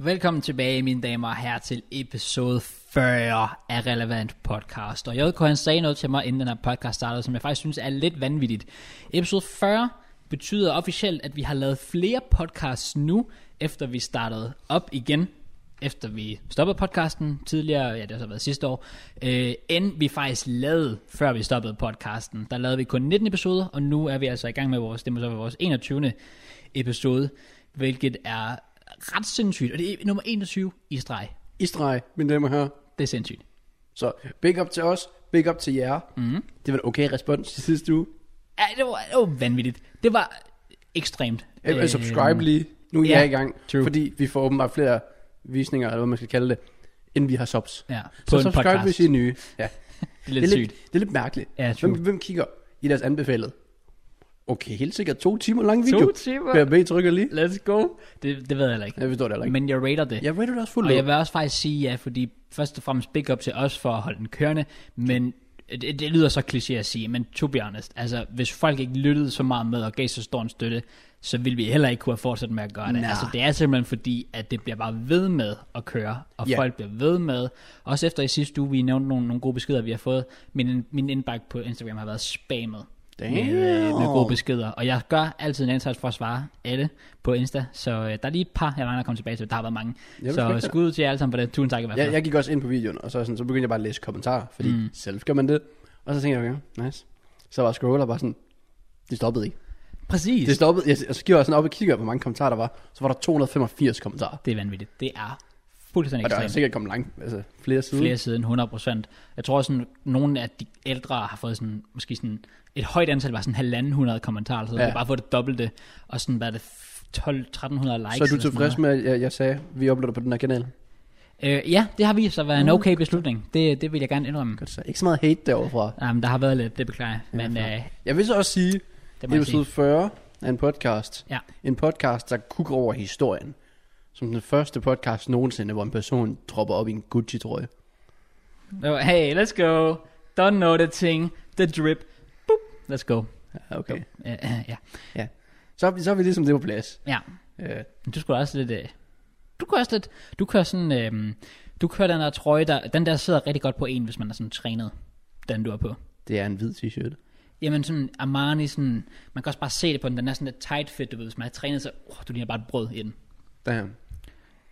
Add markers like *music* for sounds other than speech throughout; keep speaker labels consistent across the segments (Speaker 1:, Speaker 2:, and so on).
Speaker 1: Velkommen tilbage, mine damer og herrer, til episode 40 af Relevant Podcast. Og JK han sagde noget til mig, inden den her podcast startede, som jeg faktisk synes er lidt vanvittigt. Episode 40 betyder officielt, at vi har lavet flere podcasts nu, efter vi startede op igen, efter vi stoppede podcasten tidligere, ja det har så været sidste år, øh, end vi faktisk lavede, før vi stoppede podcasten. Der lavede vi kun 19 episoder, og nu er vi altså i gang med vores, det må så være vores 21. episode, hvilket er ret sindssygt. Og det er nummer 21 i streg.
Speaker 2: i streg, mine damer og herrer.
Speaker 1: Det er sindssygt.
Speaker 2: Så big up til os, big up til jer.
Speaker 1: Mhm.
Speaker 2: Mm. Det var en okay respons i sidste uge.
Speaker 1: Ja, det var, det var vanvittigt. Det var ekstremt.
Speaker 2: Øh, øh, subscribe lige, nu er
Speaker 1: Øhm. ja,
Speaker 2: jeg i gang.
Speaker 1: true.
Speaker 2: Fordi vi får åbenbart flere visninger, eller hvad man skal kalde det, end vi har subs.
Speaker 1: Ja, på
Speaker 2: så
Speaker 1: en
Speaker 2: subscribe,
Speaker 1: podcast.
Speaker 2: hvis I er nye. Ja.
Speaker 1: Det er *laughs* lidt
Speaker 2: det, er
Speaker 1: sygt.
Speaker 2: lidt, det er lidt mærkeligt.
Speaker 1: Ja, true.
Speaker 2: hvem, hvem kigger i deres anbefalede? Okay, helt sikkert to timer lang video.
Speaker 1: timer.
Speaker 2: BRB trykker lige.
Speaker 1: Let's go. Det, det ved jeg heller ikke.
Speaker 2: Jeg forstår det heller ikke.
Speaker 1: Men jeg rater det.
Speaker 2: Jeg rater det også fuldt
Speaker 1: og jeg
Speaker 2: ud.
Speaker 1: vil også faktisk sige ja, fordi først og fremmest big up til os for at holde den kørende, men det, det lyder så kliché at sige, men to be honest, altså hvis folk ikke lyttede så meget med og gav så stor en støtte, så ville vi heller ikke kunne have fortsat med at gøre det.
Speaker 2: Nej.
Speaker 1: Altså det er simpelthen fordi, at det bliver bare ved med at køre, og
Speaker 2: Ja.
Speaker 1: folk bliver ved med. Også efter i sidste uge, vi nævnte nogle, nogle gode beskeder, vi har fået. Min, min indbakke på Instagram har været spammet med, øh, med gode
Speaker 2: Damn.
Speaker 1: beskeder. Og jeg gør altid en indsats for at svare alle på Insta, så øh, der er lige et par, jeg mangler at komme tilbage til. Der har været mange.
Speaker 2: Jeg
Speaker 1: så
Speaker 2: respekterer.
Speaker 1: skud ud til jer alle sammen for det. Tusind tak i hvert fald.
Speaker 2: Jeg, jeg gik også ind på videoen, og så, sådan, så begyndte jeg bare at læse kommentarer, fordi mm. selv gør man det. Og så tænkte jeg, okay, nice. Så var jeg scroller bare sådan, det stoppede ikke.
Speaker 1: Præcis.
Speaker 2: Det
Speaker 1: Det,
Speaker 2: stoppede, jeg, og så gik jeg sådan op og kiggede, hvor mange kommentarer der var. Så var der 285 kommentarer.
Speaker 1: det er vanvittigt. Det er fuldstændig
Speaker 2: Og der er
Speaker 1: ekstremt.
Speaker 2: sikkert kommet langt, altså flere sider.
Speaker 1: Flere siden, 100%. Jeg tror sådan, nogle af de ældre har fået sådan, måske sådan et højt antal, var sådan halvanden hundrede kommentarer, så ja.
Speaker 2: Ja.
Speaker 1: det er bare fået det dobbelte, og sådan var det 12-1300 likes.
Speaker 2: Så er du
Speaker 1: eller sådan
Speaker 2: tilfreds med, at jeg, jeg sagde, at vi uploader på den her kanal?
Speaker 1: noget. Øh, ja, det har vist sig at være en
Speaker 2: Mm.
Speaker 1: okay beslutning. Det, det vil jeg gerne indrømme.
Speaker 2: Godt så. Ikke så meget hate derovre fra.
Speaker 1: Jamen, der har været lidt, det beklager jeg. Men øh,
Speaker 2: Jeg vil så også sige,
Speaker 1: det
Speaker 2: det
Speaker 1: må jeg
Speaker 2: episode
Speaker 1: sige.
Speaker 2: 40 er en podcast.
Speaker 1: Ja.
Speaker 2: En podcast, der kugger over historien. Som den første podcast nogensinde, hvor en person dropper op i en Gucci-trøje.
Speaker 1: Nå, Hey, let's go. Don't know the thing. The drip. Boop. Let's go.
Speaker 2: Ja, okay.
Speaker 1: Øh, øh, ja.
Speaker 2: Ja. Så, er vi- så er vi ligesom det på plads.
Speaker 1: ja.
Speaker 2: Øh,
Speaker 1: Men Du skulle også lidt... Øh, du kører også lidt... Du kører sådan... Øh, du kører den der trøje, der, den der sidder rigtig godt på en, hvis man er sådan trænet. Den du er på.
Speaker 2: det er en hvid t-shirt.
Speaker 1: Jamen sådan Armani, sådan, man kan også bare se det på den, den er sådan lidt tight fit, du ved, hvis man har trænet, så oh, du ligner bare et brød i den.
Speaker 2: Damn.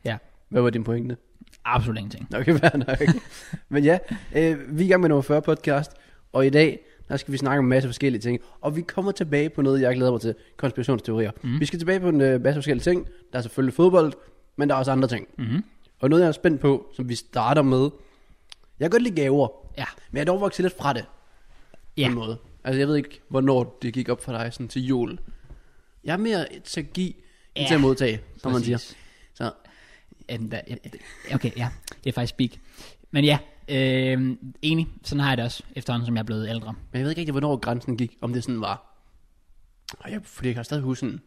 Speaker 1: Ja,
Speaker 2: Hvad var din pointe?
Speaker 1: absolut ingenting.
Speaker 2: Nå, Okay, fair nok.
Speaker 1: *laughs*
Speaker 2: Men ja, øh, vi er i gang med nummer 40 podcast, og i dag, der skal vi snakke om en masse forskellige ting. Og vi kommer tilbage på noget, jeg glæder mig til, konspirationsteorier.
Speaker 1: Mhm.
Speaker 2: Mm. Vi skal tilbage på en øh, masse forskellige ting. Der er selvfølgelig fodbold, men der er også andre ting.
Speaker 1: Mhm.
Speaker 2: Og noget, jeg er spændt på, som vi starter med. Jeg kan godt lide gaver,
Speaker 1: Ja,
Speaker 2: men jeg er dog vokset lidt fra det. På
Speaker 1: ja.
Speaker 2: en måde. Altså, jeg ved ikke, hvornår det gik op for dig sådan til jul. Jeg er mere til at give, end
Speaker 1: Ja,
Speaker 2: til at modtage, som man
Speaker 1: præcis.
Speaker 2: siger. Så
Speaker 1: Jamen, der, ja, det- okay, ja. Det er faktisk speak. Men ja, øh, enig. Sådan har jeg det også, efterhånden som jeg er blevet ældre.
Speaker 2: Men jeg ved ikke rigtig, hvornår grænsen gik, om det sådan var. Og jeg, fordi jeg kan stadig huske sådan,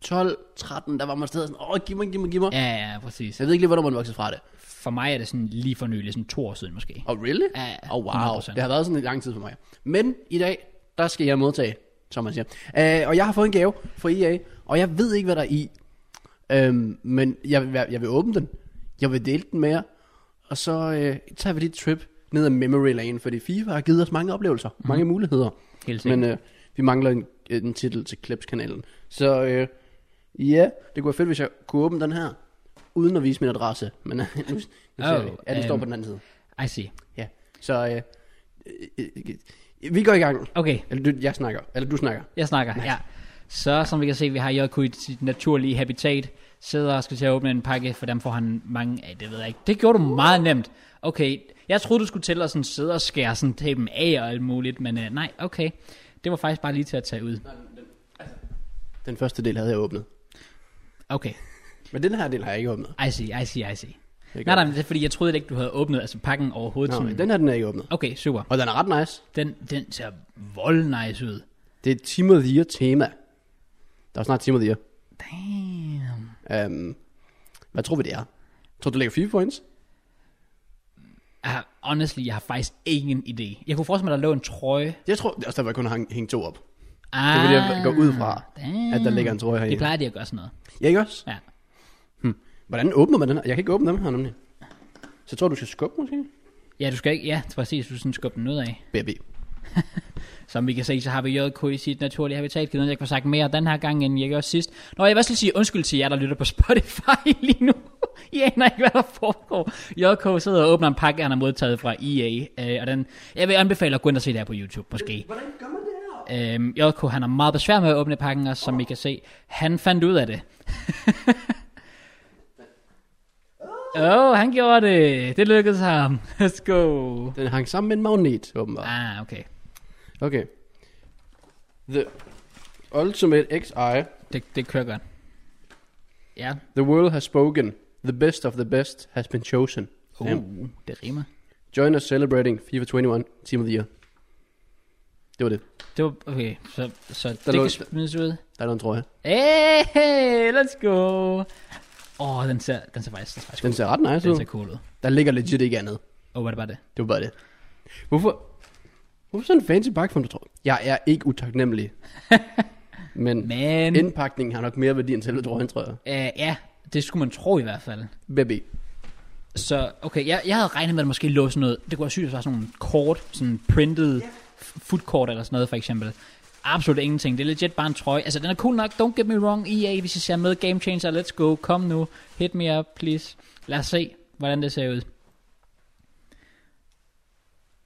Speaker 2: 12, 13, der var man stadig sådan, åh, giv mig, giv mig, giv mig. Ja.
Speaker 1: Ja, ja, præcis.
Speaker 2: Jeg ved ikke lige, hvornår man voksede fra det.
Speaker 1: For mig er det sådan lige for nylig, sådan to år siden måske.
Speaker 2: Oh, really?
Speaker 1: Ja, ja,
Speaker 2: oh, wow.
Speaker 1: 100%.
Speaker 2: Det har været sådan en lang tid for mig. Men i dag, der skal jeg modtage, som man siger. Uh, og jeg har fået en gave fra EA, og jeg ved ikke, hvad der er i. Um, men jeg, vil være- jeg vil åbne den. Jeg vil dele den med jer. Og så uh, tager vi lige et trip ned ad memory lane, fordi FIFA har givet os mange oplevelser,
Speaker 1: Mhm.
Speaker 2: mm. mange muligheder.
Speaker 1: Helt sikkert.
Speaker 2: Men øh, vi mangler en, øh, en titel til Klipskanalen. Så øh, ja, det kunne være fedt, hvis jeg kunne åbne den her, uden at vise min adresse. Men øh, nu, nu ser
Speaker 1: Oh,
Speaker 2: vi. Ja, den står
Speaker 1: øhm.
Speaker 2: på den anden side.
Speaker 1: I see.
Speaker 2: Ja, så øh, øh, øh, vi går i gang.
Speaker 1: Okay,
Speaker 2: Eller du, jeg snakker. Eller du snakker.
Speaker 1: jeg snakker, ja. Så som vi kan se, vi har JK i sit naturlige habitat, sidder og skal til at åbne en pakke, for dem får han mange af, det ved jeg ikke. Det gjorde du meget nemt. Okay, jeg troede, du skulle til at sådan sidde og skære sådan tapen af og alt muligt, men øh, nej, okay. Det var faktisk bare lige til at tage ud.
Speaker 2: Den første del havde jeg åbnet.
Speaker 1: Okay,
Speaker 2: Men den her del har jeg ikke åbnet.
Speaker 1: I see, I see, I see.
Speaker 2: Jeg
Speaker 1: Nej, nej, men det er fordi, jeg troede ikke, du havde åbnet altså pakken overhovedet.
Speaker 2: Nå,
Speaker 1: sådan.
Speaker 2: men den her den er ikke åbnet.
Speaker 1: Okay, super.
Speaker 2: Og den er ret nice.
Speaker 1: Den, den ser vold nice ud.
Speaker 2: Det er et Team of the Year tema. Der er snart Team of the Year.
Speaker 1: Damn.
Speaker 2: Um, hvad tror vi det er? Tror du, det ligger 4 points?
Speaker 1: Jeg har, Ah, honestly, jeg har faktisk ingen idé. Jeg kunne forestille mig, der lå en trøje.
Speaker 2: Jeg tror, det er også derfor, jeg kun har hængt- hængt to op.
Speaker 1: Ah,
Speaker 2: Det er fordi, jeg går ud fra,
Speaker 1: damn.
Speaker 2: at der ligger en trøje
Speaker 1: Ah, Det
Speaker 2: herinde.
Speaker 1: plejer de at gøre sådan noget.
Speaker 2: Ja, ikke også?
Speaker 1: Ja.
Speaker 2: Hvordan åbner man den her? Jeg kan ikke åbne dem her nemlig. Så jeg tror du skal skubbe måske?
Speaker 1: Ja, du skal ikke, ja, præcis, du sådan skubber den ud af.
Speaker 2: BB.
Speaker 1: Som vi kan se, så har vi JK i sit naturlige habitat. Givet, jeg kan få sagt mere den her gang, end jeg gjorde sidst. Nå, jeg vil også lige sige undskyld til jer, der lytter på Spotify *laughs* lige nu. I aner ikke, hvad der foregår. JK sidder og åbner en pakke, han har modtaget fra EA. Øh, og den, jeg vil anbefale at gå ind og se det her på YouTube, måske.
Speaker 2: Øh, Hvordan gør man det her?
Speaker 1: Øhm, JK, han har meget besvær med at åbne pakken, og som I kan se, han fandt ud af
Speaker 2: *laughs*
Speaker 1: det. Åh, oh, han gjorde det. Det lykkedes ham. Let's go.
Speaker 2: Den hang sammen med en magnet, åbenbart.
Speaker 1: Ah, okay.
Speaker 2: Okay. The Ultimate XI.
Speaker 1: Det, det kører godt. Ja.
Speaker 2: The world has spoken. The best of the best has been chosen.
Speaker 1: Uh,
Speaker 2: Ja.
Speaker 1: det rimer.
Speaker 2: Join us celebrating FIFA 21 Team of the Year. Det var det.
Speaker 1: Det var, okay, så, så det
Speaker 2: lå-
Speaker 1: kan smides ud.
Speaker 2: Der er noget, tror jeg.
Speaker 1: Hey, let's go. Åh, oh, den ser, den ser faktisk, den ser faktisk
Speaker 2: Den
Speaker 1: cool.
Speaker 2: ser ret nice
Speaker 1: den ser
Speaker 2: ud.
Speaker 1: cool ud.
Speaker 2: Der ligger legit ikke andet.
Speaker 1: Åh, oh, hvad er det bare det?
Speaker 2: Det var bare det. Hvorfor? Hvorfor sådan en fancy pakke, for du tror? Jeg er ikke
Speaker 1: *laughs*
Speaker 2: utaknemmelig. Men, Men
Speaker 1: Men, Men
Speaker 2: indpakningen har nok mere værdi end selve trøjen, tror jeg.
Speaker 1: øh, ja, det skulle man tro i hvert fald.
Speaker 2: Baby.
Speaker 1: Så, okay, jeg, jeg havde regnet med, at der måske lå sådan noget, det kunne være sygt, hvis der var sådan nogle kort, sådan printed f- food court eller sådan noget, for eksempel. Absolut ingenting, det er legit bare en trøje. Altså, den er cool nok, don't get me wrong, EA, hvis I ser med, Game Changer, let's go, kom nu, hit me up, please. Lad os se, hvordan det ser ud.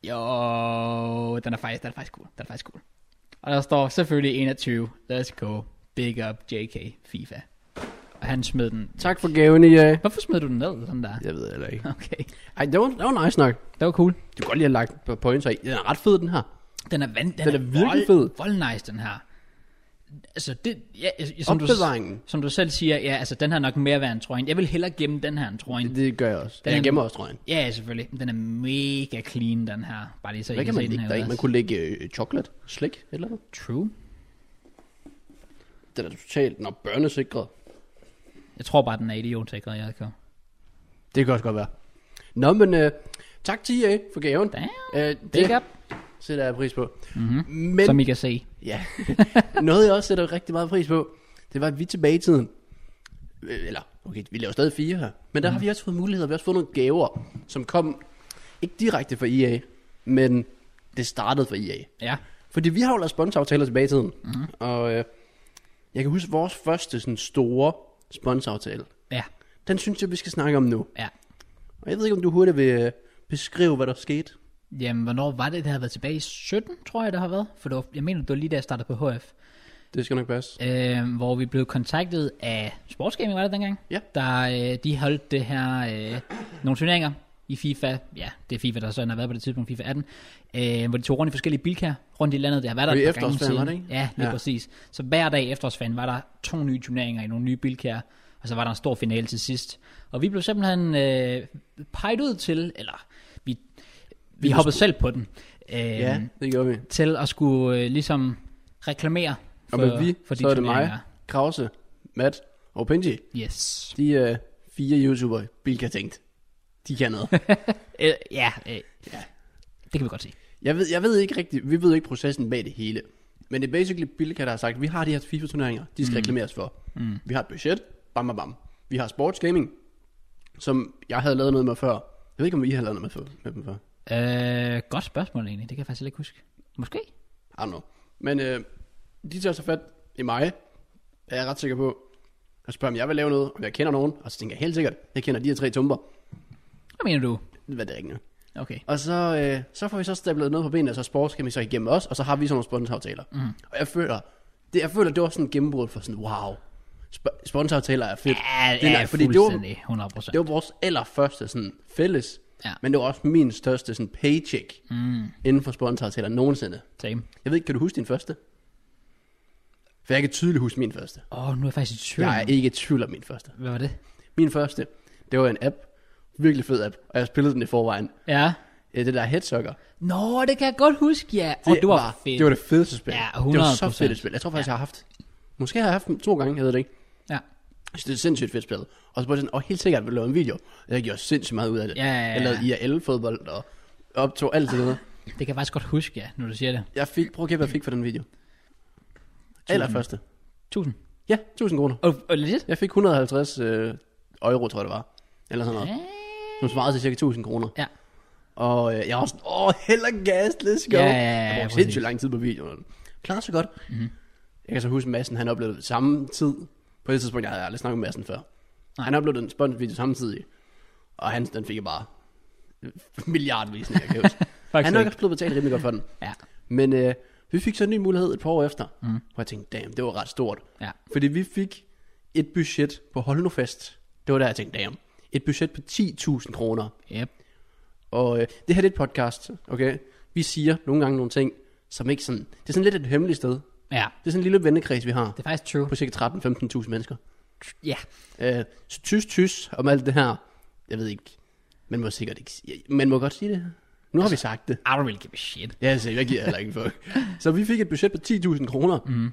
Speaker 1: Jo, den er faktisk, den er faktisk cool, den er faktisk cool. Og der står selvfølgelig 21, let's go, big up JK FIFA. Og han smed den.
Speaker 2: Tak for gaven, I dag.
Speaker 1: Hvorfor smed du den ned, sådan der?
Speaker 2: Jeg ved heller ikke.
Speaker 1: *laughs* Okay.
Speaker 2: Ej, det var, det var nice nok.
Speaker 1: Det var cool.
Speaker 2: Du kan godt lige have lagt et par points i. Den er ret fed, den her.
Speaker 1: Den er, vand, den
Speaker 2: Den er virkelig fed.
Speaker 1: Vold nice, den her. Altså, det, ja, altså, som, du,
Speaker 2: Opbevaringen.
Speaker 1: som du selv siger, ja, altså, den her er nok mere værd end trøjen. Jeg vil hellere gemme den her end trøjen.
Speaker 2: Det gør jeg også.
Speaker 1: Den
Speaker 2: Den jeg
Speaker 1: er-
Speaker 2: gemmer også trøjen.
Speaker 1: Ja, ja, selvfølgelig. Men Den er mega clean, den her. Bare lige så, I
Speaker 2: Hvad kan
Speaker 1: se den
Speaker 2: man lægge
Speaker 1: her
Speaker 2: deri?
Speaker 1: ud
Speaker 2: Man
Speaker 1: også.
Speaker 2: kunne lægge øh, chokolade, slik, et eller andet.
Speaker 1: True.
Speaker 2: Den er totalt, når børnesikret.
Speaker 1: Jeg tror bare, den er idiotsikret, jeg kan.
Speaker 2: Det kan også godt være. Nå, men øh, tak til EA for gaven.
Speaker 1: Damn.
Speaker 2: Øh,
Speaker 1: Big
Speaker 2: det Mhm.
Speaker 1: up.
Speaker 2: sætter jeg pris på.
Speaker 1: Mm-hmm.
Speaker 2: Men,
Speaker 1: Som I kan se.
Speaker 2: ja, *laughs* noget jeg også sætter rigtig meget pris på, det var, at vi er tilbage i tiden. Øh, Eller, okay, vi laver stadig fire her. Men der mm. har vi også fået muligheder. Vi har også fået nogle gaver, som kom ikke direkte fra EA, men det startede fra EA.
Speaker 1: Ja.
Speaker 2: Fordi vi har jo lavet sponsoraftaler tilbage i tiden. Mm-hmm.
Speaker 1: Mhm.
Speaker 2: Og øh, jeg kan huske vores første sådan store sponsoraftale.
Speaker 1: Ja.
Speaker 2: Den synes jeg, vi skal snakke om nu.
Speaker 1: Ja.
Speaker 2: Og jeg ved ikke, om du hurtigt vil øh, beskrive, hvad der skete.
Speaker 1: Jamen, hvornår var det, det havde været tilbage i 17, tror jeg, det har været? For det var, jeg mener, det var lige da jeg startede på HF.
Speaker 2: Det skal nok passe.
Speaker 1: øh, hvor vi blev kontaktet af Sportsgaming, var det dengang?
Speaker 2: Ja.
Speaker 1: Der, øh, de holdt det her, øh, nogle turneringer i FIFA, ja, det er FIFA, der sådan har været på det tidspunkt, FIFA 18, øh, hvor de tog rundt i forskellige bilkær rundt i landet. Det har været der
Speaker 2: Og i
Speaker 1: et par gange
Speaker 2: efterårsferien,
Speaker 1: siden.
Speaker 2: var det ikke?
Speaker 1: Ja, lige ja.
Speaker 2: Ja.
Speaker 1: præcis. Så hver dag i efterårsferien var der to nye turneringer i nogle nye bilkær, og så var der en stor finale til sidst. Og vi blev simpelthen øh, peget ud til, eller vi, vi, vi hoppede selv på den. Øh,
Speaker 2: Ja, det gjorde vi.
Speaker 1: til at skulle øh, ligesom reklamere for,
Speaker 2: Og med vi,
Speaker 1: for de
Speaker 2: så er det mig,
Speaker 1: turneringer.
Speaker 2: Krause, Matt og Benji.
Speaker 1: Yes.
Speaker 2: De øh, fire YouTubere, Bilka tænkt. De kan noget.
Speaker 1: Øh, ja, øh, ja, det kan vi godt sige.
Speaker 2: jeg, ved, jeg ved ikke rigtigt, vi ved ikke processen bag det hele. Men det er basically Bilka, der har sagt, vi har de her FIFA-turneringer, de skal mm. reklameres for. Mm. Vi har et budget, bam, bam, bam. Vi har sportsgaming, som jeg havde lavet noget med før. Jeg ved ikke, om I har lavet noget med, før, med dem før.
Speaker 1: Øh, godt spørgsmål egentlig, det kan jeg faktisk heller ikke huske. Måske?
Speaker 2: I don't know. Men øh, de tager så fat i mig, er jeg ret sikker på, og spørger, om jeg vil lave noget, om jeg kender nogen, og så tænker jeg helt sikkert, jeg kender de her tre tumper.
Speaker 1: Hvad mener du?
Speaker 2: Hvad det er ikke noget.
Speaker 1: Okay.
Speaker 2: Og så, øh, så får vi så stablet noget på benene, og så sports kan vi så igennem os, og så har vi sådan nogle sponsoraftaler. Mm. Og jeg føler, det, jeg føler, det var sådan en gennembrud for sådan, wow, sp- sponsoraftaler er fedt.
Speaker 1: Ja,
Speaker 2: er
Speaker 1: det er ja,
Speaker 2: nej, fordi det var,
Speaker 1: fuldstændig, 100 procent.
Speaker 2: det var vores allerførste sådan fælles,
Speaker 1: Ja.
Speaker 2: men det var også min største sådan paycheck mm. inden for sponsoraftaler nogensinde.
Speaker 1: Same.
Speaker 2: Jeg ved ikke, kan du huske din første? For jeg kan tydeligt huske min første.
Speaker 1: Åh, oh, nu er jeg faktisk i tvivl.
Speaker 2: Jeg er ikke i tvivl om min første.
Speaker 1: Hvad var det?
Speaker 2: Min første, det var en app. Virkelig fed app. Og jeg spillede den i forvejen.
Speaker 1: Ja.
Speaker 2: Øh, Det der Headsucker.
Speaker 1: Nå, det kan jeg godt huske, ja. Åh, oh, det var, fedt.
Speaker 2: Det var det fedeste spil.
Speaker 1: Ja,
Speaker 2: Det var så
Speaker 1: 100%.
Speaker 2: fedt et spil. Jeg tror faktisk, jeg har haft... Måske har jeg haft dem to gange, jeg ved det ikke.
Speaker 1: Ja.
Speaker 2: Jeg synes, det er et sindssygt fedt spil. Og så bare sådan, og helt sikkert vil lave en video. Jeg gjorde sindssygt meget ud af det.
Speaker 1: Ja, ja, ja.
Speaker 2: Jeg lavede IRL-fodbold og optog alt det der.
Speaker 1: Det kan jeg faktisk godt huske, ja, når du siger det.
Speaker 2: Jeg fik, prøv at gætte, hvad jeg fik for den video. Eller første.
Speaker 1: Tusind.
Speaker 2: Ja, 1000 kroner.
Speaker 1: Og, og legit?
Speaker 2: Jeg fik 150 øh, euro, tror jeg det var. Eller sådan noget.
Speaker 1: Ja.
Speaker 2: Som svarede til cirka 1000 kroner.
Speaker 1: Ja.
Speaker 2: Og øh, jeg var sådan, åh, heller gas, let's go.
Speaker 1: Ja, ja, ja,
Speaker 2: jeg brugte
Speaker 1: præcis. Mhm.
Speaker 2: sindssygt lang tid på videoen. Klarer så godt. Mm-hmm. Jeg kan så huske, Madsen, han oplevede det samme tid. På det tidspunkt, jeg havde aldrig snakket med Madsen før. Nej. Han oplevede en sponsvideo samtidig. Og han, den fik jeg bare øh, milliardvis, jeg
Speaker 1: *laughs*
Speaker 2: kan huske. han
Speaker 1: Faktisk
Speaker 2: har nok også blevet betalt rimelig godt for den.
Speaker 1: Ja. Mhm.
Speaker 2: Men øh, vi fik så en ny mulighed et par år efter, mm. hvor jeg tænkte, damn, det var ret stort.
Speaker 1: Ja.
Speaker 2: Fordi vi fik et budget på Hold nu fest. Det var der, jeg tænkte, damn. Et budget på 10.000 kroner.
Speaker 1: Yep.
Speaker 2: Og øh, det her det er et podcast, okay? Vi siger nogle gange nogle ting, som ikke sådan... Det er sådan lidt et hemmeligt sted. Det
Speaker 1: Ja.
Speaker 2: er sådan en lille vennekreds, vi har.
Speaker 1: Det er faktisk true.
Speaker 2: På cirka 13-15.000 mennesker.
Speaker 1: Ja.
Speaker 2: Øh, så tys, tys om alt det her. Jeg ved ikke. Man må sikkert ikke... sige- Man må godt sige det. Nu har vi sagt det.
Speaker 1: I don't really give a shit.
Speaker 2: Ja, altså, jeg giver heller ikke for. Så vi fik et budget på 10.000 kroner. Mm.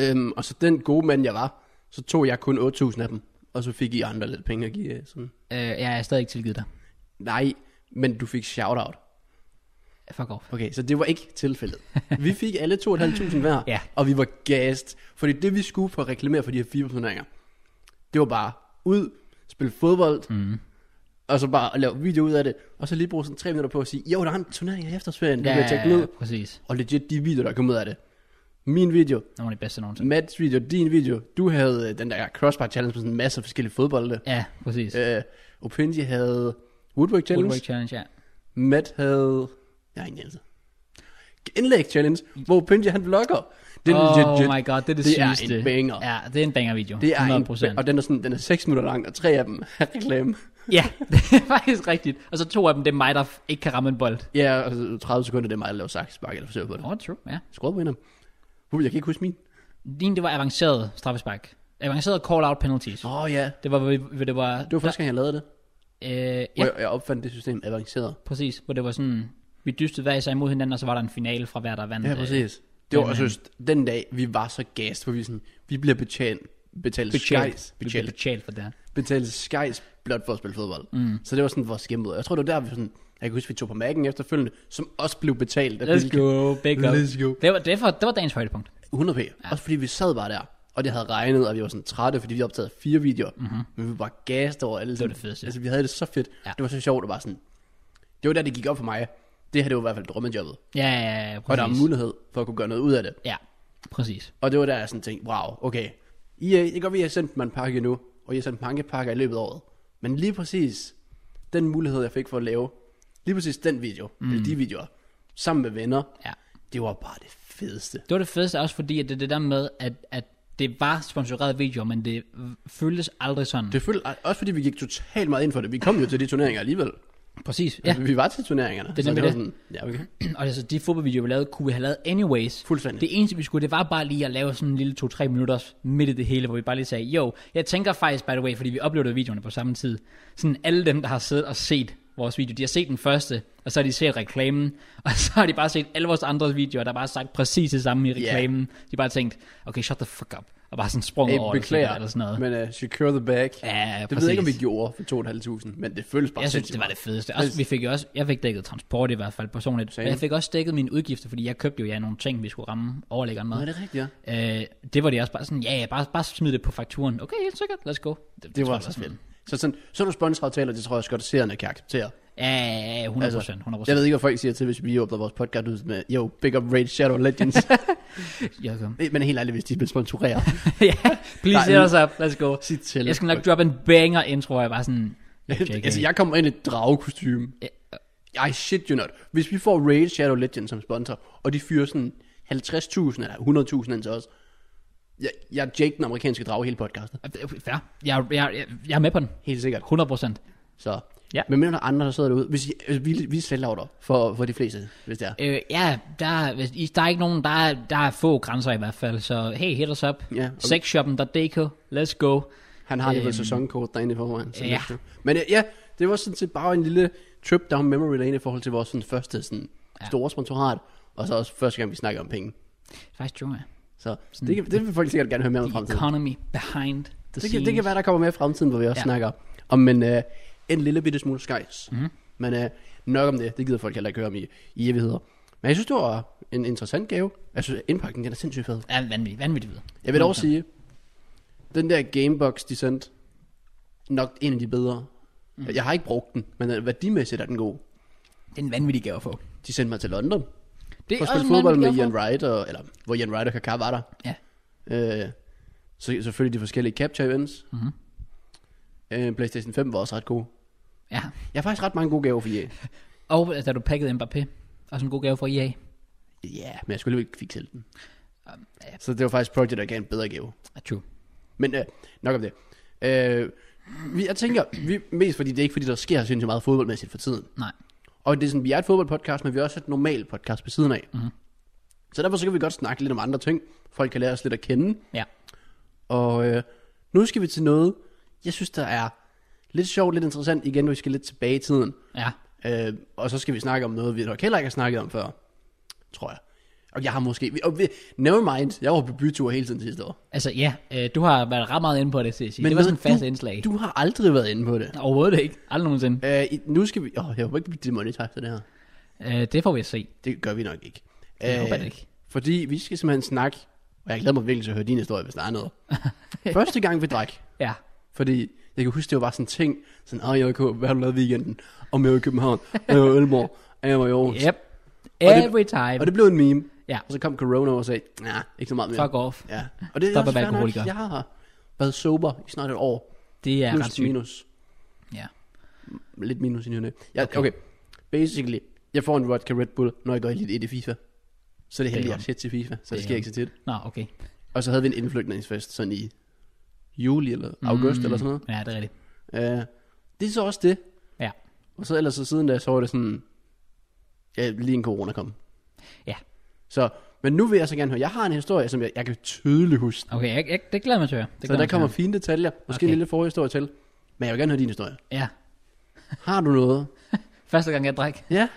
Speaker 2: Øhm, og så den gode mand, jeg var, så tog jeg kun 8.000 af dem. Og så fik I andre lidt penge at give. øh, Sådan.
Speaker 1: Øh, jeg er stadig ikke tilgivet dig.
Speaker 2: Nej, men du fik shout-out.
Speaker 1: Fuck off.
Speaker 2: Okay, så det var ikke tilfældet. Vi fik alle 2.500 hver,
Speaker 1: Ja.
Speaker 2: og vi var gast. Fordi det, vi skulle for at reklamere for de her fire turneringer, det var bare ud, spille fodbold, mm. og så bare lave video ud af det, og så lige bruge sådan tre minutter på at sige, jo, der er en turnering i eftersferien, du kan tjekke den ud.
Speaker 1: præcis.
Speaker 2: Og legit de videoer, der kom ud af det. Min video,
Speaker 1: Nogle af de bedste nogensinde.
Speaker 2: Mads video, din video, du havde øh, den der crossbar challenge med sådan en masse forskellige fodbolde.
Speaker 1: Ja, præcis.
Speaker 2: Øh, Opinji havde woodwork challenge.
Speaker 1: Woodwork Challenge, ja.
Speaker 2: Matt havde... Jeg har ingen anelse. Indlæg challenge, hvor Pinja han vlogger. Det er
Speaker 1: oh
Speaker 2: legit.
Speaker 1: my god, det er det,
Speaker 2: Det er en
Speaker 1: sygeste.
Speaker 2: banger.
Speaker 1: Ja, det er en banger video.
Speaker 2: Det er
Speaker 1: 100%.
Speaker 2: en, og den er, sådan, den er 6 minutter lang, og tre af dem er reklame.
Speaker 1: Ja, *laughs* det er faktisk rigtigt. Og så to af dem, det er mig, der f- ikke kan ramme en bold.
Speaker 2: Ja, og så 30 sekunder, det er mig, der laver saks, bare eller forsøger på det.
Speaker 1: Åh, oh, true, ja.
Speaker 2: Skruer på hende. Uh, jeg kan ikke huske min.
Speaker 1: Din, det var avanceret straffespark. Avanceret call-out penalties.
Speaker 2: Åh oh, ja,
Speaker 1: Det var, hvor det var...
Speaker 2: det var første gang, jeg lavede det.
Speaker 1: Øh,
Speaker 2: Hvor
Speaker 1: ja,
Speaker 2: jeg, jeg opfandt det system avanceret.
Speaker 1: præcis. Hvor det var sådan... Vi dystede hver især imod hinanden, og så var der en finale fra hver, der vandt.
Speaker 2: Ja,
Speaker 1: øh,
Speaker 2: præcis. Det var
Speaker 1: den
Speaker 2: også
Speaker 1: her.
Speaker 2: just, den dag, vi var så gast, hvor vi sådan, vi bliver betjent, betalt, skejs,
Speaker 1: Betjalt. Vi blev
Speaker 2: betjent,
Speaker 1: betjalt for det her.
Speaker 2: betalte skejs blot for at spille fodbold. Mm. Så det var sådan vores gennembrud. Jeg tror, det var der, vi sådan, jeg kan huske, vi tog på mærken efterfølgende, som også blev betalt af
Speaker 1: Let's go, big up.
Speaker 2: Let's go.
Speaker 1: Det var, det var, det var dagens højdepunkt.
Speaker 2: 100 p. Ja. Også fordi vi sad bare der, og det havde regnet, og vi var sådan trætte, fordi vi optagede fire videoer. Mm-hmm. Men vi var bare gassed over alle. Det
Speaker 1: det fedeste.
Speaker 2: Altså, vi havde det så fedt.
Speaker 1: Ja.
Speaker 2: Ja. Det var så sjovt, og bare sådan, det var der, det gik op for mig. Det her, det var i hvert fald drømmejobbet.
Speaker 1: Ja, ja, ja, præcis.
Speaker 2: Og der er mulighed for at kunne gøre noget ud af det.
Speaker 1: Ja, præcis.
Speaker 2: Og det var der, jeg sådan tænkte, wow, okay. I, øh, det kan godt være, I har sendt mig en pakke nu, og I har sendt mange pakker i løbet af året. Men lige præcis den mulighed, jeg fik for at lave, lige præcis den video, mm. eller de videoer, sammen med venner,
Speaker 1: Ja.
Speaker 2: det var bare det fedeste.
Speaker 1: Det var det fedeste også, fordi at det er det der med, at, at det var sponsoreret video, men det føltes aldrig sådan.
Speaker 2: Det følte, også fordi vi gik totalt meget ind for det. Vi kom jo til de turneringer alligevel.
Speaker 1: Præcis, ja.
Speaker 2: Ja. Vi var til turneringerne.
Speaker 1: er
Speaker 2: så
Speaker 1: nemlig
Speaker 2: var
Speaker 1: det.
Speaker 2: Sådan, ja, okay.
Speaker 1: *clears throat* og altså, de fodboldvideoer, vi lavede, kunne vi have lavet anyways.
Speaker 2: Fuldstændig.
Speaker 1: Det eneste, vi skulle, det var bare lige at lave sådan en lille 2-3 minutter midt i det hele, hvor vi bare lige sagde, jo, jeg tænker faktisk, by the way, fordi vi uploadede videoerne på samme tid, sådan alle dem, der har siddet og set vores video, de har set den første, og så har de set reklamen, og så har de bare set alle vores andre videoer, der bare har sagt præcis det samme i reklamen. Yeah. De har bare tænkt, okay, shut the fuck up, og bare sådan sprunget
Speaker 2: Hey,
Speaker 1: over det, sikkert,
Speaker 2: beklager,
Speaker 1: eller sådan noget.
Speaker 2: men uh, secure the bag.
Speaker 1: ja,
Speaker 2: det ved
Speaker 1: præcis.
Speaker 2: jeg ikke, om vi gjorde for 2.500, men det føles bare
Speaker 1: Jeg synes,
Speaker 2: sindssygt
Speaker 1: det var
Speaker 2: meget.
Speaker 1: det fedeste. Også, vi fik jo også, jeg fik dækket transport i hvert fald personligt.
Speaker 2: Same.
Speaker 1: Men jeg fik også dækket mine udgifter, fordi jeg købte jo ja, nogle ting, vi skulle ramme overlæggeren med.
Speaker 2: Nå, er det rigtigt, ja?
Speaker 1: Øh, det var det også bare sådan, ja, ja, bare, bare smid det på fakturen. Okay, helt sikkert, let's go. Det,
Speaker 2: Det
Speaker 1: tror
Speaker 2: var
Speaker 1: jeg
Speaker 2: så
Speaker 1: sådan.
Speaker 2: fedt. Så sådan, sådan nogle sponsoraftaler, det tror jeg også godt, at seerne kan acceptere.
Speaker 1: Ja, ja, ja, 100 procent, 100
Speaker 2: Altså, Jeg
Speaker 1: procent.
Speaker 2: ved ikke, hvad folk siger til, hvis vi åbner vores podcast ud med, yo, big up Raid Shadow Legends.
Speaker 1: *laughs* Jeg
Speaker 2: *laughs*
Speaker 1: ved
Speaker 2: Men helt ærligt, hvis de bliver sponsoreret,
Speaker 1: *laughs* Ja, please
Speaker 2: Nej,
Speaker 1: hit os up, let's go.
Speaker 2: sig til.
Speaker 1: Jeg skal
Speaker 2: *laughs*
Speaker 1: nok droppe en banger intro, og jeg bare sådan, JK.
Speaker 2: altså, jeg kommer ind i et dragekostyme.
Speaker 1: Ja.
Speaker 2: I shit you not. Hvis vi får Raid Shadow Legends som sponsor, og de fyrer sådan 50.000 eller 100.000 ind til os, jeg, jeg er Jake den amerikanske drage hele podcastet.
Speaker 1: Fair. Jeg, jeg, jeg, jeg er med på den,
Speaker 2: Helt sikkert.
Speaker 1: 100 procent.
Speaker 2: Så.
Speaker 1: Ja.
Speaker 2: Men mindre der er andre, der sidder derude. Hvis I, altså, vi, vi er sellouter for, for de fleste, hvis det er.
Speaker 1: Øh, ja, der, er- hvis I- der er ikke nogen, der er, der er få grænser i hvert fald, så hey, hit os up.
Speaker 2: Ja, og-
Speaker 1: Sexshoppen.dk, let's go.
Speaker 2: Han har alligevel
Speaker 1: Øhm,
Speaker 2: sæsonkort derinde i forvejen. Så
Speaker 1: ja.
Speaker 2: ja. Men øh, ja, det var sådan set bare en lille trip down memory lane i forhold til vores sådan, første sådan,
Speaker 1: Ja.
Speaker 2: ja. store sponsorat, og så også første gang, vi snakker om penge.
Speaker 1: Faktisk tror jeg.
Speaker 2: Så det, kan, det vil folk sikkert gerne høre mere om i
Speaker 1: The
Speaker 2: fremtiden.
Speaker 1: economy behind the
Speaker 2: Det kan,
Speaker 1: scenes.
Speaker 2: det kan være, der kommer mere i fremtiden, hvor vi også
Speaker 1: Ja.
Speaker 2: ja. snakker om en, øh, en lille bitte smule skejs.
Speaker 1: Mhm.
Speaker 2: Mm. Men øh, nok om det, det gider folk heller ikke høre om i, i evigheder. Men jeg synes, det var en interessant gave. Jeg synes, indpakningen den er sindssygt fed.
Speaker 1: Ja, vanvittigt, vanvittigt videre.
Speaker 2: Jeg vil dog sige, den der Gamebox, de sendte, nok en af de bedre. Mm. Jeg har ikke brugt den, men øh, værdimæssigt er den god.
Speaker 1: Det er en vanvittig gave at få.
Speaker 2: De sendte mig til London
Speaker 1: Det
Speaker 2: for at
Speaker 1: en
Speaker 2: spille fodbold med
Speaker 1: vanvittig gave at
Speaker 2: Ian Wright, og, eller hvor Ian Wright og Kaká var der.
Speaker 1: få. Ja.
Speaker 2: Øh, så selvfølgelig de forskellige capture events.
Speaker 1: Mhm.
Speaker 2: Øh, PlayStation 5 var også ret god.
Speaker 1: ja.
Speaker 2: Jeg har faktisk ret mange gode gaver for E EA.
Speaker 1: Og øh, da du pakkede Mbappé. Også en god gave E fra EA.
Speaker 2: Ja, men jeg skulle alligevel ikke fik selv den.
Speaker 1: Um, ja,
Speaker 2: Så det var faktisk Project, der gav en bedre gave.
Speaker 1: true.
Speaker 2: Men øh, nok om det. Øh, vi, jeg tænker, vi, mest fordi det er ikke fordi, der sker sindssygt meget fodboldmæssigt for tiden.
Speaker 1: Nej.
Speaker 2: Og det er sådan, vi er et fodboldpodcast, men vi er også et normalt podcast ved siden af. Mm-hmm. Så derfor så kan vi godt snakke lidt om andre ting. Folk kan lære os lidt at kende.
Speaker 1: Ja.
Speaker 2: Og øh, nu skal vi til noget, jeg synes, der er lidt sjovt, lidt interessant. Igen, vi skal lidt tilbage i tiden.
Speaker 1: Ja.
Speaker 2: Øh, og så skal vi snakke om noget, vi nok heller ikke har snakket om før. Tror jeg. Og jeg har måske... Og vi, never mind, jeg var på bytur hele tiden sidste år.
Speaker 1: Altså ja, øh, du har været ret meget inde på det, skal jeg sige. det var sådan en fast
Speaker 2: du,
Speaker 1: indslag.
Speaker 2: Du har aldrig været inde på det.
Speaker 1: Overhovedet ikke. Aldrig nogensinde.
Speaker 2: Øh, i- nu skal vi... Åh, oh, jeg håber ikke, vi demonetiserer det her.
Speaker 1: Øh, det får vi at se.
Speaker 2: Det gør vi nok ikke. Øh,
Speaker 1: Jeg håber det ikke.
Speaker 2: Fordi vi skal simpelthen snakke... Og jeg glæder mig virkelig til at høre din historie, hvis der er noget.
Speaker 1: *laughs*
Speaker 2: Første gang vi drak.
Speaker 1: Ja.
Speaker 2: Fordi jeg kan huske, det var bare sådan en ting. Sådan, åh, JK, hvad har du lavet i weekenden? Om jeg var i København, og jeg var i Ølmor, og jeg var i Aarhus.
Speaker 1: Yep.
Speaker 2: Og det-
Speaker 1: Every time.
Speaker 2: Og det blev en meme.
Speaker 1: Ja.
Speaker 2: Og så kom corona og sagde, nej, nah, ikke så meget mere.
Speaker 1: Fuck off.
Speaker 2: Ja. Og det er
Speaker 1: Stop
Speaker 2: også
Speaker 1: at være
Speaker 2: fair nok.
Speaker 1: alkoholiker.
Speaker 2: Jeg har været sober i snart et år.
Speaker 1: Det er
Speaker 2: plus
Speaker 1: ret sygt.
Speaker 2: minus.
Speaker 1: Ja.
Speaker 2: Lidt minus i nyerne. Ja, okay. okay. Basically, jeg får en vodka Red Bull, når jeg går i lidt et i FIFA. Så er det heldigt, jeg
Speaker 1: Damn.
Speaker 2: shit til FIFA, så det
Speaker 1: Damn.
Speaker 2: sker ikke så tit.
Speaker 1: Nå, okay.
Speaker 2: Og så havde vi en indflygtningsfest sådan i juli eller august mm. eller sådan
Speaker 1: Ja, det er rigtigt.
Speaker 2: noget. Uh, det er så også det.
Speaker 1: Ja.
Speaker 2: Og så ellers så siden da, så var det sådan, ja, lige en corona kom.
Speaker 1: Ja.
Speaker 2: Så, men nu vil jeg så gerne høre, jeg har en historie, som jeg, jeg kan tydeligt huske.
Speaker 1: Okay, jeg, jeg, det glæder jeg mig til at høre. Det glæder
Speaker 2: så der
Speaker 1: jeg mig til
Speaker 2: kommer
Speaker 1: at høre.
Speaker 2: fine detaljer, måske okay. en
Speaker 1: Okay.
Speaker 2: lille forhistorie til. Men jeg vil gerne høre din historie.
Speaker 1: Ja.
Speaker 2: Har du noget?
Speaker 1: Første gang jeg drak. *laughs*
Speaker 2: Ja.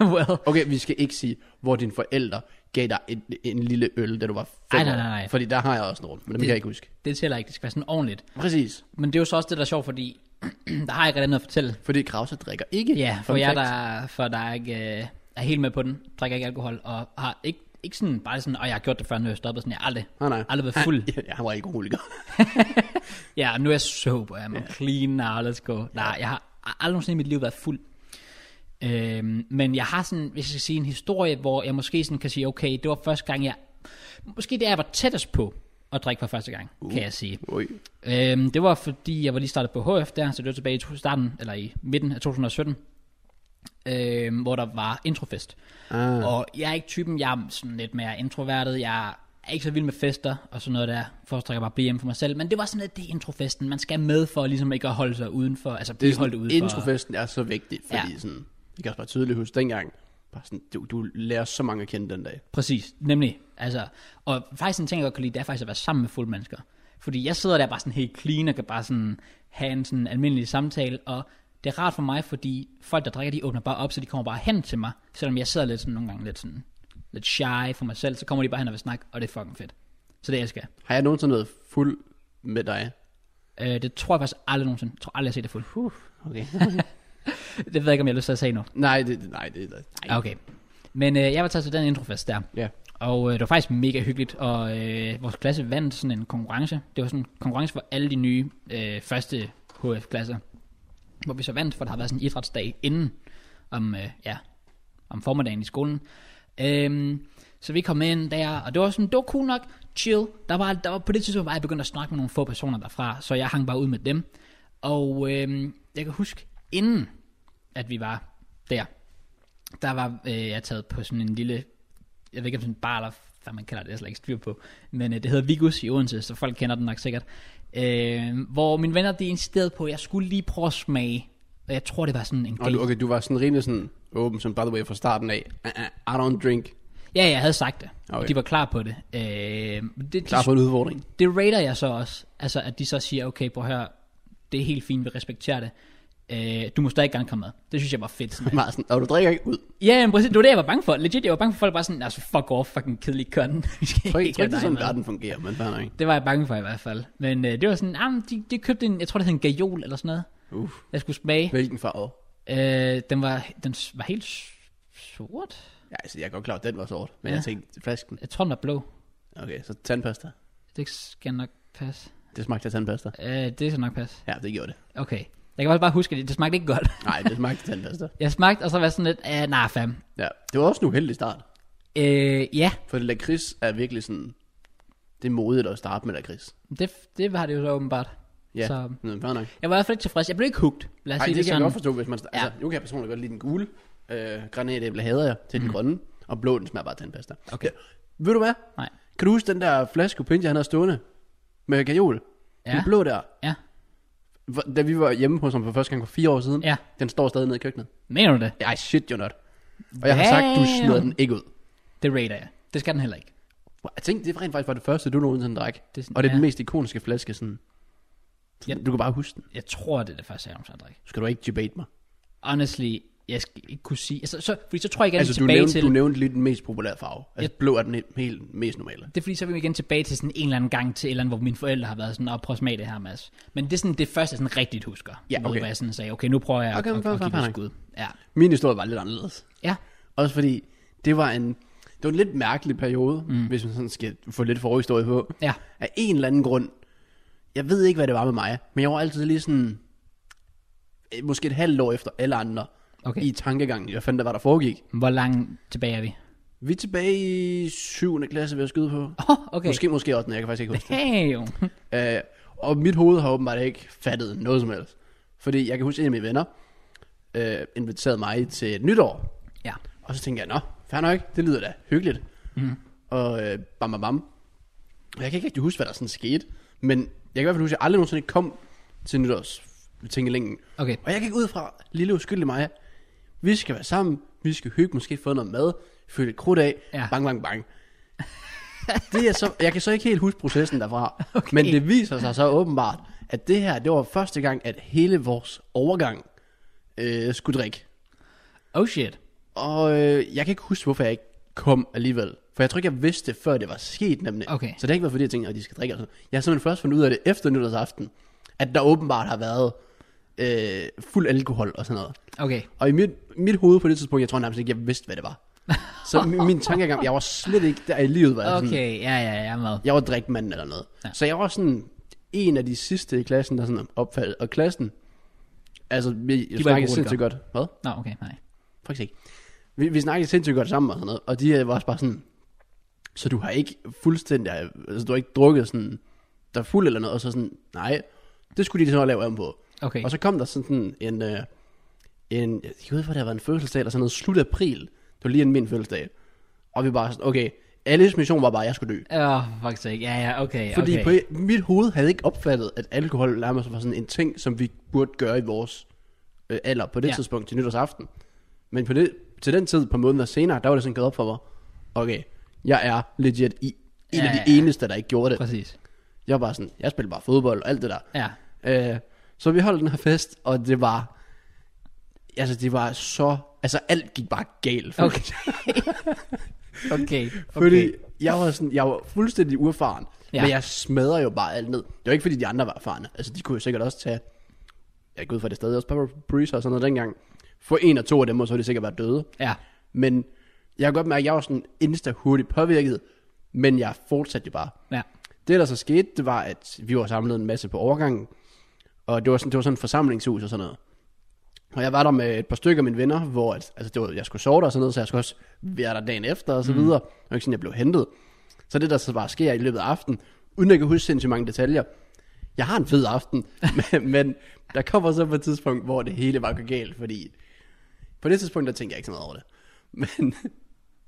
Speaker 1: well.
Speaker 2: Okay, vi skal ikke sige, hvor dine forældre gav dig en, en lille øl, da du var fem
Speaker 1: Ej, nej,
Speaker 2: år.
Speaker 1: nej, nej.
Speaker 2: Fordi der har jeg også nogen, men det, kan jeg ikke huske.
Speaker 1: Det tæller ikke. Det skal være sådan ordentligt.
Speaker 2: Præcis,
Speaker 1: Men det er jo så også det, der er sjovt, fordi *clears throat* der har jeg ikke rigtig noget at fortælle.
Speaker 2: fordi Krause drikker ikke.
Speaker 1: Ja, for
Speaker 2: Fun
Speaker 1: jeg
Speaker 2: fact.
Speaker 1: der, for der er ikke øh, er helt med på den, drikker ikke alkohol, og har ikke, ikke sådan, bare sådan, og jeg har gjort det før, nu er jeg stoppet, sådan, jeg har aldrig,
Speaker 2: Nej, nej.
Speaker 1: aldrig været fuld.
Speaker 2: *laughs* Ja, han var ikke
Speaker 1: *laughs*
Speaker 2: alkoholiker.
Speaker 1: Ja, og nu er jeg sober, I'm yeah. clean now, let's go. Nej, jeg har aldrig nogensinde i mit liv været fuld. Øhm, men jeg har sådan, hvis jeg skal sige en historie, hvor jeg måske sådan kan sige, okay, det var første gang, jeg... Måske det, jeg var tættest på at drikke for første gang, uh. kan jeg sige.
Speaker 2: Ui.
Speaker 1: Øhm, det var fordi, jeg var lige startet på HF der, så det var tilbage i to- starten, eller i midten af 2017, øhm, hvor der var introfest.
Speaker 2: Ah.
Speaker 1: Og jeg er ikke typen, jeg er sådan lidt mere introvertet, jeg er ikke så vild med fester og sådan noget der, foretrækker jeg bare at blive hjemme for mig selv, men det var sådan lidt det er introfesten, man skal med for ligesom ikke at holde sig udenfor, altså
Speaker 2: Det er
Speaker 1: blive holdt
Speaker 2: sådan,
Speaker 1: udenfor.
Speaker 2: introfesten er så vigtig, fordi ja. sådan, jeg kan også bare tydeligt huske dengang, bare sådan, du, du lærer så mange at kende den dag.
Speaker 1: Præcis, nemlig. Altså, og faktisk en ting, jeg godt kan lide, det er faktisk at være sammen med fulde mennesker. Fordi jeg sidder der bare sådan helt clean, og kan bare sådan have en sådan almindelig samtale, og det er rart for mig, fordi folk, der drikker, de åbner bare op, så de kommer bare hen til mig. Selvom jeg sidder lidt sådan nogle gange lidt sådan, lidt shy for mig selv, så kommer de bare hen og vil snakke, og det er fucking fedt. Så det elsker jeg.
Speaker 2: Har jeg nogensinde været fuld med dig?
Speaker 1: Øh, det tror jeg faktisk aldrig nogensinde. Jeg tror aldrig, jeg har set det fuldt.
Speaker 2: Okay.
Speaker 1: *laughs* Det ved jeg ikke, om jeg har lyst til at sige nu.
Speaker 2: nej, det, nej, det, nej.
Speaker 1: Okay. Men øh, jeg var taget til den introfest der.
Speaker 2: Ja.
Speaker 1: Og øh, det var faktisk mega hyggeligt, og øh, vores klasse vandt sådan en konkurrence. Det var sådan en konkurrence for alle de nye øh, første HF-klasser, hvor vi så vandt, for der havde været sådan en idrætsdag inden om, øh, ja, om formiddagen i skolen. Øhm, så vi kom ind der, og det var sådan, det var cool nok, chill. Der var, der var på det tidspunkt, var jeg begyndt at snakke med nogle få personer derfra, så jeg hang bare ud med dem. Og øhm, jeg kan huske, inden at vi var der, der var øh, jeg taget på sådan en lille, jeg ved ikke om sådan en bar eller hvad man kalder det, jeg har slet ikke styr på, men øh, det hedder Vigus i Odense, så folk kender den nok sikkert, øh, hvor mine venner de insisterede på, at jeg skulle lige prøve at smage, og jeg tror det var sådan en
Speaker 2: Og du,
Speaker 1: gave.
Speaker 2: okay, du var sådan rimelig sådan åben, som by the way, fra starten af. Uh, uh, I don't drink.
Speaker 1: Ja, jeg havde sagt det, okay.
Speaker 2: Okay.
Speaker 1: og de var klar på det. Øh, det, de,
Speaker 2: Klar på en
Speaker 1: *laughs*
Speaker 2: udfordring.
Speaker 1: det rater jeg så også, altså at de så siger, okay, prøv at høre, det er helt fint, vi respekterer det, øh, du må stadig gerne komme med. Det synes jeg var fedt. Sådan,
Speaker 2: Meget sådan, og du drikker ikke ud.
Speaker 1: Ja, men præcis, det var det, jeg var bange for. Legit, jeg var bange for, at folk bare sådan, altså fuck off, fucking kedelig køn. *laughs* Vi skal
Speaker 2: Jeg tror ikke,
Speaker 1: ikke
Speaker 2: tror ikke, det
Speaker 1: have
Speaker 2: er sådan,
Speaker 1: dig med.
Speaker 2: verden fungerer, men fair nok.
Speaker 1: det var jeg bange for i hvert fald. Men øh, det var sådan, ah, men de, de købte en, jeg tror det hed en gajol eller sådan noget.
Speaker 2: Uff.
Speaker 1: Jeg skulle smage.
Speaker 2: Hvilken farve?
Speaker 1: Øh, den, var, den s- var helt s- sort.
Speaker 2: Ja, altså, jeg er godt klar, at den var sort. Men
Speaker 1: Ja.
Speaker 2: ja. jeg tænkte, flasken.
Speaker 1: Jeg tror den var blå.
Speaker 2: Okay, så tandpasta.
Speaker 1: Det skal nok passe.
Speaker 2: Det smagte af tandpasta.
Speaker 1: Øh, det skal nok passe.
Speaker 2: Ja, det gjorde det.
Speaker 1: Okay. Jeg kan også bare huske, at det, det smagte ikke godt. *laughs*
Speaker 2: Nej, det smagte af tandpasta.
Speaker 1: Jeg smagte, og så var jeg sådan lidt, øh, nej, fam.
Speaker 2: Ja, det var også en uheldig start.
Speaker 1: Øh, ja,
Speaker 2: For lakrids er virkelig sådan... Det er modigt at starte med lakrids.
Speaker 1: det, det var det jo så åbenbart.
Speaker 2: Ja,
Speaker 1: Så,
Speaker 2: Nå, fair nok.
Speaker 1: jeg var i hvert fald ikke tilfreds. Jeg blev ikke hooked. Lad os
Speaker 2: Ej,
Speaker 1: sige det,
Speaker 2: det, kan jeg
Speaker 1: sådan.
Speaker 2: godt forstå, hvis man... Ja. Altså, nu kan jeg personligt godt lide den gule øh, granatæble, hader jeg, til den grønne, og blå, den smager bare af tandpasta.
Speaker 1: Mm. Okay.
Speaker 2: Ja. Ved du hvad?
Speaker 1: Nej.
Speaker 2: Kan du huske den der flaske Pinja, han havde stående med kajol?
Speaker 1: Ja.
Speaker 2: Den blå der,
Speaker 1: Ja.
Speaker 2: hvor- da vi var hjemme hos ham for første gang for fire år siden,
Speaker 1: Ja.
Speaker 2: den står stadig nede i køkkenet.
Speaker 1: Mener du det?
Speaker 2: Ej, shit, you're not. Og jeg har sagt, du
Speaker 1: Damn.
Speaker 2: smider den ikke ud.
Speaker 1: Det rater jeg. Det skal den heller ikke.
Speaker 2: Wow, Jeg tænkte, det rent faktisk var det første, du nogensinde drak.
Speaker 1: Det er sådan-
Speaker 2: og det er den
Speaker 1: ja.
Speaker 2: mest ikoniske flaske, sådan.
Speaker 1: Ja.
Speaker 2: sådan Du kan bare huske den.
Speaker 1: Jeg tror, det er det første, jeg nogensinde har drikket.
Speaker 2: Skal du ikke debate mig?
Speaker 1: Honestly, jeg skal ikke kunne sige. Altså, så, fordi så tror jeg igen
Speaker 2: Altså, du
Speaker 1: tilbage
Speaker 2: nævnte,
Speaker 1: til...
Speaker 2: du nævnte lige den mest populære farve. Altså, blå er den helt, helt mest normale.
Speaker 1: Det er fordi, så er vi igen tilbage til sådan en eller anden gang til et eller andet, hvor mine forældre har været sådan, og prøv at smage det her, Mads. Men det er sådan det første, jeg sådan rigtigt husker.
Speaker 2: Ja,
Speaker 1: Du ved,
Speaker 2: okay.
Speaker 1: Hvor jeg sådan sagde, okay, nu prøver jeg
Speaker 2: Okay,
Speaker 1: at,
Speaker 2: men
Speaker 1: at,
Speaker 2: fair-
Speaker 1: at give
Speaker 2: fair
Speaker 1: det et
Speaker 2: nok.
Speaker 1: skud. Ja.
Speaker 2: Min historie var lidt anderledes.
Speaker 1: ja.
Speaker 2: Også fordi, det var en, det var en lidt mærkelig periode, mm. hvis man sådan skal få lidt forhistorie på.
Speaker 1: Ja.
Speaker 2: Af en eller anden grund. Jeg ved ikke, hvad det var med mig, men jeg var altid lige sådan, eh, måske et halvt år efter alle andre,
Speaker 1: Okay.
Speaker 2: i tankegangen. Jeg fandt, hvad der foregik.
Speaker 1: Hvor langt tilbage er vi?
Speaker 2: Vi er tilbage i 7. klasse, vil jeg skyde på.
Speaker 1: Oh, *laughs* okay.
Speaker 2: Måske, måske 8. Jeg kan faktisk ikke huske
Speaker 1: Damn.
Speaker 2: det. Øh, og mit hoved har åbenbart ikke fattet noget som helst. Fordi jeg kan huske, at en af mine venner øh, inviterede mig til et nytår.
Speaker 1: ja.
Speaker 2: Og så tænkte jeg, nå, fair nok, det lyder da hyggeligt. Mm. Og øh, bam, bam, bam. Og Jeg kan ikke rigtig huske, hvad der sådan skete. Men jeg kan i hvert fald huske, at jeg aldrig nogensinde kom til nytårs tænkelingen.
Speaker 1: Okay.
Speaker 2: Og jeg gik ud fra, lille uskyldig mig, vi skal være sammen, vi skal hygge, måske få noget mad, fylde lidt krudt af,
Speaker 1: Ja.
Speaker 2: ja. bang, bang, bang. det er så, jeg kan så ikke helt huske processen derfra, *laughs* okay. men det viser sig så åbenbart, at det her, det var første gang, at hele vores overgang øh, skulle drikke.
Speaker 1: Oh shit.
Speaker 2: Og øh, jeg kan ikke huske, hvorfor jeg ikke kom alligevel. For jeg tror ikke, jeg vidste det, før det var sket nemlig.
Speaker 1: Okay.
Speaker 2: Så det har ikke været fordi, jeg tænkte, at de skal drikke. Altså. Jeg har simpelthen først fundet ud af det efter nytårsaften, at der åbenbart har været øh, fuld alkohol og sådan noget.
Speaker 1: Okay.
Speaker 2: Og i mit, mit hoved på det tidspunkt, jeg tror nærmest ikke, jeg vidste, hvad det var.
Speaker 1: *laughs*
Speaker 2: Så min, min tankegang, jeg var slet ikke der i livet. Var jeg, sådan,
Speaker 1: Okay, ja, ja, jeg er med.
Speaker 2: jeg var drikmand eller noget.
Speaker 1: Ja.
Speaker 2: Ja. Så jeg var sådan en af de sidste i klassen, der sådan opfaldt. Og klassen, altså vi
Speaker 1: var
Speaker 2: snakkede
Speaker 1: alkoholikere.
Speaker 2: sindssygt godt. Hvad?
Speaker 1: Nå, okay, nej.
Speaker 2: Faktisk ikke. Vi, vi snakkede sindssygt godt sammen og sådan noget, og de øh, var også bare sådan, så du har ikke fuldstændig, altså du har ikke drukket sådan, der er fuld eller noget, og så sådan, nej, det skulle de så lave om på.
Speaker 1: Okay.
Speaker 2: Og så kom der sådan en, øh, en jeg ved ikke, det var en fødselsdag eller sådan noget, slut april, det var lige inden min fødselsdag, og vi bare sådan, okay, alles mission var bare, at jeg skulle dø.
Speaker 1: Åh, oh, faktisk ikke. Ja, ja, okay,
Speaker 2: Fordi
Speaker 1: okay.
Speaker 2: på, mit hoved havde ikke opfattet, at alkohol nærmest var sådan en ting, som vi burde gøre i vores øh, alder på det
Speaker 1: Ja.
Speaker 2: ja. tidspunkt til nytårsaften. Men på det, til den tid, på måneder senere, der var det sådan gået op for mig. Okay, jeg er legit i, en
Speaker 1: Ja,
Speaker 2: af
Speaker 1: ja,
Speaker 2: de
Speaker 1: ja.
Speaker 2: eneste, der ikke gjorde det.
Speaker 1: Præcis.
Speaker 2: Jeg var bare sådan, jeg spiller bare fodbold og alt det der.
Speaker 1: Ja.
Speaker 2: Øh, så vi holdt den her fest, og det var... Altså, det var så... Altså, alt gik bare galt. følte
Speaker 1: Okay. Okay.
Speaker 2: Fordi
Speaker 1: okay.
Speaker 2: jeg var, sådan, jeg var fuldstændig uerfaren.
Speaker 1: Ja.
Speaker 2: Ja. Men jeg smadrer jo bare alt ned. Det var ikke fordi de andre var erfarne. Altså de kunne jo sikkert også tage... Jeg går ud fra det stadig også Pepper Breeze og sådan noget dengang. Få en og to af dem, og så ville de sikkert være døde.
Speaker 1: Ja.
Speaker 2: Men jeg kan godt mærke, at jeg var sådan insta hurtigt påvirket. Men jeg fortsatte jo bare.
Speaker 1: Ja.
Speaker 2: Det der så skete, det var, at vi var samlet en masse på overgangen. Og det var sådan, det var sådan et forsamlingshus og sådan noget. Og jeg var der med et par stykker af mine venner, hvor at, altså det var, jeg skulle sove der og sådan noget, så jeg skulle også være der dagen efter og så videre. Og det var ikke sådan, jeg blev hentet. Så det der så bare sker i løbet af aftenen, uden jeg kan huske sindssygt mange detaljer. Jeg har en fed aften, *laughs* men, men der kommer så på et tidspunkt, hvor det hele bare går galt, fordi på det tidspunkt, der tænker jeg ikke så meget over det. *laughs* Men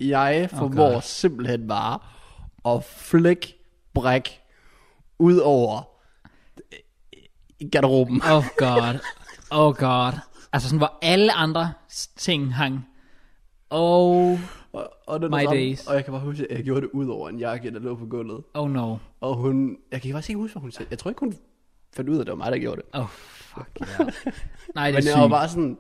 Speaker 2: jeg formår
Speaker 1: God.
Speaker 2: oh simpelthen bare at flæk bræk ud over øh, garderoben.
Speaker 1: Oh god. Oh god. Altså sådan, hvor alle andre s- ting hang. Oh,
Speaker 2: Og, og, den
Speaker 1: My
Speaker 2: var ramt,
Speaker 1: days.
Speaker 2: og jeg kan bare huske, at jeg gjorde det ud over en jakke, der lå på gulvet.
Speaker 1: oh no.
Speaker 2: Og hun, jeg kan faktisk ikke huske, hvad hun sagde. Jeg tror ikke, hun fandt ud af, at det var mig, der gjorde det.
Speaker 1: Oh, fuck yeah. Nej, det er
Speaker 2: Men jeg var
Speaker 1: sygt.
Speaker 2: bare sådan,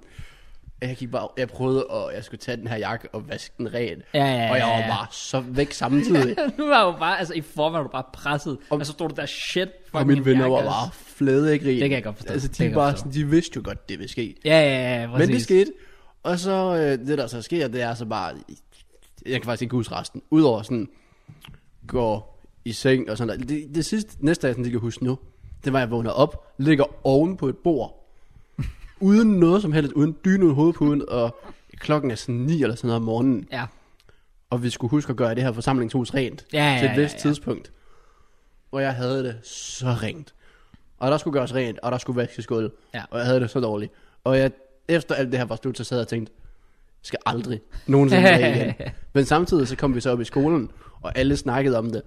Speaker 2: jeg, gik bare, jeg prøvede, at jeg skulle tage den her jakke og vaske den ren.
Speaker 1: Ja, ja, ja,
Speaker 2: og jeg
Speaker 1: ja, ja.
Speaker 2: var bare så væk
Speaker 1: *laughs*
Speaker 2: samtidig.
Speaker 1: *laughs* nu var jeg jo bare, altså i forvejen var du bare presset, og,
Speaker 2: Og-
Speaker 1: og så stod du der shit.
Speaker 2: og mine
Speaker 1: fucking
Speaker 2: venner var
Speaker 1: jakkes.
Speaker 2: bare flade af grin.
Speaker 1: Det kan jeg godt forstå.
Speaker 2: Altså,
Speaker 1: Det kan
Speaker 2: de,
Speaker 1: jeg
Speaker 2: var
Speaker 1: godt
Speaker 2: sådan, de vidste jo godt, det ville ske.
Speaker 1: Ja, ja, ja, præcis.
Speaker 2: Men det skete. Og så øh, det, der så sker, det er så bare... Jeg kan faktisk ikke huske resten. Udover sådan... Går i seng og sådan der. Det, det sidste, næste dag, sådan, de kan huske nu. Det var, at jeg vågner op, ligger oven på et bord, uden noget som helst, uden dyne uden hovedpuden, og klokken er sådan 9 eller sådan noget om morgenen,
Speaker 1: Ja.
Speaker 2: og vi skulle huske at gøre det her forsamlingshus rent
Speaker 1: Ja, ja,
Speaker 2: til et
Speaker 1: ja,
Speaker 2: vist
Speaker 1: ja.
Speaker 2: tidspunkt, hvor jeg havde det så rent. Og der skulle gøres rent, og der skulle vaskes gulv,
Speaker 1: Ja.
Speaker 2: og jeg havde det så dårligt. Og jeg, efter alt det her var slut, så sad jeg og tænkte, jeg skal aldrig nogensinde være igen.
Speaker 1: *laughs*
Speaker 2: Men samtidig så kom vi så op i skolen, og alle snakkede om det,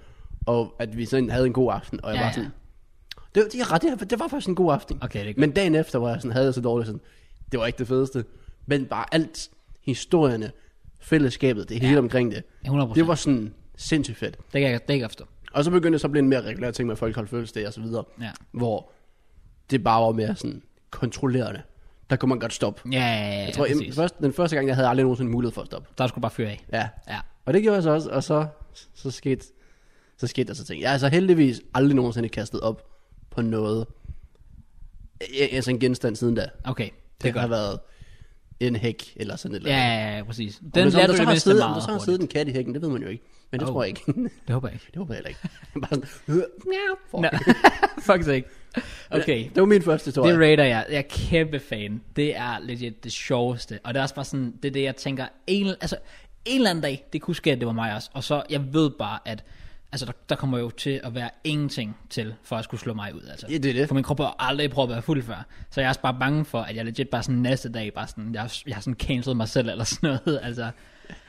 Speaker 2: og at vi sådan havde en god aften, og jeg
Speaker 1: Ja,
Speaker 2: var
Speaker 1: ja.
Speaker 2: sådan, det, det, er ret, det, det var faktisk en god aften.
Speaker 1: Okay, det er godt.
Speaker 2: Men dagen efter, hvor jeg sådan havde det så dårligt, sådan, det var ikke det fedeste. Men bare alt, historierne, fællesskabet, det hele omkring det.
Speaker 1: 100%.
Speaker 2: Det var sådan sindssygt fedt.
Speaker 1: Det kan jeg, det kan jeg forstå.
Speaker 2: Og så begyndte det så at blive en mere regulær ting med at folk holdt fødselsdag og så videre.
Speaker 1: Ja.
Speaker 2: Hvor det bare var mere sådan kontrollerende. Der kunne man godt stoppe.
Speaker 1: Ja, ja, ja, ja
Speaker 2: Jeg tror, ja,
Speaker 1: præcis.
Speaker 2: først, den første gang, jeg havde aldrig nogensinde mulighed for at stoppe.
Speaker 1: Der skulle du bare fyre af.
Speaker 2: Ja.
Speaker 1: Ja.
Speaker 2: Og det gjorde jeg så også, og så, så skete, så skete der så ting. Jeg er altså heldigvis aldrig nogensinde kastet op på noget. Jeg, jeg er sådan en genstand siden da. Det,
Speaker 1: Okay, det, er
Speaker 2: har
Speaker 1: godt.
Speaker 2: været en hæk eller sådan et eller
Speaker 1: Ja,
Speaker 2: andet.
Speaker 1: ja, ja, præcis.
Speaker 2: Om
Speaker 1: Den
Speaker 2: der så- om
Speaker 1: lærte
Speaker 2: der
Speaker 1: du
Speaker 2: så
Speaker 1: det
Speaker 2: har
Speaker 1: mindste
Speaker 2: siddet- Om
Speaker 1: meget
Speaker 2: der så har
Speaker 1: hurtigt.
Speaker 2: siddet en kat i hækken, det ved man jo ikke. Men det
Speaker 1: Oh.
Speaker 2: tror jeg ikke. *laughs*
Speaker 1: Det håber jeg ikke.
Speaker 2: det håber jeg heller ikke. *laughs* Bare sådan, øh, miau, fuck.
Speaker 1: Nå, *laughs* faktisk ikke. Okay,
Speaker 2: Det var min første historie.
Speaker 1: det rater jeg. Jeg er kæmpe fan. Det er legit det sjoveste. Og det er også bare sådan, det er det, jeg tænker, en, altså, en eller anden dag, det kunne ske, at det var mig også. Og så, jeg ved bare, at altså, der, der kommer jo til at være ingenting til, for at skulle slå mig ud. Altså.
Speaker 2: Ja, det er det.
Speaker 1: For min krop har aldrig prøvet at være fuld før. Så jeg er også bare bange for, at jeg legit bare sådan næste dag, bare sådan, jeg, har- jeg har sådan cancelet mig selv eller sådan noget. *laughs* Altså,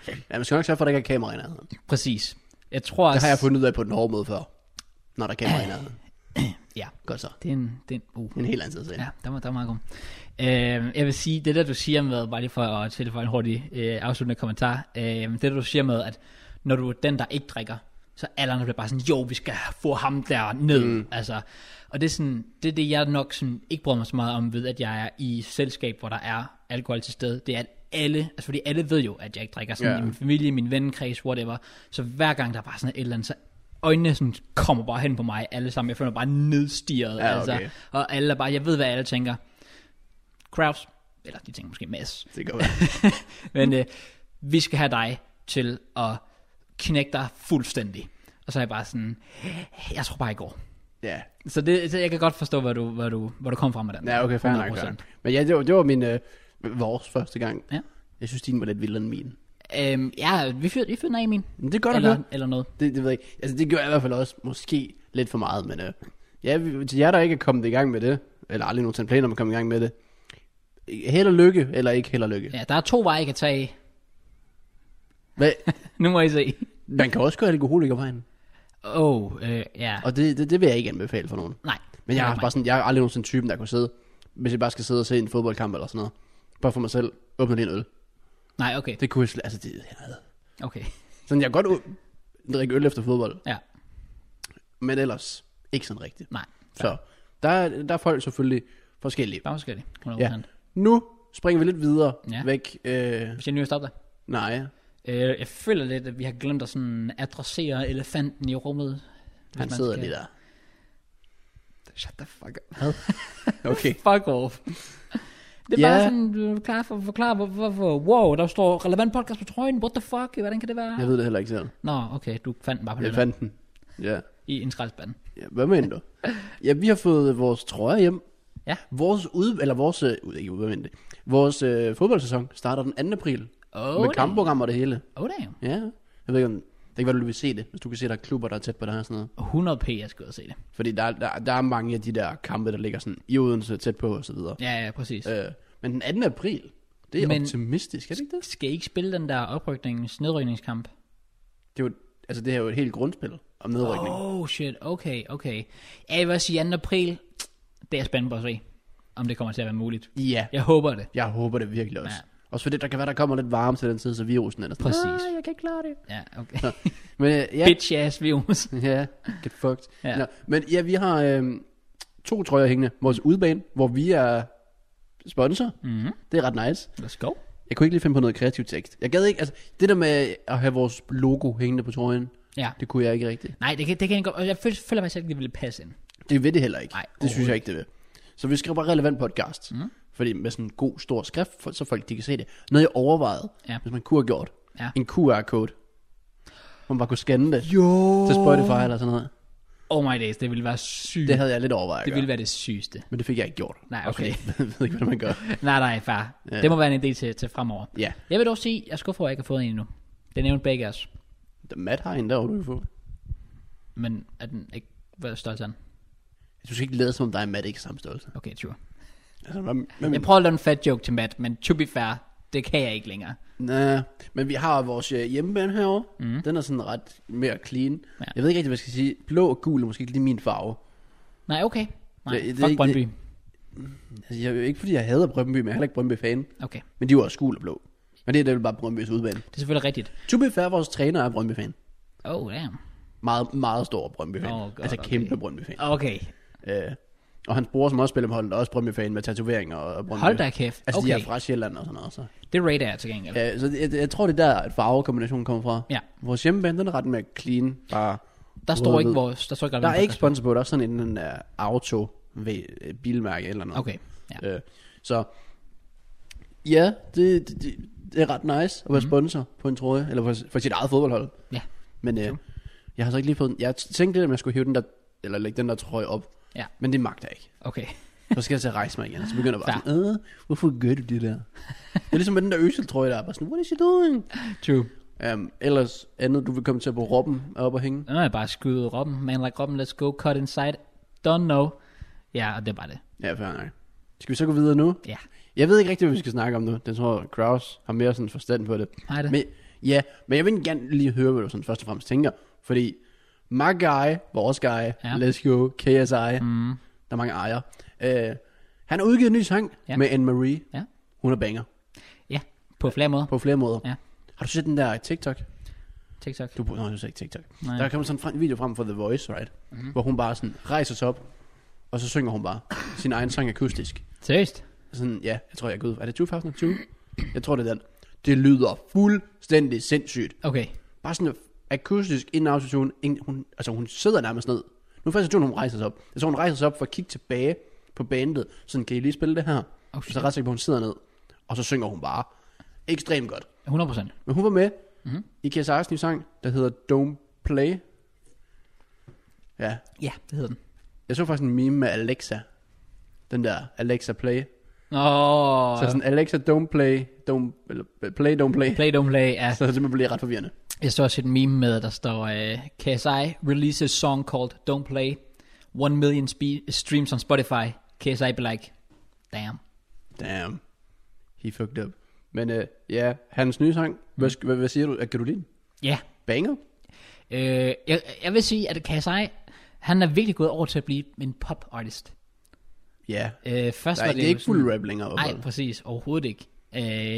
Speaker 2: Ja, man skal nok sørge for, at der ikke er kamera i nærheden.
Speaker 1: præcis. Jeg tror også...
Speaker 2: Det har jeg fundet ud af på den hårde måde før. Når der er kamera i nærheden.
Speaker 1: Ja,
Speaker 2: Godt så.
Speaker 1: det er en... Det er en uh.
Speaker 2: Det er en helt anden side. Ja.
Speaker 1: Ja, der var, der var meget god. Øh, jeg vil sige, det der du siger med, bare lige for at tilføje en hurtig øh, afsluttende kommentar, øh, det der du siger med, at når du er den, der ikke drikker, så alderen bliver bare sådan, jo, vi skal få ham der ned. Mm. Altså, og det er, sådan, det er det, jeg nok sådan, ikke bryder mig så meget om ved, at jeg er i et selskab, hvor der er alkohol til stede. Det er, at alle, altså fordi alle ved jo, at jeg ikke drikker sådan
Speaker 2: Ja.
Speaker 1: i min familie, min vennekreds, whatever. Så hver gang der er bare sådan et eller andet, så øjnene sådan kommer bare hen på mig alle sammen. Jeg føler mig bare nedstiget.
Speaker 2: Ja,
Speaker 1: altså,
Speaker 2: okay.
Speaker 1: og alle er bare, jeg ved hvad alle tænker. Kraus, eller de tænker måske Mads. *laughs*
Speaker 2: Det kan godt være.
Speaker 1: Men
Speaker 2: Mm.
Speaker 1: øh, vi skal have dig til at knække dig fuldstændig. Og så er jeg bare sådan, jeg tror bare i går.
Speaker 2: Ja.
Speaker 1: Så, det, så jeg kan godt forstå, hvor du, hvor du, hvor du kom fra med den.
Speaker 2: Ja, okay, fair nok.
Speaker 1: 100%.
Speaker 2: fair nok. Men ja, det var, det var min, øh, vores første gang.
Speaker 1: Ja.
Speaker 2: Jeg synes, din var lidt vildere end min.
Speaker 1: Øhm, ja, vi fyrede, vi fyrede den af i min.
Speaker 2: Men det er godt at
Speaker 1: eller,
Speaker 2: høre.
Speaker 1: eller noget.
Speaker 2: Det, det ved jeg ikke. Altså, det gjorde jeg i hvert fald også. Måske lidt for meget, men øh, ja, vi- til jer, der ikke er kommet i gang med det, eller aldrig nogensinde planer om at komme i gang med det, held og lykke, eller ikke held og lykke. Ja.
Speaker 1: Ja, der er to veje, I kan tage.
Speaker 2: Hvad,
Speaker 1: Nu må I se.
Speaker 2: man kan også gå alkoholikervejen,
Speaker 1: Åh, oh, øh, ja.
Speaker 2: og det, det, det vil jeg ikke anbefale for nogen.
Speaker 1: Nej.
Speaker 2: Men
Speaker 1: det
Speaker 2: jeg
Speaker 1: er
Speaker 2: er,
Speaker 1: mig.
Speaker 2: bare sådan, jeg er aldrig nogensinde typen, der kunne sidde, hvis jeg bare skal sidde og se en fodboldkamp eller sådan noget. Bare for mig selv, åbne lige en øl.
Speaker 1: Nej, okay.
Speaker 2: Det kunne jeg slet, altså det, jeg havde.
Speaker 1: Okay,
Speaker 2: Sådan, jeg kan godt u- drikke øl efter fodbold,
Speaker 1: ja.
Speaker 2: men ellers ikke sådan rigtigt.
Speaker 1: Nej,
Speaker 2: Så der, er- der er folk selvfølgelig forskellige.
Speaker 1: bare måske det. 100%.
Speaker 2: Ja. Nu springer vi lidt videre
Speaker 1: Ja.
Speaker 2: ja. væk. Øh,
Speaker 1: Hvis jeg nu stopper dig.
Speaker 2: nej,
Speaker 1: Øh, jeg føler lidt, at vi har glemt at sådan adressere elefanten i rummet. hvis
Speaker 2: han
Speaker 1: man
Speaker 2: sidder
Speaker 1: skal-
Speaker 2: lige der.
Speaker 1: Shut the fuck up.
Speaker 2: Okay.
Speaker 1: Fuck off. *laughs* Det er
Speaker 2: Ja.
Speaker 1: bare sådan, du er klar for at forklare, hvor- hvorfor, wow, der står relevant podcast på trøjen, what the fuck, hvordan kan det være?
Speaker 2: Jeg ved det heller ikke selv.
Speaker 1: Nå, okay, du fandt den bare på
Speaker 2: Jeg
Speaker 1: nettet.
Speaker 2: fandt den. Ja.
Speaker 1: I en skraldspand.
Speaker 2: ja. Hvad mener du? Ja, vi har fået vores trøjer hjem.
Speaker 1: Ja.
Speaker 2: Vores ud, eller vores, øh, ud, ikke ud, det. Vores øh, fodboldsæson starter den 2. april.
Speaker 1: Oh,
Speaker 2: med kampprogram og det hele.
Speaker 1: Oh damn.
Speaker 2: Ja. Jeg ved ikke, om, det kan være, du vil se det, hvis du kan se, der er klubber, der er tæt på dig og sådan noget.
Speaker 1: 100p, jeg skal ud og se det.
Speaker 2: Fordi der, er- der, der er mange af de der kampe, der ligger sådan i Odense tæt på og så videre.
Speaker 1: Ja, ja, præcis. Øh.
Speaker 2: Øh, men den 2. april, det er
Speaker 1: Men-
Speaker 2: men, optimistisk, er det ikke det?
Speaker 1: Skal I ikke spille den der opryknings, nedrykningskamp?
Speaker 2: det er jo, altså, det her er jo et helt grundspil om nedrykning. Oh.
Speaker 1: Oh shit, okay, okay. Ja, jeg vil også sige 2. april, det er jeg spændt på at se, om det kommer til at være muligt.
Speaker 2: Ja,
Speaker 1: Jeg håber det.
Speaker 2: jeg håber det virkelig også.
Speaker 1: Ja.
Speaker 2: Ja. Også fordi der kan være, der kommer lidt varme til den tid, så virusen eller sådan
Speaker 1: Præcis.
Speaker 2: Nej, jeg kan ikke klare det.
Speaker 1: Ja, okay.
Speaker 2: Men øh, ja,
Speaker 1: Bitch ass virus.
Speaker 2: ja, get fucked.
Speaker 1: Ja.
Speaker 2: Ja. Nå, men ja, vi har øh, to trøjer hængende. Vores udbane, hvor vi er sponsor.
Speaker 1: Mhm.
Speaker 2: Det er ret nice.
Speaker 1: Let's go.
Speaker 2: Jeg kunne ikke lige finde på noget kreativ tekst. Jeg gad ikke, altså det der med at have vores logo hængende på trøjen,
Speaker 1: Ja.
Speaker 2: det kunne jeg ikke rigtigt.
Speaker 1: Nej, det kan, det kan jeg godt. og Jeg føler, føler mig selv, det ville passe ind.
Speaker 2: Det ved det heller ikke.
Speaker 1: Nej, Mhm.
Speaker 2: Nej, det synes jeg ikke, det vil. Så vi skriver bare relevant podcast. Mm. Fordi med sådan en god, stor skrift, for- så folk de kan se det. Noget jeg overvejede,
Speaker 1: Ja.
Speaker 2: ja. hvis man kunne have gjort.
Speaker 1: Ja.
Speaker 2: En QR-kode. Hvor man bare kunne scanne det
Speaker 1: Jo.
Speaker 2: til Spotify eller sådan noget.
Speaker 1: Oh my days, det ville være sygt.
Speaker 2: Det havde jeg lidt overvejet
Speaker 1: det ville være det sygeste.
Speaker 2: Men det fik jeg ikke gjort.
Speaker 1: Nej, okay.
Speaker 2: jeg *laughs* ved ikke, hvad man gør.
Speaker 1: Nej, nej, far. Ja. Det må være en idé til, til fremover.
Speaker 2: Ja,
Speaker 1: Jeg vil dog sige, jeg er skuffet over, at jeg ikke har fået en endnu. Den nævnte begge af os.
Speaker 2: yeah. Matt har en derovre, du kan få.
Speaker 1: Men er den ikke hvad stolt af den?
Speaker 2: Du skal ikke lade, som om dig og Matt ikke er samme størrelse.
Speaker 1: Okay, sure.
Speaker 2: Altså, hvad, hvad,
Speaker 1: Jeg
Speaker 2: men,
Speaker 1: prøver at lave en fat joke til Matt, men to be fair, det kan jeg ikke længere.
Speaker 2: nej, men vi har vores øh, hjemmebane herovre. Mm. Den er sådan ret mere clean.
Speaker 1: Mhm. Ja.
Speaker 2: Ja. Jeg ved ikke rigtig, hvad jeg skal sige. Blå og gul er måske ikke lige min farve.
Speaker 1: Nej, okay. Nej,
Speaker 2: Det- det er
Speaker 1: det, fuck
Speaker 2: ikke-
Speaker 1: Brøndby.
Speaker 2: Altså, jeg, ikke fordi jeg hader Brøndby, men jeg er heller ikke Brøndby-fan.
Speaker 1: Okay,
Speaker 2: Men de var også gul og blå. Men det er da vel bare Brøndbys udbane.
Speaker 1: det er selvfølgelig rigtigt.
Speaker 2: To be fair, vores træner er Brøndby-fan.
Speaker 1: Oh, damn.
Speaker 2: Meget, meget stor Brøndby-fan.
Speaker 1: Åh, godt,
Speaker 2: altså
Speaker 1: okay.
Speaker 2: kæmpe Brøndby-fan.
Speaker 1: Okay,
Speaker 2: Øh, og hans bror, som også spiller med holdet, er også Brøndby-fan med tatoveringer og Brøndby.
Speaker 1: hold da kæft.
Speaker 2: Altså,
Speaker 1: okay,
Speaker 2: de er fra Sjælland og sådan noget. Så,
Speaker 1: det rater jeg til gengæld.
Speaker 2: ja, så jeg, jeg, tror, det er der, at farvekombinationen kommer fra.
Speaker 1: Ja.
Speaker 2: Vores hjemmebane, den er ret mere clean. Bare,
Speaker 1: Der står
Speaker 2: Rød-hvid.
Speaker 1: ikke vores... Der står ikke,
Speaker 2: der er ikke sponsor på, der er sådan en den der auto ved- bilmærke eller noget.
Speaker 1: Okay, ja.
Speaker 2: Øh, så ja, det, det, det, det er ret nice at være sponsor på en trøje, eller for, for sit eget fodboldhold.
Speaker 1: Mhm. Ja.
Speaker 2: Men øh, jeg har så ikke lige fået den. Jeg tænkte lidt, om jeg skulle hive den der, eller lægge den der trøje op.
Speaker 1: Ja.
Speaker 2: Men det magter jeg ikke.
Speaker 1: Okay.
Speaker 2: Så skal jeg til at rejse mig igen, og så
Speaker 1: *laughs*
Speaker 2: begynder jeg bare
Speaker 1: Fair.
Speaker 2: sådan, "Øh, hvorfor gør du det der? Det er ligesom med den der Øsel-trøje, der er bare sådan, what is she doing?
Speaker 1: True.
Speaker 2: Um, ellers andet, du vil komme til at bruge Robben op og hænge.
Speaker 1: Nu er jeg bare skyde Robben. Man like Robben, let's go, cut inside. Don't know. Ja, og det er bare det.
Speaker 2: Ja, fair nok. Skal vi så gå videre nu?
Speaker 1: Ja.
Speaker 2: Jeg ved ikke rigtig, hvad vi skal snakke om nu. Den tror Kraus har mere sådan forstand på det.
Speaker 1: Har det?
Speaker 2: Men, ja, men jeg vil gerne lige høre, hvad du sådan først og fremmest tænker. Fordi my guy, vores guy, ja. let's go, KSI, mm. der er mange ejer. Øh, han har udgivet en ny sang
Speaker 1: Ja.
Speaker 2: ja. med Anne-Marie.
Speaker 1: Ja.
Speaker 2: Hun er banger
Speaker 1: Ja, på flere måder.
Speaker 2: på flere måder.
Speaker 1: Ja.
Speaker 2: Har du set den der TikTok?
Speaker 1: TikTok.
Speaker 2: Du, nej, du sagde ikke TikTok.
Speaker 1: Nej.
Speaker 2: Nej. Der kommer sådan en frem- video frem fra The Voice, right? Mm-hmm. Hvor hun bare sådan rejser sig op, og så synger hun bare sin egen sang akustisk.
Speaker 1: Seriøst?
Speaker 2: Sådan, ja, jeg tror, jeg er gået. Er det 2020? Jeg tror, det er den. Det lyder fuldstændig sindssygt.
Speaker 1: Okay.
Speaker 2: Bare sådan akustisk inden autotune. Ingen, hun, altså, hun sidder nærmest ned. Nu er faktisk autotune, hun rejser sig op. Jeg tror, hun rejser sig op for at kigge tilbage på bandet. Sådan, kan I lige spille det her?
Speaker 1: Oh,
Speaker 2: Oh,
Speaker 1: shit.
Speaker 2: så er jeg ret sikker på, hun sidder ned. Og så synger hun bare ekstremt godt.
Speaker 1: 100%.
Speaker 2: Men hun var med mm-hmm. i KSI's nye sang, der hedder Don't Play. Ja,
Speaker 1: Ja, det hedder den.
Speaker 2: jeg så faktisk en meme med Alexa. Den der Alexa Play.
Speaker 1: Åh,
Speaker 2: Så sådan, Alexa, don't play, don't, eller, øh, play, don't play.
Speaker 1: play don't play. Ja.
Speaker 2: *laughs* Så det simpelthen bliver ret forvirrende.
Speaker 1: Jeg så også et meme med, der står, uh, KSI releases song called Don't Play. 1 million spe- streams on Spotify. KSI be like, damn.
Speaker 2: Damn. He fucked up. Men øh, ja, hans nye sang,
Speaker 1: Mm.
Speaker 2: hvad, sk- hvad, hvad siger du? Er- Kan du lide den?
Speaker 1: Ja,
Speaker 2: Banger?
Speaker 1: yeah. øh, jeg, jeg vil sige, at KSI, han er virkelig gået over til at blive en pop-artist.
Speaker 2: Ja.
Speaker 1: Øh, først
Speaker 2: Nej,
Speaker 1: var
Speaker 2: det er
Speaker 1: jo
Speaker 2: ikke
Speaker 1: sådan-
Speaker 2: fuld rap længere. i hvert
Speaker 1: Nej,
Speaker 2: fald.
Speaker 1: præcis. Overhovedet ikke.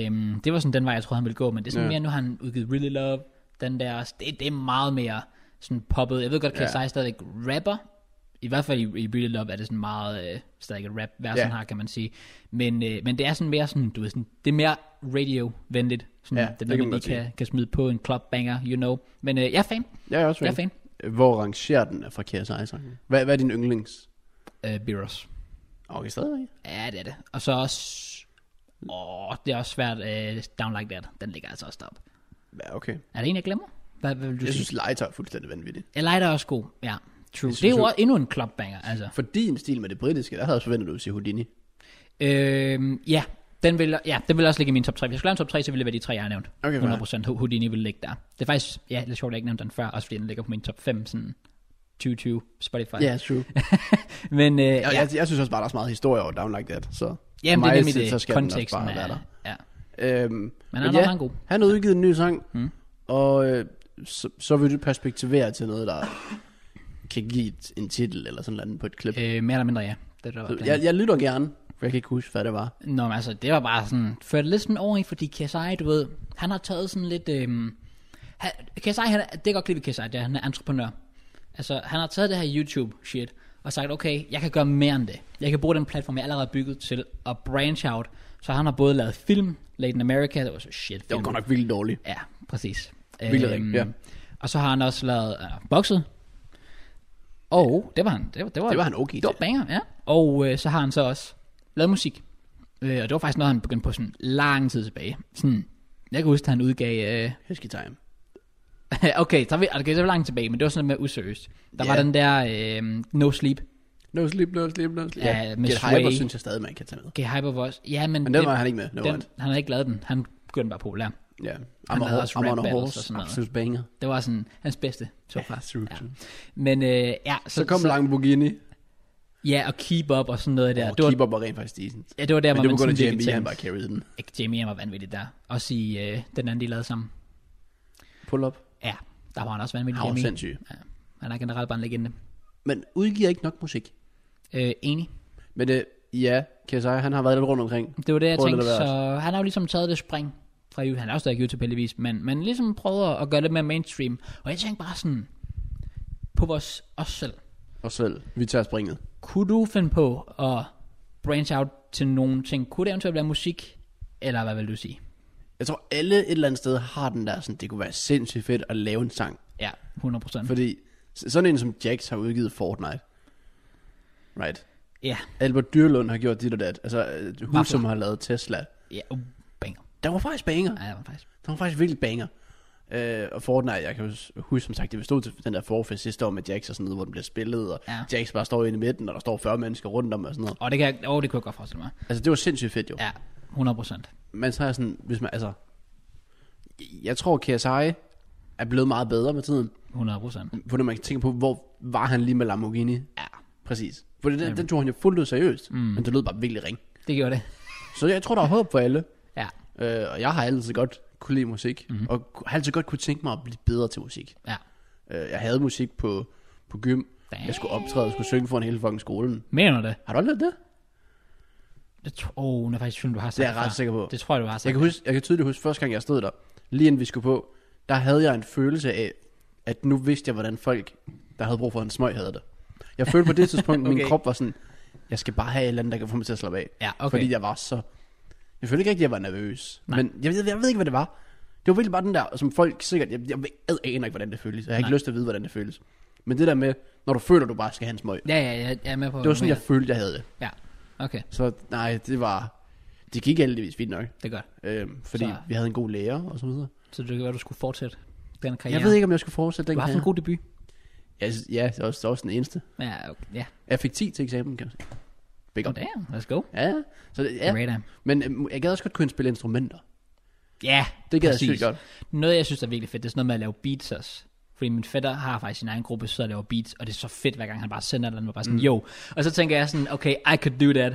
Speaker 1: Øhm, det var sådan den vej, jeg troede, han ville gå, men det er sådan ja.
Speaker 2: Ja.
Speaker 1: mere, nu har han udgivet Really Love, den der, også. det, det er meget mere sådan poppet. Jeg ved godt, at KSI ja. stadigvæk rapper, i hvert fald i, i Really Love er det sådan meget øh, stadig et rap vers,
Speaker 2: Ja.
Speaker 1: han har, kan man sige. Men, øh, men det er sådan mere sådan, du ved, sådan, det er mere radio-venligt. Sådan,
Speaker 2: Ja,
Speaker 1: det,
Speaker 2: det
Speaker 1: det
Speaker 2: kan
Speaker 1: man
Speaker 2: man
Speaker 1: lige
Speaker 2: godt
Speaker 1: kan, kan smide på en club banger, you know. Men øh, jeg er fan.
Speaker 2: Jeg er også
Speaker 1: Jeg er
Speaker 2: fan. Øh,
Speaker 1: fan.
Speaker 2: Hvor rangerer den fra KSI-sangen? Hvad, hvad er din yndlings?
Speaker 1: Øh, Beerus.
Speaker 2: Okay, stadig.
Speaker 1: Ja, det er det. Og så også... Åh, det er også svært. Øh, Down Like That, den ligger altså også deroppe.
Speaker 2: Ja, okay.
Speaker 1: Er det en, jeg glemmer? Hvad, hvad vil du
Speaker 2: Jeg
Speaker 1: sige?
Speaker 2: synes, Leiter er fuldstændig vanvittig.
Speaker 1: Elite er også god, ja. True. Det er
Speaker 2: synes
Speaker 1: jo
Speaker 2: jo-
Speaker 1: også endnu en klopbanger, altså.
Speaker 2: For din stil med det britiske, der havde jeg også forventet, at du ville sige Houdini.
Speaker 1: Øhm, ja, den vil, ja, den vil også ligge i min top 3. Hvis jeg skulle lave en top 3, så ville det være de tre, jeg har nævnt.
Speaker 2: Okay, fair.
Speaker 1: 100% Ho- Houdini vil ligge der. Det er faktisk, ja, det er sjovt, at jeg ikke nævnte den før, også fordi den ligger på min top 5, sådan 2020 Spotify.
Speaker 2: Ja, true.
Speaker 1: *laughs* Men øh, ja,
Speaker 2: Jeg,
Speaker 1: ja,
Speaker 2: jeg, jeg synes også bare, der er så meget historie over Down Like That. Så
Speaker 1: jamen,
Speaker 2: for
Speaker 1: det
Speaker 2: mig
Speaker 1: er nemlig
Speaker 2: set,
Speaker 1: det.
Speaker 2: så skal den også
Speaker 1: Konteksten
Speaker 2: bare være
Speaker 1: er,
Speaker 2: der.
Speaker 1: ja.
Speaker 2: Øhm,
Speaker 1: han er nok meget god.
Speaker 2: Han har udgivet en ny sang, mm. og øh, så, så vil du perspektivere til noget, der kan give et, en titel eller sådan noget på et klip. Øh,
Speaker 1: Øh, mere eller mindre, ja. Det, der var den.
Speaker 2: jeg, jeg lytter gerne, for jeg kan ikke huske, hvad det var.
Speaker 1: Nå, men altså, det var bare sådan, førte lidt sådan over i, fordi KSI, du ved, han har taget sådan lidt, øhm, han, KSI, han, er- det kan godt lide ved KSI, det er, han er entreprenør. Altså, han har taget det her YouTube-shit, og sagt, okay, jeg kan gøre mere end det. Jeg kan bruge den platform, jeg allerede har bygget til at branch out. Så han har både lavet film, Late in America, det var så shit
Speaker 2: Det var
Speaker 1: film.
Speaker 2: godt nok vildt dårligt.
Speaker 1: Ja, præcis. Øhm,
Speaker 2: Vildt rigtigt, ja.
Speaker 1: Og så har han også lavet øh, bokset. Og det var han. Det var, det var,
Speaker 2: Det var han okay
Speaker 1: Det var
Speaker 2: til.
Speaker 1: banger, ja. Og øh, så har han så også lavet musik. Øh, og det var faktisk noget, han begyndte på sådan lang tid tilbage. Sådan, jeg kan huske, at han udgav... Øh,
Speaker 2: Husky Time.
Speaker 1: *laughs* okay, så er vi, okay, så er vi langt tilbage, men det var sådan lidt mere useriøst. Der
Speaker 2: Ja.
Speaker 1: var den der øh, No Sleep.
Speaker 2: No sleep, no sleep, no sleep.
Speaker 1: Ja, med
Speaker 2: Get
Speaker 1: Sway.
Speaker 2: Hyper synes jeg stadig, man kan tage med.
Speaker 1: Okay, Hyper var også... Ja, men...
Speaker 2: Men den var han ikke med. No
Speaker 1: den,
Speaker 2: den,
Speaker 1: han havde ikke lavet den. Han begyndte bare på at lære.
Speaker 2: ja.
Speaker 1: han
Speaker 2: I'm, a
Speaker 1: lavede
Speaker 2: horse,
Speaker 1: også
Speaker 2: I'm
Speaker 1: rap
Speaker 2: on a
Speaker 1: battles
Speaker 2: horse.
Speaker 1: og sådan noget.
Speaker 2: Absolut banger.
Speaker 1: Det var sådan hans bedste, så far.
Speaker 2: absolut.
Speaker 1: Men øh, ja, så,
Speaker 2: Så kom så, Lamborghini.
Speaker 1: Ja, og Keep Up og sådan noget der.
Speaker 2: Ja,
Speaker 1: det, var,
Speaker 2: keeper var rent faktisk decent.
Speaker 1: ja, det var der,
Speaker 2: Men
Speaker 1: hvor
Speaker 2: det var
Speaker 1: man
Speaker 2: på grund af
Speaker 1: sådan
Speaker 2: JMB,
Speaker 1: virkelig
Speaker 2: han
Speaker 1: tænkte,
Speaker 2: bare carried den.
Speaker 1: ikke, Jamie han var vanvittig der. Også i øh, den anden, de lavede sammen.
Speaker 2: Pull up.
Speaker 1: Ja, der var han også vanvittig,
Speaker 2: Han var
Speaker 1: Jamie.
Speaker 2: sindssyg.
Speaker 1: Ja, han er generelt bare en legende.
Speaker 2: Men udgiver ikke nok musik.
Speaker 1: Øh, enig.
Speaker 2: Men øh, ja, KSI, han har været lidt rundt omkring.
Speaker 1: Det var det, jeg
Speaker 2: Prøv at
Speaker 1: tænkte.
Speaker 2: lade være.
Speaker 1: Så han har jo ligesom taget det spring fra YouTube. Han er også stadig YouTube heldigvis, men, men ligesom prøvet at- at gøre det mere mainstream. Og jeg tænkte bare sådan, på vores, os selv.
Speaker 2: Og selv, vi tager springet.
Speaker 1: Kunne du finde på at branch out til nogle ting? Kunne det eventuelt være musik? Eller hvad vil du sige?
Speaker 2: Jeg tror, alle et eller andet sted har den der sådan, det kunne være sindssygt fedt at lave en sang.
Speaker 1: Ja, 100%.
Speaker 2: Fordi s- sådan en som Jax har udgivet Fortnite. Right.
Speaker 1: Ja,
Speaker 2: Albert Dyrlund har gjort dit og dat. Altså, øh, Husum har lavet Tesla.
Speaker 1: ja, uh, banger.
Speaker 2: Der var faktisk banger.
Speaker 1: Ja, det var faktisk.
Speaker 2: Der var faktisk virkelig banger. Øh, og Fortnite, jeg kan jo s- huske, som sagt, det stod til den der forfest sidste år med Jax og sådan noget, hvor den blev spillet, og
Speaker 1: Ja.
Speaker 2: ja. Jax bare står inde i midten, og der står 40 mennesker rundt om og sådan noget.
Speaker 1: Og det kan jeg, oh, det kunne jeg godt forestille mig.
Speaker 2: Altså, det var sindssygt fedt jo.
Speaker 1: Ja, 100%.
Speaker 2: Men så er jeg sådan, hvis man, altså, jeg tror, KSI er blevet meget bedre med tiden,
Speaker 1: 100%.
Speaker 2: for når man tænker på, hvor var han lige med Lamborghini?
Speaker 1: Ja,
Speaker 2: Præcis. For den, den tog han jo fuldt ud seriøst, mm. men det lød bare virkelig ring.
Speaker 1: det gjorde det.
Speaker 2: Så jeg tror, der er håb for alle.
Speaker 1: Ja,
Speaker 2: Øh, og jeg har altid godt kunne lide musik, mm-hmm. og ku- har altid godt kunne tænke mig at blive bedre til musik.
Speaker 1: ja.
Speaker 2: Øh, jeg havde musik på, på gym. Jeg skulle optræde og skulle synge foran hele fucking skolen.
Speaker 1: Mener du det?
Speaker 2: Har du aldrig lavet det?
Speaker 1: Det tror oh, jeg faktisk, synes, du har sagt
Speaker 2: Det er jeg
Speaker 1: før.
Speaker 2: ret sikker på.
Speaker 1: Det tror jeg, du har sagt.
Speaker 2: Jeg kan, huske, jeg kan tydeligt huske, første gang jeg stod der, lige inden vi skulle på, der havde jeg en følelse af, at nu vidste jeg, hvordan folk, der havde brug for en smøg, havde det. Jeg følte på
Speaker 1: *laughs*
Speaker 2: det tidspunkt, at min
Speaker 1: Okay.
Speaker 2: krop var sådan, jeg skal bare have et eller andet, der kan få mig til at slappe af.
Speaker 1: Ja, okay.
Speaker 2: Fordi jeg var så... Jeg følte ikke rigtig, at jeg var nervøs.
Speaker 1: Nej.
Speaker 2: Nej. Men jeg, ved- jeg ved ikke, hvad det var. Det var virkelig bare den der, som folk sikkert... Jeg, jeg ved- jeg aner ikke, hvordan det føles. Jeg har ikke
Speaker 1: Nej.
Speaker 2: lyst til at vide, hvordan det føles. Men det der med, når du føler, du bare skal have en smøg.
Speaker 1: Ja, ja, ja, jeg er med på
Speaker 2: Det var sådan, jeg
Speaker 1: jeg...
Speaker 2: følte, jeg havde det.
Speaker 1: Ja, okay.
Speaker 2: Så nej, det var... Det gik heldigvis fint nok.
Speaker 1: Det er godt.
Speaker 2: Øhm, fordi
Speaker 1: Så-
Speaker 2: så... vi havde en god lærer og så videre.
Speaker 1: Så det kan være, du skulle fortsætte den karriere.
Speaker 2: Jeg ved ikke, om jeg skulle fortsætte den
Speaker 1: Du har haft en
Speaker 2: karriere.
Speaker 1: god debut.
Speaker 2: Jeg synes- Ja, det var også, det var også den eneste.
Speaker 1: Ja, okay. ja.
Speaker 2: Jeg fik 10 til eksamen, kan man sige. Big
Speaker 1: God
Speaker 2: up.
Speaker 1: damn, let's go.
Speaker 2: Ja, ja. så det,
Speaker 1: Ja.
Speaker 2: ja. Men øhm, jeg gad også godt kunne spille instrumenter.
Speaker 1: Ja,
Speaker 2: Det gad jeg
Speaker 1: præcis.
Speaker 2: sygt godt.
Speaker 1: Noget, jeg synes er virkelig fedt, det er sådan noget med at lave beats også. Fordi min fætter har faktisk sin egen gruppe, så laver beats, og det er så fedt, hver gang han bare sender et eller andet, hvor bare sådan, mm. jo. Og så tænker jeg sådan, okay, I could do that.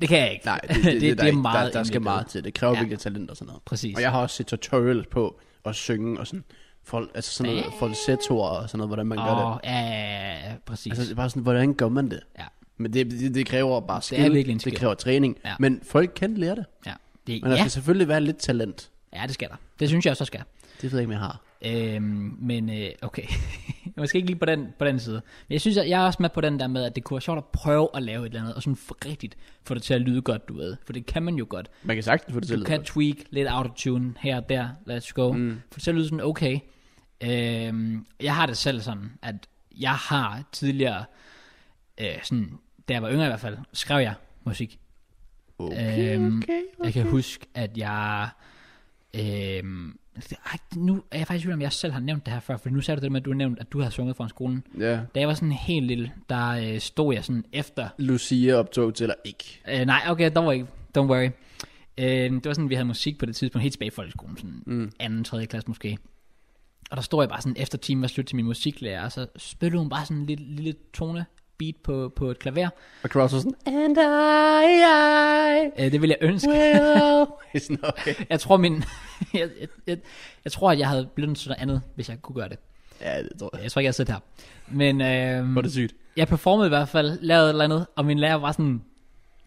Speaker 1: Det kan jeg ikke. *laughs*
Speaker 2: Nej, det, det, det, det, der, er meget der, der skal
Speaker 1: indviklet.
Speaker 2: meget til. Det kræver
Speaker 1: Ja.
Speaker 2: ja. virkelig talent og sådan noget.
Speaker 1: Præcis.
Speaker 2: Og jeg har også set tutorials på at synge og sådan, folk, altså sådan noget, falsettoer og sådan noget, hvordan man gør det.
Speaker 1: Åh, ja, ja, ja, præcis.
Speaker 2: Altså det er bare sådan, hvordan gør man det?
Speaker 1: ja,
Speaker 2: Men det, det, det kræver bare skill.
Speaker 1: virkelig en skill.
Speaker 2: Det kræver træning.
Speaker 1: Ja.
Speaker 2: Men folk kan lære det.
Speaker 1: ja. Det,
Speaker 2: Men altså, der
Speaker 1: ja,
Speaker 2: skal selvfølgelig være lidt talent.
Speaker 1: ja, det skal der. Det synes jeg også, der skal.
Speaker 2: Det ved jeg ikke, om jeg har.
Speaker 1: Øhm, men øh, okay, *laughs* måske ikke lige på den, på den side. Men jeg synes, at jeg er også med på den der med, at det kunne være sjovt at prøve at lave et eller andet, og sådan for rigtigt få det til at lyde godt, du ved. For det kan man jo godt.
Speaker 2: Man kan sagtens få det til.
Speaker 1: Du
Speaker 2: at
Speaker 1: kan
Speaker 2: lyde
Speaker 1: tweak lidt autotune her og der, let's go. Mm. For det til at lyde sådan, okay. Øhm, jeg har det selv sådan, at jeg har tidligere, øh, sådan, da jeg var yngre i hvert fald, skrev jeg musik.
Speaker 2: godt.
Speaker 1: Øhm,
Speaker 2: Okay, okay.
Speaker 1: Jeg kan huske, at jeg... Øh, nu er jeg faktisk i tvivl om, jeg selv har nævnt det her før, for nu sagde du det med, at du har nævnt, at du har sunget foran skolen.
Speaker 2: Ja.
Speaker 1: Da jeg var sådan helt lille, der øh, stod jeg sådan efter...
Speaker 2: Lucia optog til, eller ikke.
Speaker 1: Øh, nej, okay, don't worry. Don't worry. Øh, det var sådan, vi havde musik på det tidspunkt, helt tilbage i folkeskolen, sådan mm. anden, tredje klasse måske. Og der stod jeg bare sådan, efter timen var slut til min musiklærer, og så spillede hun bare sådan en lille, lille tone beat på, på et klaver.
Speaker 2: Og Cross var sådan,
Speaker 3: And I, I
Speaker 1: Øh, det ville jeg ønske.
Speaker 3: will.
Speaker 2: "It's *laughs* not okay.
Speaker 1: Jeg tror min... *laughs* jeg, jeg, jeg, jeg tror, at jeg havde blevet sådan noget andet, hvis jeg kunne gøre det.
Speaker 2: Ja, det tror jeg.
Speaker 1: Jeg tror ikke, jeg sidder her. Men
Speaker 2: Var
Speaker 1: øh,
Speaker 2: det sygt?
Speaker 1: jeg performede i hvert fald, lavede et eller andet, og min lærer var sådan,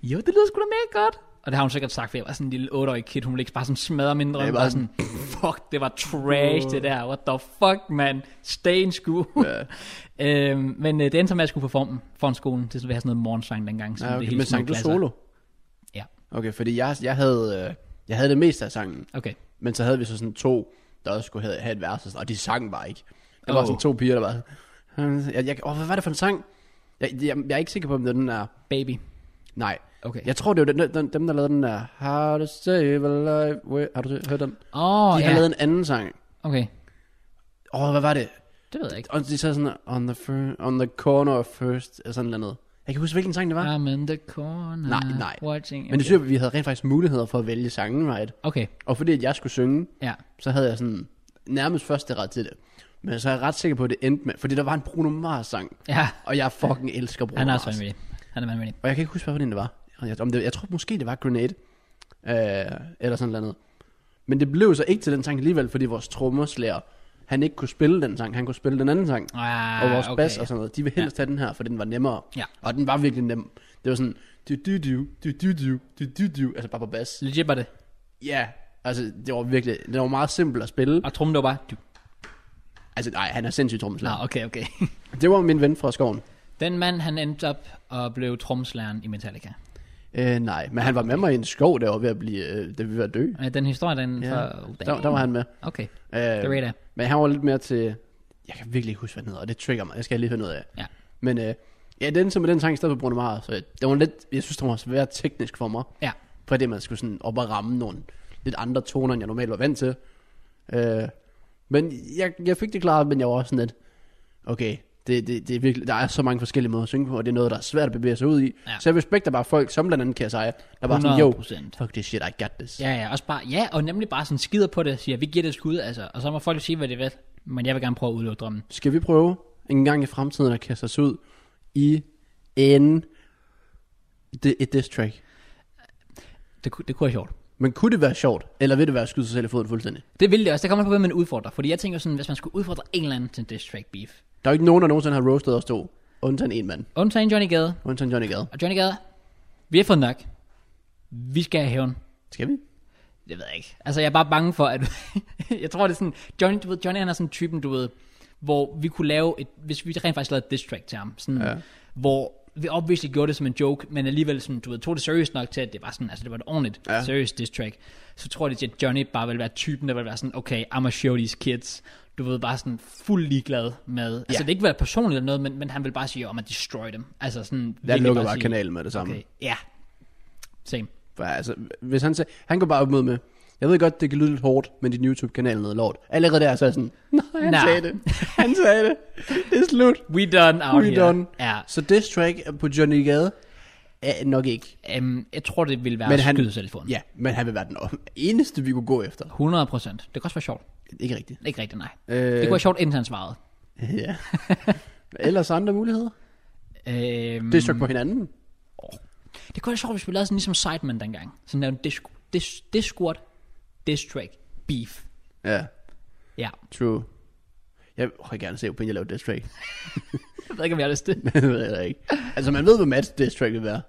Speaker 1: jo, det lyder sgu da mega godt. Og det har hun sikkert sagt, for jeg var sådan en lille 8-årig kid, hun ville ikke bare sådan smadre min drøm,
Speaker 2: Ja,
Speaker 1: bare,
Speaker 2: bare
Speaker 1: bare sådan, fuck, det var trash det der, what the fuck, man, stay in school.
Speaker 2: Ja.
Speaker 1: *laughs* øhm, men øh, det endte som, at jeg skulle performe foran skolen, det skulle være sådan noget morgensang dengang.
Speaker 2: Ja,
Speaker 1: sådan det
Speaker 2: okay.
Speaker 1: hele
Speaker 2: Men
Speaker 1: sådan
Speaker 2: sang du
Speaker 1: klasser.
Speaker 2: solo?
Speaker 1: Ja,
Speaker 2: Okay, fordi jeg, jeg, havde, øh, jeg havde det meste af sangen,
Speaker 1: okay.
Speaker 2: men så havde vi så sådan to, der også skulle have, have et vers, og, sådan, og de sang bare ikke. Der var
Speaker 1: Oh.
Speaker 2: sådan to piger, der var sådan, jeg, jeg, åh, hvad var det for en sang? Jeg, jeg, jeg er ikke sikker på, om det er den der...
Speaker 1: Baby.
Speaker 2: Nej.
Speaker 1: Okay.
Speaker 2: Jeg tror, det var den, den, dem, der lavede den der... How to save a life... with- Har du hørt
Speaker 1: Åh,
Speaker 2: den? De
Speaker 1: oh,
Speaker 2: har lavet
Speaker 1: ja.
Speaker 2: en anden sang,
Speaker 1: Okay.
Speaker 2: Åh, oh, hvad var det?
Speaker 1: Det ved jeg ikke.
Speaker 2: Og de sagde sådan, on the, fir- on the corner of first, eller sådan noget. Jeg kan huske, hvilken sang det var.
Speaker 1: I'm in the corner.
Speaker 2: Nej, nej.
Speaker 1: Watching.
Speaker 2: Men det synes jeg, vi havde rent faktisk muligheder for at vælge sangen, right?
Speaker 1: Okay,
Speaker 2: Og fordi at jeg skulle synge,
Speaker 1: ja.
Speaker 2: så havde jeg sådan nærmest første ret til det. Men så er jeg ret sikker på, at det endte med, fordi der var en Bruno Mars sang,
Speaker 1: Ja,
Speaker 2: og jeg fucking elsker Bruno
Speaker 1: han er
Speaker 2: Mars.
Speaker 1: også vanvittig. Han er vanvittig.
Speaker 2: Og jeg kan ikke huske, hvad for en det var. Jeg, om det, jeg tror måske, det var Grenade. Øh, eller sådan noget. Men det blev så ikke til den sang alligevel, fordi vores trommerslærer, han ikke kunne spille den sang. Han kunne spille den anden sang.
Speaker 1: Ah,
Speaker 2: og vores
Speaker 1: okay.
Speaker 2: bas og sådan noget. De vil helst have den her, for den var nemmere.
Speaker 1: Ja.
Speaker 2: Og den var virkelig nem. Det var sådan... Du, du, du, du, du, du, du, du, du, altså bare på bas.
Speaker 1: Legit var det.
Speaker 2: Ja, yeah. altså det var virkelig, det var meget simpelt at spille.
Speaker 1: Og trummen det var bare... Du.
Speaker 2: Altså nej, han er sindssygt
Speaker 1: Nå,
Speaker 2: trommeslager.
Speaker 1: okay, okay. *laughs*
Speaker 2: Det var min ven fra skoven.
Speaker 1: Den mand, han endte op og blev tromslæren i Metallica.
Speaker 2: Øh, nej, men han var med mig i en skov, der var ved at blive, øh, da vi var dø.
Speaker 1: Øh, Den historie, den...
Speaker 2: Ja.
Speaker 1: For,
Speaker 2: Der, der var han med.
Speaker 1: Okay, oh, det
Speaker 2: Øh,
Speaker 1: var det.
Speaker 2: Men han var lidt mere til... Jeg kan virkelig ikke huske, hvad den hedder, og det trigger mig. Det skal jeg lige finde ud af.
Speaker 1: Ja.
Speaker 2: Men øh, ja, den som er den sang i stedet for Bruno Mars. Så øh, det var lidt, jeg synes, det var svært teknisk for mig.
Speaker 1: Ja.
Speaker 2: Fordi man skulle sådan op og ramme nogle lidt andre toner, end jeg normalt var vant til. Øh, men jeg, jeg fik det klaret, men jeg var også sådan lidt... Okay, det, det, det er virkelig, der er så mange forskellige måder at synge på, og det er noget, der er svært at bevæge sig ud i.
Speaker 1: Ja.
Speaker 2: Så jeg respekter bare folk, som blandt andet Kasai, der bare
Speaker 1: 100
Speaker 2: sådan, jo,
Speaker 1: procent.
Speaker 2: fuck this shit, I got this.
Speaker 1: Ja, ja, også bare, ja, og nemlig bare sådan skider på det, siger, vi giver det et skud, altså, og så må folk sige, hvad det ved, men jeg vil gerne prøve at udleve drømmen.
Speaker 2: Skal vi prøve en gang i fremtiden at kaste os ud i en det, et diss track?
Speaker 1: Det, ku- det kunne være sjovt.
Speaker 2: Men kunne det være sjovt, eller vil det være at skyde sig selv i foden fuldstændig?
Speaker 1: Det ville det også, det kommer an på, hvem man udfordrer, fordi jeg tænker sådan, hvis man skulle udfordre en eller anden til en diss track beef,
Speaker 2: Der er jo ikke nogen, der nogensinde har roastet os to. Undtagen en mand.
Speaker 1: undtagen Johnny Gade,
Speaker 2: Undtagen Johnny Gade.
Speaker 1: og Johnny Gade, vi har fået nok, vi skal have hævn.
Speaker 2: Skal vi?
Speaker 1: Det ved jeg ikke. Altså, jeg er bare bange for, at... *laughs* jeg tror, det er sådan... Johnny, du ved, Johnny han er sådan typen, du ved, hvor vi kunne lave et... Hvis vi rent faktisk lavede et diss track til ham, sådan, ja.
Speaker 2: Ja.
Speaker 1: hvor vi obviously gjorde det som en joke, men alligevel sådan, du ved, tog det seriøst nok til, at det var sådan, altså det var et ordentligt ja.
Speaker 2: Ja.
Speaker 1: seriøst diss track, så tror jeg, at Johnny bare ville være typen, der ville være sådan, okay, I'm a show these kids, du ved, bare sådan fuld ligeglad med, altså
Speaker 2: Ja.
Speaker 1: det ikke være personligt eller noget, men, men han vil bare sige, om at destroy dem, altså sådan,
Speaker 2: Jeg
Speaker 1: virkelig
Speaker 2: lukker bare
Speaker 1: sige,
Speaker 2: kanalen med det samme.
Speaker 1: Okay,
Speaker 2: Okay.
Speaker 1: ja, same,
Speaker 2: For, altså, hvis han, sagde, han går bare op mod med, jeg ved godt, det kan lyde lidt hårdt, men din YouTube-kanal er noget lort. Allerede der så er jeg sådan, nej, han
Speaker 1: Nej.
Speaker 2: nej. sagde det. Han sagde det. Det er *laughs* slut.
Speaker 1: we done out
Speaker 2: We
Speaker 1: here,
Speaker 2: done.
Speaker 1: ja,
Speaker 2: Så diss track på Johnny Gade er nok ikke.
Speaker 1: Um, jeg tror, det ville være
Speaker 2: Men
Speaker 1: at
Speaker 2: han-
Speaker 1: skyde sig i foden.
Speaker 2: Ja, men han vil være den eneste, vi kunne gå efter.
Speaker 1: 100 procent. Det kan også være sjovt.
Speaker 2: Ikke rigtigt.
Speaker 1: Ikke rigtigt, nej.
Speaker 2: Øh,
Speaker 1: Det kunne være sjovt, indtil han svarede. *laughs*
Speaker 2: Ja. Ellers andre muligheder?
Speaker 1: Mm. Um,
Speaker 2: Det er på hinanden.
Speaker 1: det kunne være sjovt, hvis vi lavede sådan ligesom Sidemen dengang. Sådan lavede en disco, dis, Discord, diss track, beef.
Speaker 2: Ja,
Speaker 1: Ja,
Speaker 2: true. Jeg vil gerne se, hvordan jeg laver diss track. *laughs*
Speaker 1: jeg ved ikke, om jeg har lyst til. det.
Speaker 2: det ved jeg ikke. Altså, man ved, hvad Mads diss track vil være.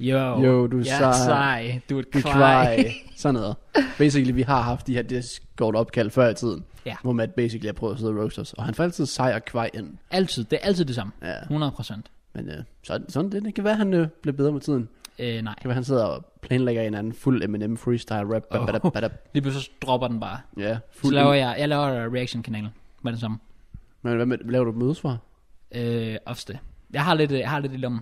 Speaker 1: Jo,
Speaker 2: Jo, du er
Speaker 1: jeg
Speaker 2: sej.
Speaker 1: sej. Du er et
Speaker 2: Du
Speaker 1: cry.
Speaker 2: try. Sådan noget. Basically, vi har haft de her Discord-opkald før i tiden.
Speaker 1: Ja.
Speaker 2: Hvor Matt basically har prøvet at sidde og roast os. Og han får altid sej og kvej ind.
Speaker 1: *laughs* Altid, det er altid det samme.
Speaker 2: Ja.
Speaker 1: 100 procent.
Speaker 2: Men øh, sådan, sådan det. Det kan være, han øh, bliver bedre med tiden. Det
Speaker 1: Øh, nej.
Speaker 2: kan være, han sidder og planlægger en anden fuld Eminem freestyle rap.
Speaker 1: Åh.
Speaker 2: Badab, badab.
Speaker 1: Lige pludselig så dropper den bare.
Speaker 2: Ja,
Speaker 1: Så
Speaker 2: fuld.
Speaker 1: laver jeg, jeg laver reaction-kanalen med den samme.
Speaker 2: Men hvad med, laver du mødes for?
Speaker 1: Øh, ofte. Jeg har lidt, øh, jeg har lidt i lommen.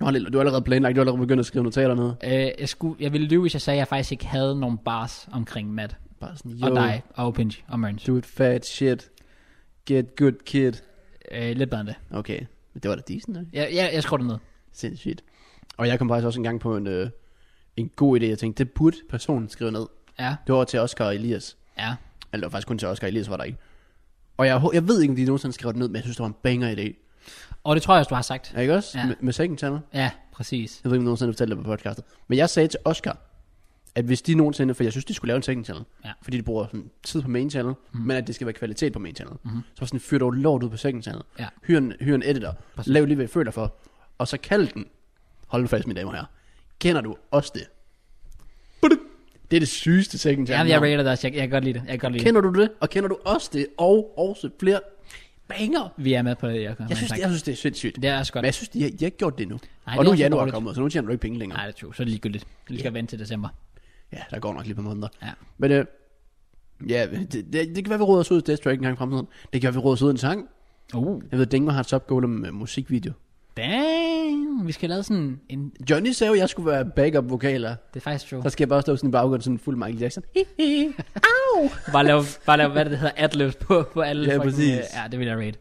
Speaker 2: Du har, lidt- du har allerede planlagt, du har allerede begyndt at skrive notater ned.
Speaker 1: Øh, jeg, skulle, jeg ville lyve, hvis jeg sagde, at jeg faktisk ikke havde nogen bars omkring Matt.
Speaker 2: Bare sådan,
Speaker 1: Jo. Og dig, og Pinch, og Mørns.
Speaker 2: Do it fat shit. Get good kid.
Speaker 1: Øh, lidt bedre end det.
Speaker 2: Okay, men det var da decent, ikke?
Speaker 1: Jeg, jeg, jeg skruer det ned.
Speaker 2: Sindssygt. Og jeg kom faktisk også engang på en, øh, en god idé. Jeg tænkte, det burde personen skrive ned.
Speaker 1: Ja,
Speaker 2: Det var til Oscar og Elias.
Speaker 1: ja.
Speaker 2: Eller det var faktisk kun til Oscar og Elias, var der ikke. Og jeg, hå- jeg ved ikke, om de nogensinde skrev det ned, men jeg synes, det var en banger idé.
Speaker 1: Og det tror jeg også, du har sagt.
Speaker 2: Er ikke også?
Speaker 1: Ja.
Speaker 2: Ja. Med, med sækken til mig.
Speaker 1: Ja, præcis.
Speaker 2: Jeg ved ikke, om jeg nogensinde fortalte det på podcastet. Men jeg sagde til Oscar, at hvis de nogensinde, for jeg synes, de skulle lave en second channel,
Speaker 1: Ja. Mhm.
Speaker 2: fordi de bruger sådan, tid på main channel, mm. men at det skal være kvalitet på main channel. Mm. Så var sådan, fyr dog lort ud på second channel.
Speaker 1: Ja.
Speaker 2: Hyr, en, hyr en editor.
Speaker 1: Præcis.
Speaker 2: Lav lige, hvad I føler for. Og så kald den. Hold nu fast, mine damer og herrer. Kender du også det? Buduk! Det er det sygeste second
Speaker 1: Ja,
Speaker 2: channel.
Speaker 1: jeg rater det også. Jeg, jeg kan godt lide det. Jeg kan godt lide
Speaker 2: Kender du det? Og kender du også det? Og også flere banger.
Speaker 1: det. Vi er med på det, jeg kan
Speaker 2: Jeg synes, jeg synes det er sindssygt.
Speaker 1: det er også godt.
Speaker 2: Men jeg synes, de har, de har ikke gjort det endnu.
Speaker 1: Nej,
Speaker 2: Nej, og
Speaker 1: det er
Speaker 2: nu er
Speaker 1: også
Speaker 2: januar
Speaker 1: dårligt.
Speaker 2: kommet, så nu tjener du ikke penge længere.
Speaker 1: Nej, det er true. Så er det ligegyldigt. Vi skal vente til december.
Speaker 2: Ja, der går nok lige på måneder.
Speaker 1: Ja.
Speaker 2: Men øh, ja, det, det, det, kan være, vi råder os ud i Death Track en gang i fremtiden. Det kan være, vi råder os ud i en sang.
Speaker 1: Uh.
Speaker 2: Jeg ved, Dingo har et top goal med musikvideo.
Speaker 1: Dang. Vi skal lave sådan en...
Speaker 2: Johnny sagde jo, jeg skulle være backup vokaler.
Speaker 1: Det er faktisk true.
Speaker 2: Så skal jeg bare stå sådan i baggrunden, sådan fuld Michael Jackson. Hi, hi. Au!
Speaker 1: bare lave, bare lave hvad det hedder, adlibs på, på alle
Speaker 2: Ja,
Speaker 1: fucking,
Speaker 2: præcis.
Speaker 1: øh, Ja, det vil jeg rate.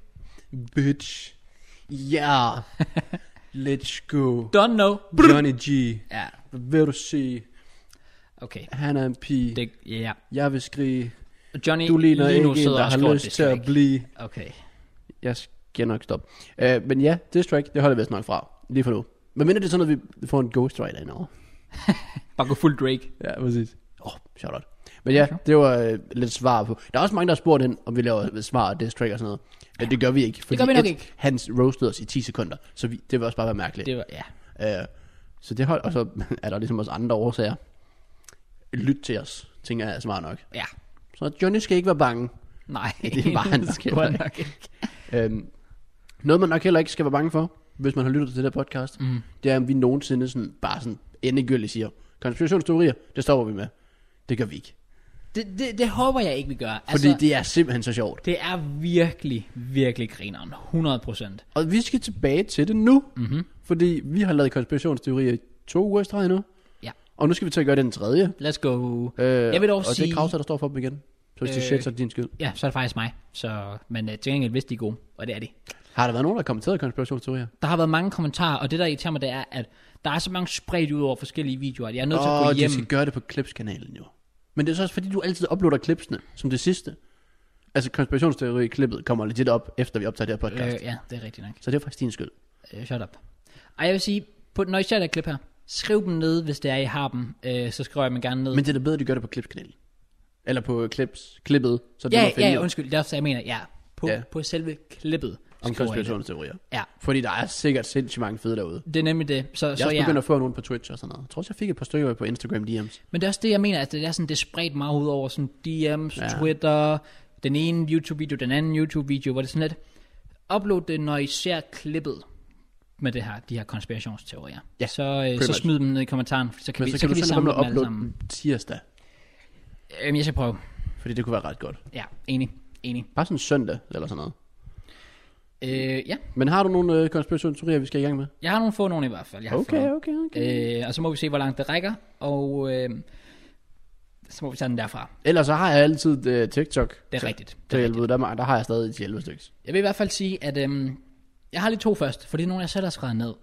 Speaker 2: Bitch.
Speaker 1: *laughs*
Speaker 2: Yeah. Let's go.
Speaker 1: Don't know.
Speaker 2: Johnny G.
Speaker 1: Ja,
Speaker 2: Hvad vil du sige?
Speaker 1: okay.
Speaker 2: Han er en pige.
Speaker 1: Det, ja.
Speaker 2: Jeg vil skrige.
Speaker 1: Johnny,
Speaker 2: Du ligner
Speaker 1: lige nu
Speaker 2: ikke en,
Speaker 1: sidder
Speaker 2: der
Speaker 1: og
Speaker 2: har
Speaker 1: scorer
Speaker 2: lyst til
Speaker 1: dislike.
Speaker 2: at blive.
Speaker 1: Okay.
Speaker 2: Jeg skal nok stoppe. Uh, men ja, diss track, det holder vi os nok fra. Lige for nu. Men mindre det er sådan noget, vi får en ghostwriter indover.
Speaker 1: Bare gå fuld Drake.
Speaker 2: Ja, præcis. Åh, oh, shout out. Men ja, det var øh, lidt svar på. Der er også mange, der har spurgt ind, om vi laver svar og diss track og sådan noget. Men det gør vi ikke. Fordi
Speaker 1: gør vi nok
Speaker 2: et,
Speaker 1: ikke.
Speaker 2: Han roastede os i 10 sekunder, så vi, det vil også bare være mærkeligt.
Speaker 1: Det var, ja.
Speaker 2: Øh, så det holdt, og så *laughs* er der ligesom også andre årsager. Lyt til os, tænker jeg er smart nok.
Speaker 1: Ja.
Speaker 2: Så Johnny skal ikke være bange.
Speaker 1: Nej.
Speaker 2: *laughs* Det var
Speaker 1: *laughs*
Speaker 2: han nok
Speaker 1: sgu
Speaker 2: heller
Speaker 1: nok ikke.
Speaker 2: Øhm, noget, man nok heller ikke skal være bange for, hvis man har lyttet til det her podcast, mm. det er, om vi nogensinde sådan, bare sådan endegyldigt siger, konspirationsteorier, det stopper vi med. Det gør vi ikke.
Speaker 1: Det, det, det håber jeg ikke, vi gør.
Speaker 2: Fordi altså, det er simpelthen så sjovt.
Speaker 1: Det er virkelig, virkelig grineren. 100%.
Speaker 2: Og vi skal tilbage til det nu,
Speaker 1: Mhm.
Speaker 2: mm-hmm. fordi vi har lavet konspirationsteorier i to uger i streg nu,
Speaker 1: Ja.
Speaker 2: og nu skal vi til at gøre det den tredje.
Speaker 1: Let's go.
Speaker 2: Øh,
Speaker 1: Jeg vil dog
Speaker 2: og det
Speaker 1: sige-
Speaker 2: er Krauser, der står for dem igen. Så hvis øh, det er
Speaker 1: Øh,
Speaker 2: shit, så er det din skyld.
Speaker 1: Ja, så er det faktisk mig. Så, men uh, til gengæld vidste de er gode, og det er de.
Speaker 2: Har der været nogen, der har kommenteret konspirationsteorier?
Speaker 1: Der har været mange kommentarer, og det der irriterer mig, det er, at der er så mange spredt ud over forskellige videoer, at jeg er nødt til at
Speaker 2: Åh,
Speaker 1: gå
Speaker 2: de
Speaker 1: hjem.
Speaker 2: skal gøre det på Clips-kanalen jo. Men det er så også fordi, du altid uploader klipsene som det sidste. Altså konspirationsteori-klippet kommer lidt op, efter vi optager det her podcast. Øh,
Speaker 1: Øh, ja, det er rigtigt nok.
Speaker 2: Så det er faktisk din skyld.
Speaker 1: Øh, shut up. Og jeg vil sige, på, når I ser det klip her, skriv dem ned, hvis det er, I har dem. Øh, så skriver jeg dem gerne ned.
Speaker 2: Men det er da bedre, at de gør det på Clips-kanalen. Eller på Clips, klippet, så det
Speaker 1: ja,
Speaker 2: man
Speaker 1: ja,
Speaker 2: finder
Speaker 1: undskyld, det er også, jeg mener, ja. På,
Speaker 2: Ja.
Speaker 1: ja. på selve klippet.
Speaker 2: om
Speaker 1: skriver jeg det.
Speaker 2: konspirationsteorier.
Speaker 1: Ja,
Speaker 2: Fordi der er sikkert sindssygt mange fede derude.
Speaker 1: det er nemlig det. Så,
Speaker 2: Jeg
Speaker 1: så
Speaker 2: er
Speaker 1: ja.
Speaker 2: begyndt at få nogen på Twitch og sådan noget. Jeg tror også, jeg fik et par stykker på Instagram DM's.
Speaker 1: Men det er også det, jeg mener, at det er sådan, det er spredt meget ud over sådan DM's,
Speaker 2: Ja.
Speaker 1: ja. Twitter, den ene YouTube-video, den anden YouTube-video, hvor det er sådan lidt, upload det, når I ser klippet med det her, de her konspirationsteorier.
Speaker 2: Ja,
Speaker 1: så, øh,
Speaker 2: pretty
Speaker 1: så
Speaker 2: much.
Speaker 1: smid dem ned i kommentaren, for så kan,
Speaker 2: Men
Speaker 1: vi,
Speaker 2: så, kan,
Speaker 1: vi
Speaker 2: du sende
Speaker 1: samle
Speaker 2: dem og
Speaker 1: dem alle
Speaker 2: uploade
Speaker 1: sammen.
Speaker 2: dem tirsdag.
Speaker 1: Øhm, jeg skal prøve.
Speaker 2: Fordi det kunne være ret godt.
Speaker 1: Ja, enig. Enig.
Speaker 2: Bare sådan søndag eller sådan noget.
Speaker 1: Øh, ja,
Speaker 2: Men har du nogle øh, konspirationsteorier, vi skal i gang med?
Speaker 1: jeg har nogle få nogle i hvert fald. Jeg har fået
Speaker 2: Okay,
Speaker 1: nogle.
Speaker 2: okay, okay.
Speaker 1: Øh, og så må vi se, hvor langt det rækker, og øh, så må vi tage den derfra.
Speaker 2: Ellers så har jeg altid øh, TikTok.
Speaker 1: Det er
Speaker 2: til,
Speaker 1: rigtigt. Det er
Speaker 2: Til helvede, der, der har jeg stadig til 11 stykker.
Speaker 1: Jeg vil i hvert fald sige, at øhm, jeg har lige to først, for det er nogle, jeg selv har skrevet ned.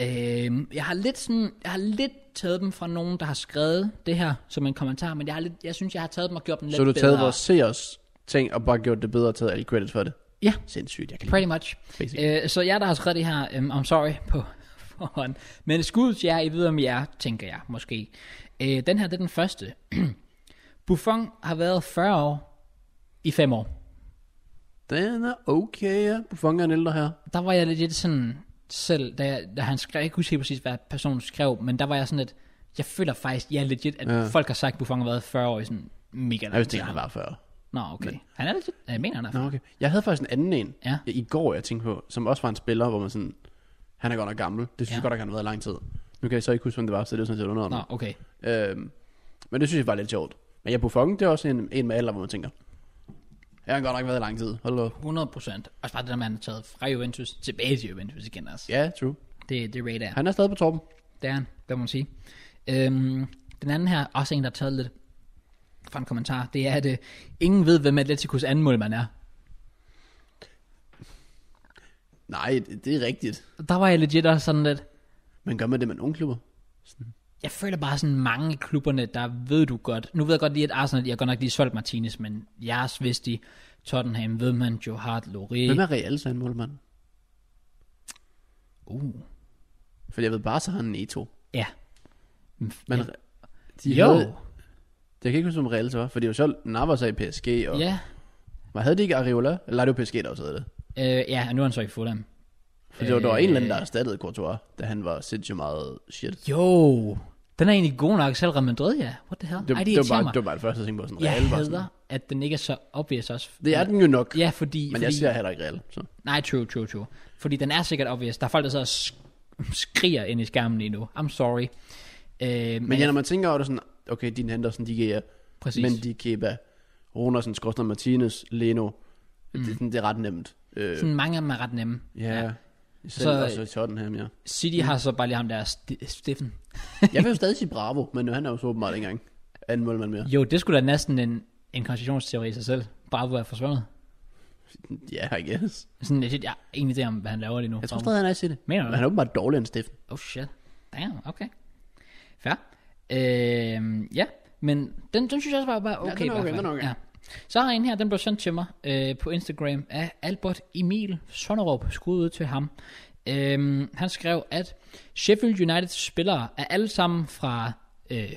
Speaker 1: Øhm, jeg har lidt sådan, jeg har lidt taget dem fra nogen, der har skrevet det her som en kommentar, men jeg, har lidt, jeg synes, jeg har taget dem og gjort dem lidt
Speaker 2: Så du har
Speaker 1: bedre.
Speaker 2: taget vores seers ting og bare gjort det bedre og taget alle credits for det.
Speaker 1: Ja,
Speaker 2: Sindssygt, jeg kan lide
Speaker 1: pretty much.
Speaker 2: Basic.
Speaker 1: Øh, så jeg, der har skrevet det her, øhm, I'm sorry på forhånd. Men skud til jer, I ved om jer, tænker jeg måske. Øh, den her, det er den første. *clears throat* Buffon har været 40 år i 5 år.
Speaker 2: Den er okay, ja. Buffon er en ældre her.
Speaker 1: der var jeg lidt sådan selv, da, jeg, da han skrev, jeg kan ikke huske helt præcis, hvad personen skrev, men der var jeg sådan lidt, jeg føler faktisk, ja legit, at ja. folk har sagt, at Buffon har været 40 år i sådan mega
Speaker 2: Jeg
Speaker 1: lang
Speaker 2: vidste
Speaker 1: tid.
Speaker 2: ikke, han var 40.
Speaker 1: Nå, okay. Han er legit, jeg mener han er.
Speaker 2: Nå, okay. Jeg havde faktisk en anden en
Speaker 1: Ja.
Speaker 2: i går, jeg tænkte på, som også var en spiller, hvor man sådan, han er godt nok gammel. Det synes
Speaker 1: Ja.
Speaker 2: jeg godt nok, han har været i lang tid. Nu kan jeg så ikke huske, hvem det var, så det er sådan set under
Speaker 1: Nå, okay.
Speaker 2: Øhm, men det synes jeg var lidt sjovt. Men ja, Buffon, det er også en, en med alder, hvor man tænker, jeg har godt nok været i lang tid. Hold da op.
Speaker 1: 100 procent. Også bare det der, man har taget fra Juventus tilbage til Juventus igen også.
Speaker 2: Ja, true.
Speaker 1: Det, det rate er.
Speaker 2: Han er stadig på toppen.
Speaker 1: Det er han, det må man sige. Øhm, den anden her, også en, der har taget lidt fra en kommentar, det er, at øh, ingen ved, hvem Atleticos anden målmand er.
Speaker 2: Nej, det, det er rigtigt.
Speaker 1: Og Der var jeg legit også sådan lidt,
Speaker 2: Men gør man det med nogle klubber?
Speaker 1: Jeg føler bare sådan mange af klubberne, der ved du godt. Nu ved jeg godt lige, at Arsenal, jeg har godt nok lige solgt Martinez, men jeres vidste de. Tottenham ved man, Joe Hart,
Speaker 2: Hvem
Speaker 1: Loré.
Speaker 2: er Real så en målmand?
Speaker 1: Uh,
Speaker 2: For jeg ved bare, så har han Neto.
Speaker 1: ja.
Speaker 2: Men
Speaker 1: ja.
Speaker 2: Re- de
Speaker 1: jo,
Speaker 2: Havde, jeg kan ikke huske, om Real så var, for det var sjovt. Navas er i PSG, og ja.
Speaker 1: ja.
Speaker 2: havde de ikke Areola? Eller er det jo PSG, der også havde det?
Speaker 1: Øh, ja, og nu er han så i Fulham.
Speaker 2: For det var, der var en eller anden, der erstattede Courtois, da han var sindssygt meget shit.
Speaker 1: Øh. Jo, den er egentlig god nok, selv Real Madrid, ja. What the hell?
Speaker 2: Det,
Speaker 1: Ej,
Speaker 2: det, var
Speaker 1: irriterer
Speaker 2: bare,
Speaker 1: mig.
Speaker 2: det var bare det første, jeg tænkte på. Sådan,
Speaker 1: jeg
Speaker 2: Real var
Speaker 1: hader,
Speaker 2: sådan,
Speaker 1: at den ikke er så obvious også.
Speaker 2: det er den jo nok,
Speaker 1: Ja, fordi...
Speaker 2: men
Speaker 1: fordi
Speaker 2: jeg ser heller ikke Real. Så.
Speaker 1: Nej, true, true, true. Fordi den er sikkert obvious. Der er folk, der sidder og sk- skriger ind i skærmen lige nu. I'm sorry. Øh,
Speaker 2: Men ja, når man tænker over det sådan, okay, din Henderson, de giver
Speaker 1: Præcis.
Speaker 2: Men de Keba, Ronersen, Skorstner Martinez, Leno, mm. det, er sådan, det er ret nemt. Øh,
Speaker 1: Sådan mange af dem er ret nemme.
Speaker 2: ja, selv
Speaker 1: Så-
Speaker 2: også i Tottenham, ja.
Speaker 1: City har så bare lige ham der st- Steffen.
Speaker 2: Jeg vil jo stadig sige Bravo, men han er jo så åbenbart ikke engang anden målmand mere.
Speaker 1: Jo, det skulle da næsten en en konspirationsteori i sig selv. Bravo er forsvundet.
Speaker 2: Ja, yeah, I guess.
Speaker 1: Sådan legit, jeg har ingen idé om, hvad han laver lige nu.
Speaker 2: Jeg tror stadig, han er i City.
Speaker 1: Mener du
Speaker 2: Men
Speaker 1: det?
Speaker 2: han er åbenbart dårligere end Steffen.
Speaker 1: Oh shit. Damn, okay. Fair. Øh, ja, men den, den synes jeg også var bare okay.
Speaker 2: den er
Speaker 1: i hvert
Speaker 2: okay,
Speaker 1: fald.
Speaker 2: den er okay.
Speaker 1: Ja. Så har jeg en her, den blev sendt til mig øh, på Instagram af Albert Emil Sonnerup. Skud ud til ham. Øh, han skrev, at Sheffield Uniteds spillere er alle sammen fra øh,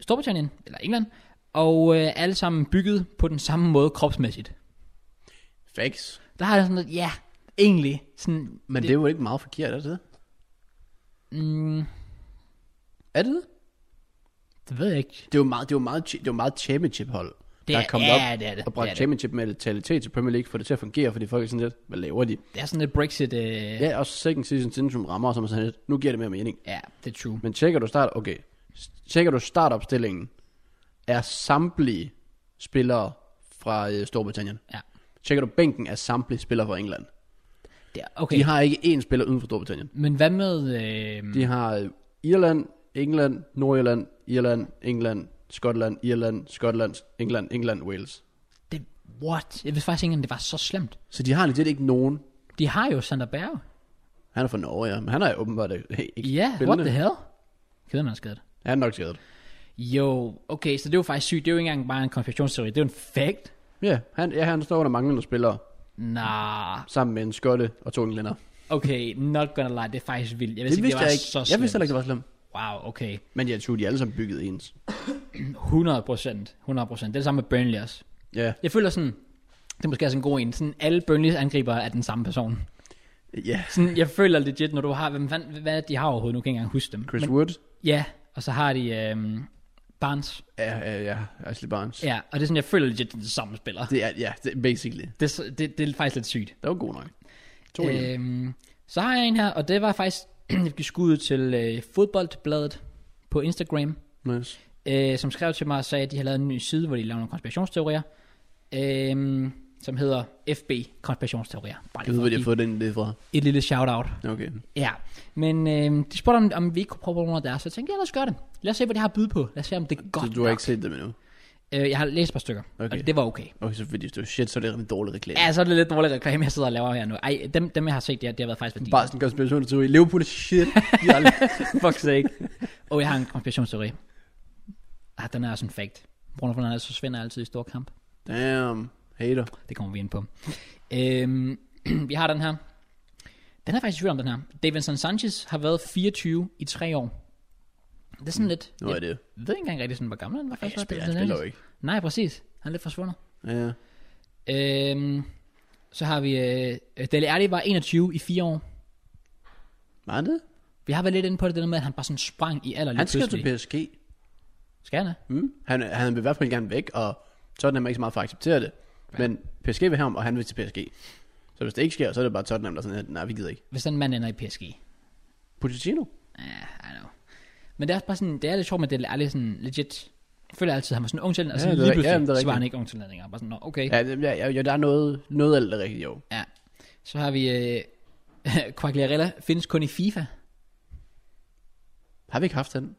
Speaker 1: Storbritannien, eller England, og øh, alle sammen bygget på den samme måde kropsmæssigt.
Speaker 2: Facts.
Speaker 1: Der har jeg sådan noget, ja, egentlig. Sådan,
Speaker 2: Men det, det er jo ikke meget forkert, er det det?
Speaker 1: mm,
Speaker 2: Er det det?
Speaker 1: det ved jeg ikke.
Speaker 2: Det er jo meget, det er jo meget, det er jo meget championship-hold,
Speaker 1: Det
Speaker 2: der
Speaker 1: er-
Speaker 2: er kommet
Speaker 1: ja,
Speaker 2: op
Speaker 1: det er det.
Speaker 2: og
Speaker 1: Det er
Speaker 2: bragt
Speaker 1: det.
Speaker 2: championship-mentalitet til Premier League, for det til at fungere, fordi folk er sådan lidt, hvad laver de?
Speaker 1: Det er sådan et Brexit... Øh, ja.
Speaker 2: Ja, og så second season syndrome rammer os, og sådan lidt, nu giver det mere mening.
Speaker 1: ja, det er true.
Speaker 2: Men tjekker du start, okay, tjekker du startopstillingen, er samtlige spillere fra øh, Storbritannien.
Speaker 1: Ja.
Speaker 2: Tjekker du bænken, er samtlige spillere fra England.
Speaker 1: Det er,
Speaker 2: Okay.
Speaker 1: okay.
Speaker 2: De har ikke én spiller uden for Storbritannien.
Speaker 1: Men hvad med... Øh,
Speaker 2: De har øh, Irland, England, Nordirland, Irland, England, Skotland, Irland, Skotland, England, England, Wales.
Speaker 1: det, what? Jeg vidste faktisk ikke, at det var så slemt.
Speaker 2: Så de har legit ikke nogen.
Speaker 1: De har jo Sander Berg.
Speaker 2: Han er fra Norge, ja, men han er åbenbart øh, *laughs* ikke ikke
Speaker 1: Ja, yeah, what
Speaker 2: spillende.
Speaker 1: the hell? Jeg ved, man er skadet.
Speaker 2: Han er nok skadet.
Speaker 1: Jo, okay, så det er jo faktisk sygt. Det er jo ikke engang bare en konspirationsteori. Det er jo en fact.
Speaker 2: Ja, han, ja, han står under manglende spillere,
Speaker 1: Nah,
Speaker 2: sammen med en skotte og to englænder.
Speaker 1: okay, not gonna lie, det er faktisk vildt. Jeg vidste,
Speaker 2: Det
Speaker 1: ikke,
Speaker 2: vidste
Speaker 1: det Altså, var
Speaker 2: jeg ikke.
Speaker 1: så slemt.
Speaker 2: Jeg vidste heller ikke, det var slemt.
Speaker 1: Wow, okay.
Speaker 2: Men jeg tror, de er alle sammen bygget ens.
Speaker 1: 100 procent. 100 procent. Det er det samme med Burnley også.
Speaker 2: Ja,
Speaker 1: Jeg føler sådan, det er måske også en god en. Sådan alle Burnleys angriber er den samme person.
Speaker 2: ja.
Speaker 1: Sådan, jeg føler legit, når du har, hvem, fanden- hvad er det, de har overhovedet, nu kan jeg ikke engang huske dem.
Speaker 2: Chris Wood.
Speaker 1: Ja, og så har de øhm, Barnes.
Speaker 2: Ja, ja, ja. Ashley Barnes.
Speaker 1: Ja, og det er sådan, jeg føler legit, det er den samme spiller. Det,
Speaker 2: Det er, ja, det, basically.
Speaker 1: det, er så- det, det er faktisk lidt sygt.
Speaker 2: Det var god nok. To øh,
Speaker 1: Øhm, så har jeg en her, og det var faktisk, *clears throat* jeg fik skud til øh, fodboldbladet på Instagram,
Speaker 2: nice.
Speaker 1: øh, som skrev til mig og sagde, at de har lavet en ny side, hvor de laver nogle konspirationsteorier, øh, som hedder FB Konspirationsteorier. Bare
Speaker 2: Jeg
Speaker 1: lige for
Speaker 2: ved, hvor
Speaker 1: at
Speaker 2: de har
Speaker 1: give
Speaker 2: fået den idé fra.
Speaker 1: et lille shout-out.
Speaker 2: Okay.
Speaker 1: Ja, men øh, de spurgte, om, om vi ikke kunne prøve nogle af deres, så jeg tænkte, ja, lad os gøre det. Lad os se, hvad det har at byde på. Lad os se, om det er
Speaker 2: Så
Speaker 1: godt
Speaker 2: du har
Speaker 1: nok.
Speaker 2: ikke set dem endnu?
Speaker 1: Øh, jeg har læst et par stykker, okay.
Speaker 2: Okay.
Speaker 1: og det var okay.
Speaker 2: Okay, så fordi hvis det var shit, så er det en dårlig reklame.
Speaker 1: Ja, så er det lidt dårlig reklame, jeg sidder og laver her nu. Ej, dem, dem jeg har set, det har, det har været faktisk værdi.
Speaker 2: Bare sådan en konspirationsteori. Liverpool er shit. De er
Speaker 1: *laughs*
Speaker 2: aldrig...
Speaker 1: fuck sake. Og jeg har en konspirationsteori. Ah, den er også en fact. Bruno Fernandes forsvinder altid i stor kamp.
Speaker 2: Damn. Hater.
Speaker 1: Det kommer vi ind på. Øhm, *clears throat* vi har den her. Den er faktisk i tvivl om den her. Davinson Sanchez har været 24 i tre år. Det er sådan lidt...
Speaker 2: Nu er det.
Speaker 1: Jeg ved ikke engang rigtig, sådan, hvor gammel han var.
Speaker 2: Mm. Jeg
Speaker 1: faktisk.
Speaker 2: spiller,
Speaker 1: Davinson
Speaker 2: han spiller jo
Speaker 1: Sanchez.
Speaker 2: ikke.
Speaker 1: Nej, præcis. Han er lidt forsvundet.
Speaker 2: Ja.
Speaker 1: Øhm, så har vi... Øh, Dele Alli var 21 i fire år.
Speaker 2: Var han det?
Speaker 1: Vi har været lidt inde på det, det der med, at han bare sådan sprang i alder lige
Speaker 2: Han skal til
Speaker 1: pludselig.
Speaker 2: PSG.
Speaker 1: Skal han det?
Speaker 2: Mm. Han, han vil i hvert fald gerne væk, og Tottenham er ikke så meget for at acceptere det. Men PSG vil have ham, og han vil til PSG. Så hvis det ikke sker, så er det bare Tottenham, der er sådan her, nej, vi gider ikke.
Speaker 1: Hvis den mand ender i PSG.
Speaker 2: Pochettino?
Speaker 1: Ja, I know. Men det er også bare sådan, det er lidt sjovt med det, er lidt sådan legit. Jeg føler altid, at han var sådan ung til den, og så
Speaker 2: Ja,
Speaker 1: ja,
Speaker 2: det er
Speaker 1: lige
Speaker 2: ri- ja,
Speaker 1: pludselig,
Speaker 2: men det er
Speaker 1: ja, så var
Speaker 2: rigtigt.
Speaker 1: han ikke ung til den længere. Bare sådan, nå, okay.
Speaker 2: Ja,
Speaker 1: Ja.
Speaker 2: det- ja, ja, der er noget, noget af det rigtigt, jo.
Speaker 1: ja. Så har vi, øh, *laughs* Quagliarella findes kun i FIFA.
Speaker 2: Har vi ikke haft den?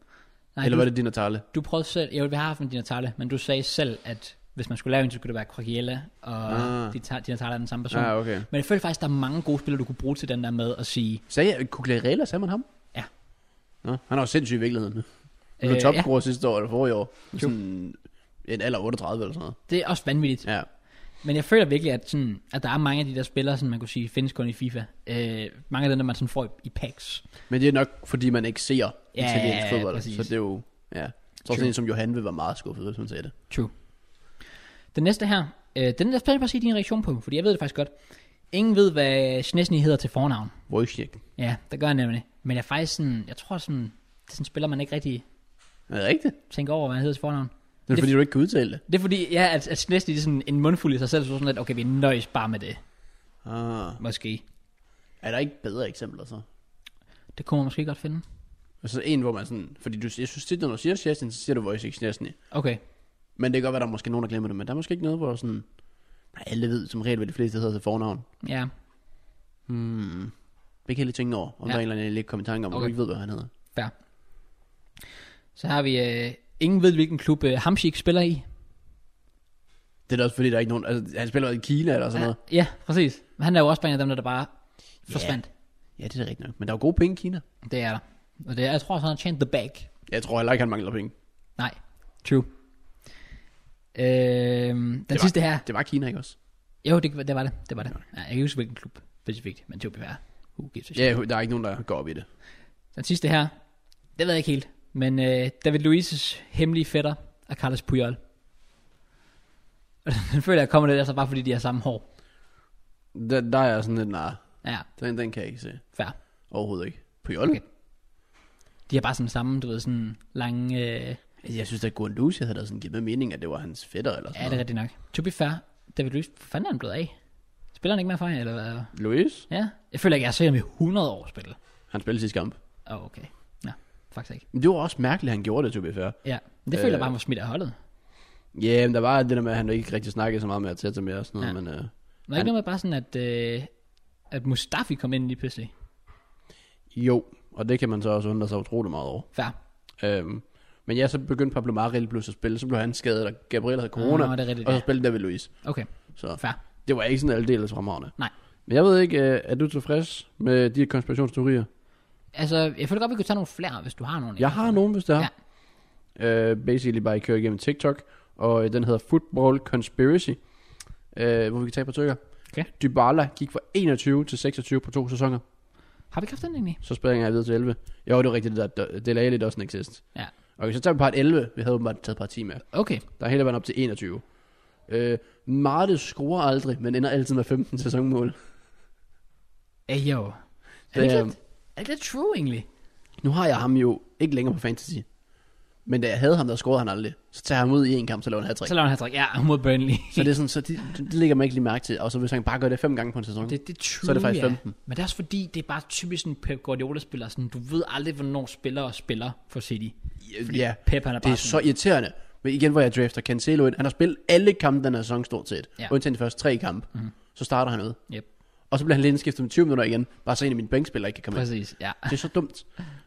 Speaker 1: Nej,
Speaker 2: Eller
Speaker 1: du,
Speaker 2: var det din og Tarle?
Speaker 1: du prøvede selv, jeg ville have haft en Dinatale, men du sagde selv, at hvis man skulle lave en, så skulle det være Quagliarella, og
Speaker 2: Ah.
Speaker 1: ah. Dinatale er den samme person.
Speaker 2: Ja,
Speaker 1: Ah,
Speaker 2: ah,
Speaker 1: okay.
Speaker 2: okay.
Speaker 1: Men jeg føler faktisk, der er mange gode spillere, du kunne bruge til den der med at sige,
Speaker 2: Sagde jeg, Kuglerela, sagde man ham?
Speaker 1: Ja.
Speaker 2: Nå, han er jo sindssyg i virkeligheden. Han
Speaker 1: Øh,
Speaker 2: blev topscorer sidste år, eller forrige år. Sådan en alder af 38 eller sådan noget.
Speaker 1: det er også vanvittigt.
Speaker 2: Ja.
Speaker 1: Men jeg føler virkelig, at, sådan, at der er mange af de der spillere, som man kunne sige, findes kun i FIFA. Øh, mange af dem, der man sådan får i, i packs.
Speaker 2: Men det er nok, fordi man ikke ser
Speaker 1: Ja,
Speaker 2: italiensk
Speaker 1: ja,
Speaker 2: fodbold.
Speaker 1: præcis.
Speaker 2: Så det er jo... Ja. Så
Speaker 1: True.
Speaker 2: sådan en som Johan vil være meget skuffet, hvis man sagde det.
Speaker 1: True. Den næste her, øh, den der spiller bare sige din reaktion på, fordi jeg ved det faktisk godt. Ingen ved, hvad Snesny hedder til fornavn.
Speaker 2: Wojciech.
Speaker 1: Ja, det gør jeg nemlig. Men jeg er faktisk sådan, jeg tror sådan, det er sådan en spiller, man ikke rigtig
Speaker 2: Er det rigtigt?
Speaker 1: tænker over, hvad han hedder til fornavn.
Speaker 2: Det er
Speaker 1: Det-
Speaker 2: fordi, du ikke kan udtale det.
Speaker 1: Det er fordi, ja, at, at Snesny det er sådan en mundfuld i sig selv, så sådan lidt, okay, vi nøjes bare med det,
Speaker 2: Ah.
Speaker 1: måske.
Speaker 2: Er der ikke bedre eksempler så?
Speaker 1: Det kunne man måske godt finde.
Speaker 2: Altså en, hvor man sådan... Fordi du, jeg synes tit, når du siger Chesney, så siger du Wojciech Chesney.
Speaker 1: Okay,
Speaker 2: Men det kan godt være, der er måske nogen, der glemmer det. Men der er måske ikke noget, hvor sådan... Nej, alle ved som regel, hvad de fleste hedder til fornavn.
Speaker 1: ja.
Speaker 2: Hmm. Det kan jeg lige tænke over,
Speaker 1: Ja.
Speaker 2: om ja. der er en eller anden, jeg lige kom i tanke om, okay.
Speaker 1: Okay.
Speaker 2: du ikke ved, hvad han hedder.
Speaker 1: Fair. Så har vi, øh, ingen ved, hvilken klub øh, Hamsik spiller i.
Speaker 2: Det er da også fordi, der er ikke nogen... Altså, han spiller i Kina eller sådan noget.
Speaker 1: Ja, præcis. Men han er jo også bare en af dem, der, der bare forsvandt.
Speaker 2: Ja, det er da rigtigt nok. Men der er jo gode penge i Kina.
Speaker 1: Det er der. Og det er, jeg tror også, han har tjent the bag.
Speaker 2: Jeg tror heller ikke, han mangler penge.
Speaker 1: Nej. True. Øhm, den
Speaker 2: var-
Speaker 1: sidste her.
Speaker 2: Det var Kina, ikke også?
Speaker 1: Jo, det, det var det. Det var det. Ja, jeg kan ikke huske, hvilken klub specifikt, men det var bare. Who gives a shit.
Speaker 2: Ja, der er ikke nogen, der går op i det.
Speaker 1: Uh, Den sidste her, det ved jeg ikke helt, men øh, David Luiz' hemmelige fætter er Carlos Puyol. *laughs* Og den føler jeg kommer lidt, altså bare fordi de har samme hår.
Speaker 2: Der, der er jeg sådan lidt, nej,
Speaker 1: Ja,
Speaker 2: den, den kan jeg ikke se.
Speaker 1: fair.
Speaker 2: Overhovedet ikke. På Jollen?
Speaker 1: Okay. De har bare sådan samme, du ved, sådan lange... Øh,
Speaker 2: Altså, Jeg synes, at Guandusia havde da sådan givet mig mening, at det var hans fætter eller
Speaker 1: ja,
Speaker 2: sådan
Speaker 1: det er rigtigt nok. To be fair, David Luiz, hvor fanden er han blevet af? Spiller han ikke mere for jer, eller hvad?
Speaker 2: noget. Luis?
Speaker 1: Ja, jeg føler ikke, jeg har set ham i 100 år spille.
Speaker 2: Han spillede sidste kamp.
Speaker 1: Åh, oh, okay. Nå, faktisk ikke.
Speaker 2: Men det var også mærkeligt, at han gjorde det, to be fair.
Speaker 1: Ja, men det
Speaker 2: Øh.
Speaker 1: føler jeg bare, han var smidt af holdet.
Speaker 2: Ja, yeah, men der var det der med, at han ikke rigtig snakkede så meget med at tætte med og sådan noget,
Speaker 1: Ja.
Speaker 2: ja. men... Øh,
Speaker 1: Men er ikke noget med bare sådan, at, øh, at Mustafi kom ind lige pludselig.
Speaker 2: jo, og det kan man så også undre sig utrolig meget over.
Speaker 1: Fair.
Speaker 2: Øhm, men ja, så begyndte Pablo Maril pludselig at spille, så blev han skadet, og Gabriel havde corona,
Speaker 1: Nå, det er rigtigt,
Speaker 2: og så
Speaker 1: ja.
Speaker 2: spillede David Luiz.
Speaker 1: Okay,
Speaker 2: Så
Speaker 1: fair.
Speaker 2: det var ikke sådan aldeles fremragende.
Speaker 1: Nej.
Speaker 2: Men jeg ved ikke, øh, er du tilfreds med de her konspirationsteorier?
Speaker 1: Altså, jeg føler godt, vi kunne tage nogle flere, hvis du har nogle.
Speaker 2: Jeg har nogen, hvis det er. Ja. Uh, basically bare kører igennem TikTok, og øh, den hedder Football Conspiracy, uh, hvor vi kan tage på tykker.
Speaker 1: Okay.
Speaker 2: Dybala gik fra 21 til 26 på to sæsoner.
Speaker 1: Har vi ikke haft den egentlig?
Speaker 2: Så springer jeg videre til 11. Jo, det er rigtigt, det der Delaney doesn't exist.
Speaker 1: Ja.
Speaker 2: Okay, så tager vi part 11. Vi havde åbenbart taget part 10 med.
Speaker 1: Okay,
Speaker 2: Der er hele vejen op til 21. Øh, Marte scorer aldrig, men ender altid med 15 sæsonmål.
Speaker 1: Ey, jo. Er det,
Speaker 2: Det
Speaker 1: ikke
Speaker 2: er-
Speaker 1: lidt, er det ikke lidt true egentlig?
Speaker 2: Nu har jeg ham jo ikke længere på fantasy. Men da jeg havde ham, der scorede han aldrig. Så tager jeg ham ud i en kamp, så laver han hat
Speaker 1: Så laver han hattrick. Ja, mod Burnley.
Speaker 2: Så det er sådan, så det, det ligger man ikke lige mærke til. Og så hvis han bare gør det fem gange på en sæson. Det,
Speaker 1: det, det er true,
Speaker 2: Mm. Så er det faktisk
Speaker 1: ja.
Speaker 2: 15.
Speaker 1: Men det er også fordi, det er bare typisk sådan Pep Guardiola-spiller. Sådan, du ved aldrig, hvornår spillere spiller for City. Fordi
Speaker 2: ja,
Speaker 1: Pep, han er
Speaker 2: det
Speaker 1: bare
Speaker 2: er så irriterende. Men igen, hvor jeg drafter Cancelo ind. Han har spillet alle kampe den her sæson stort set.
Speaker 1: Ja. Mhm.
Speaker 2: Ja. Undtagen de første tre kampe. Mm-hmm. Så starter han ud.
Speaker 1: Yep,
Speaker 2: Og så bliver han lige indskiftet med 20 minutter igen. Bare så en af mine bænkspillere ikke kan komme ind.
Speaker 1: præcis, ja.
Speaker 2: Det er så dumt.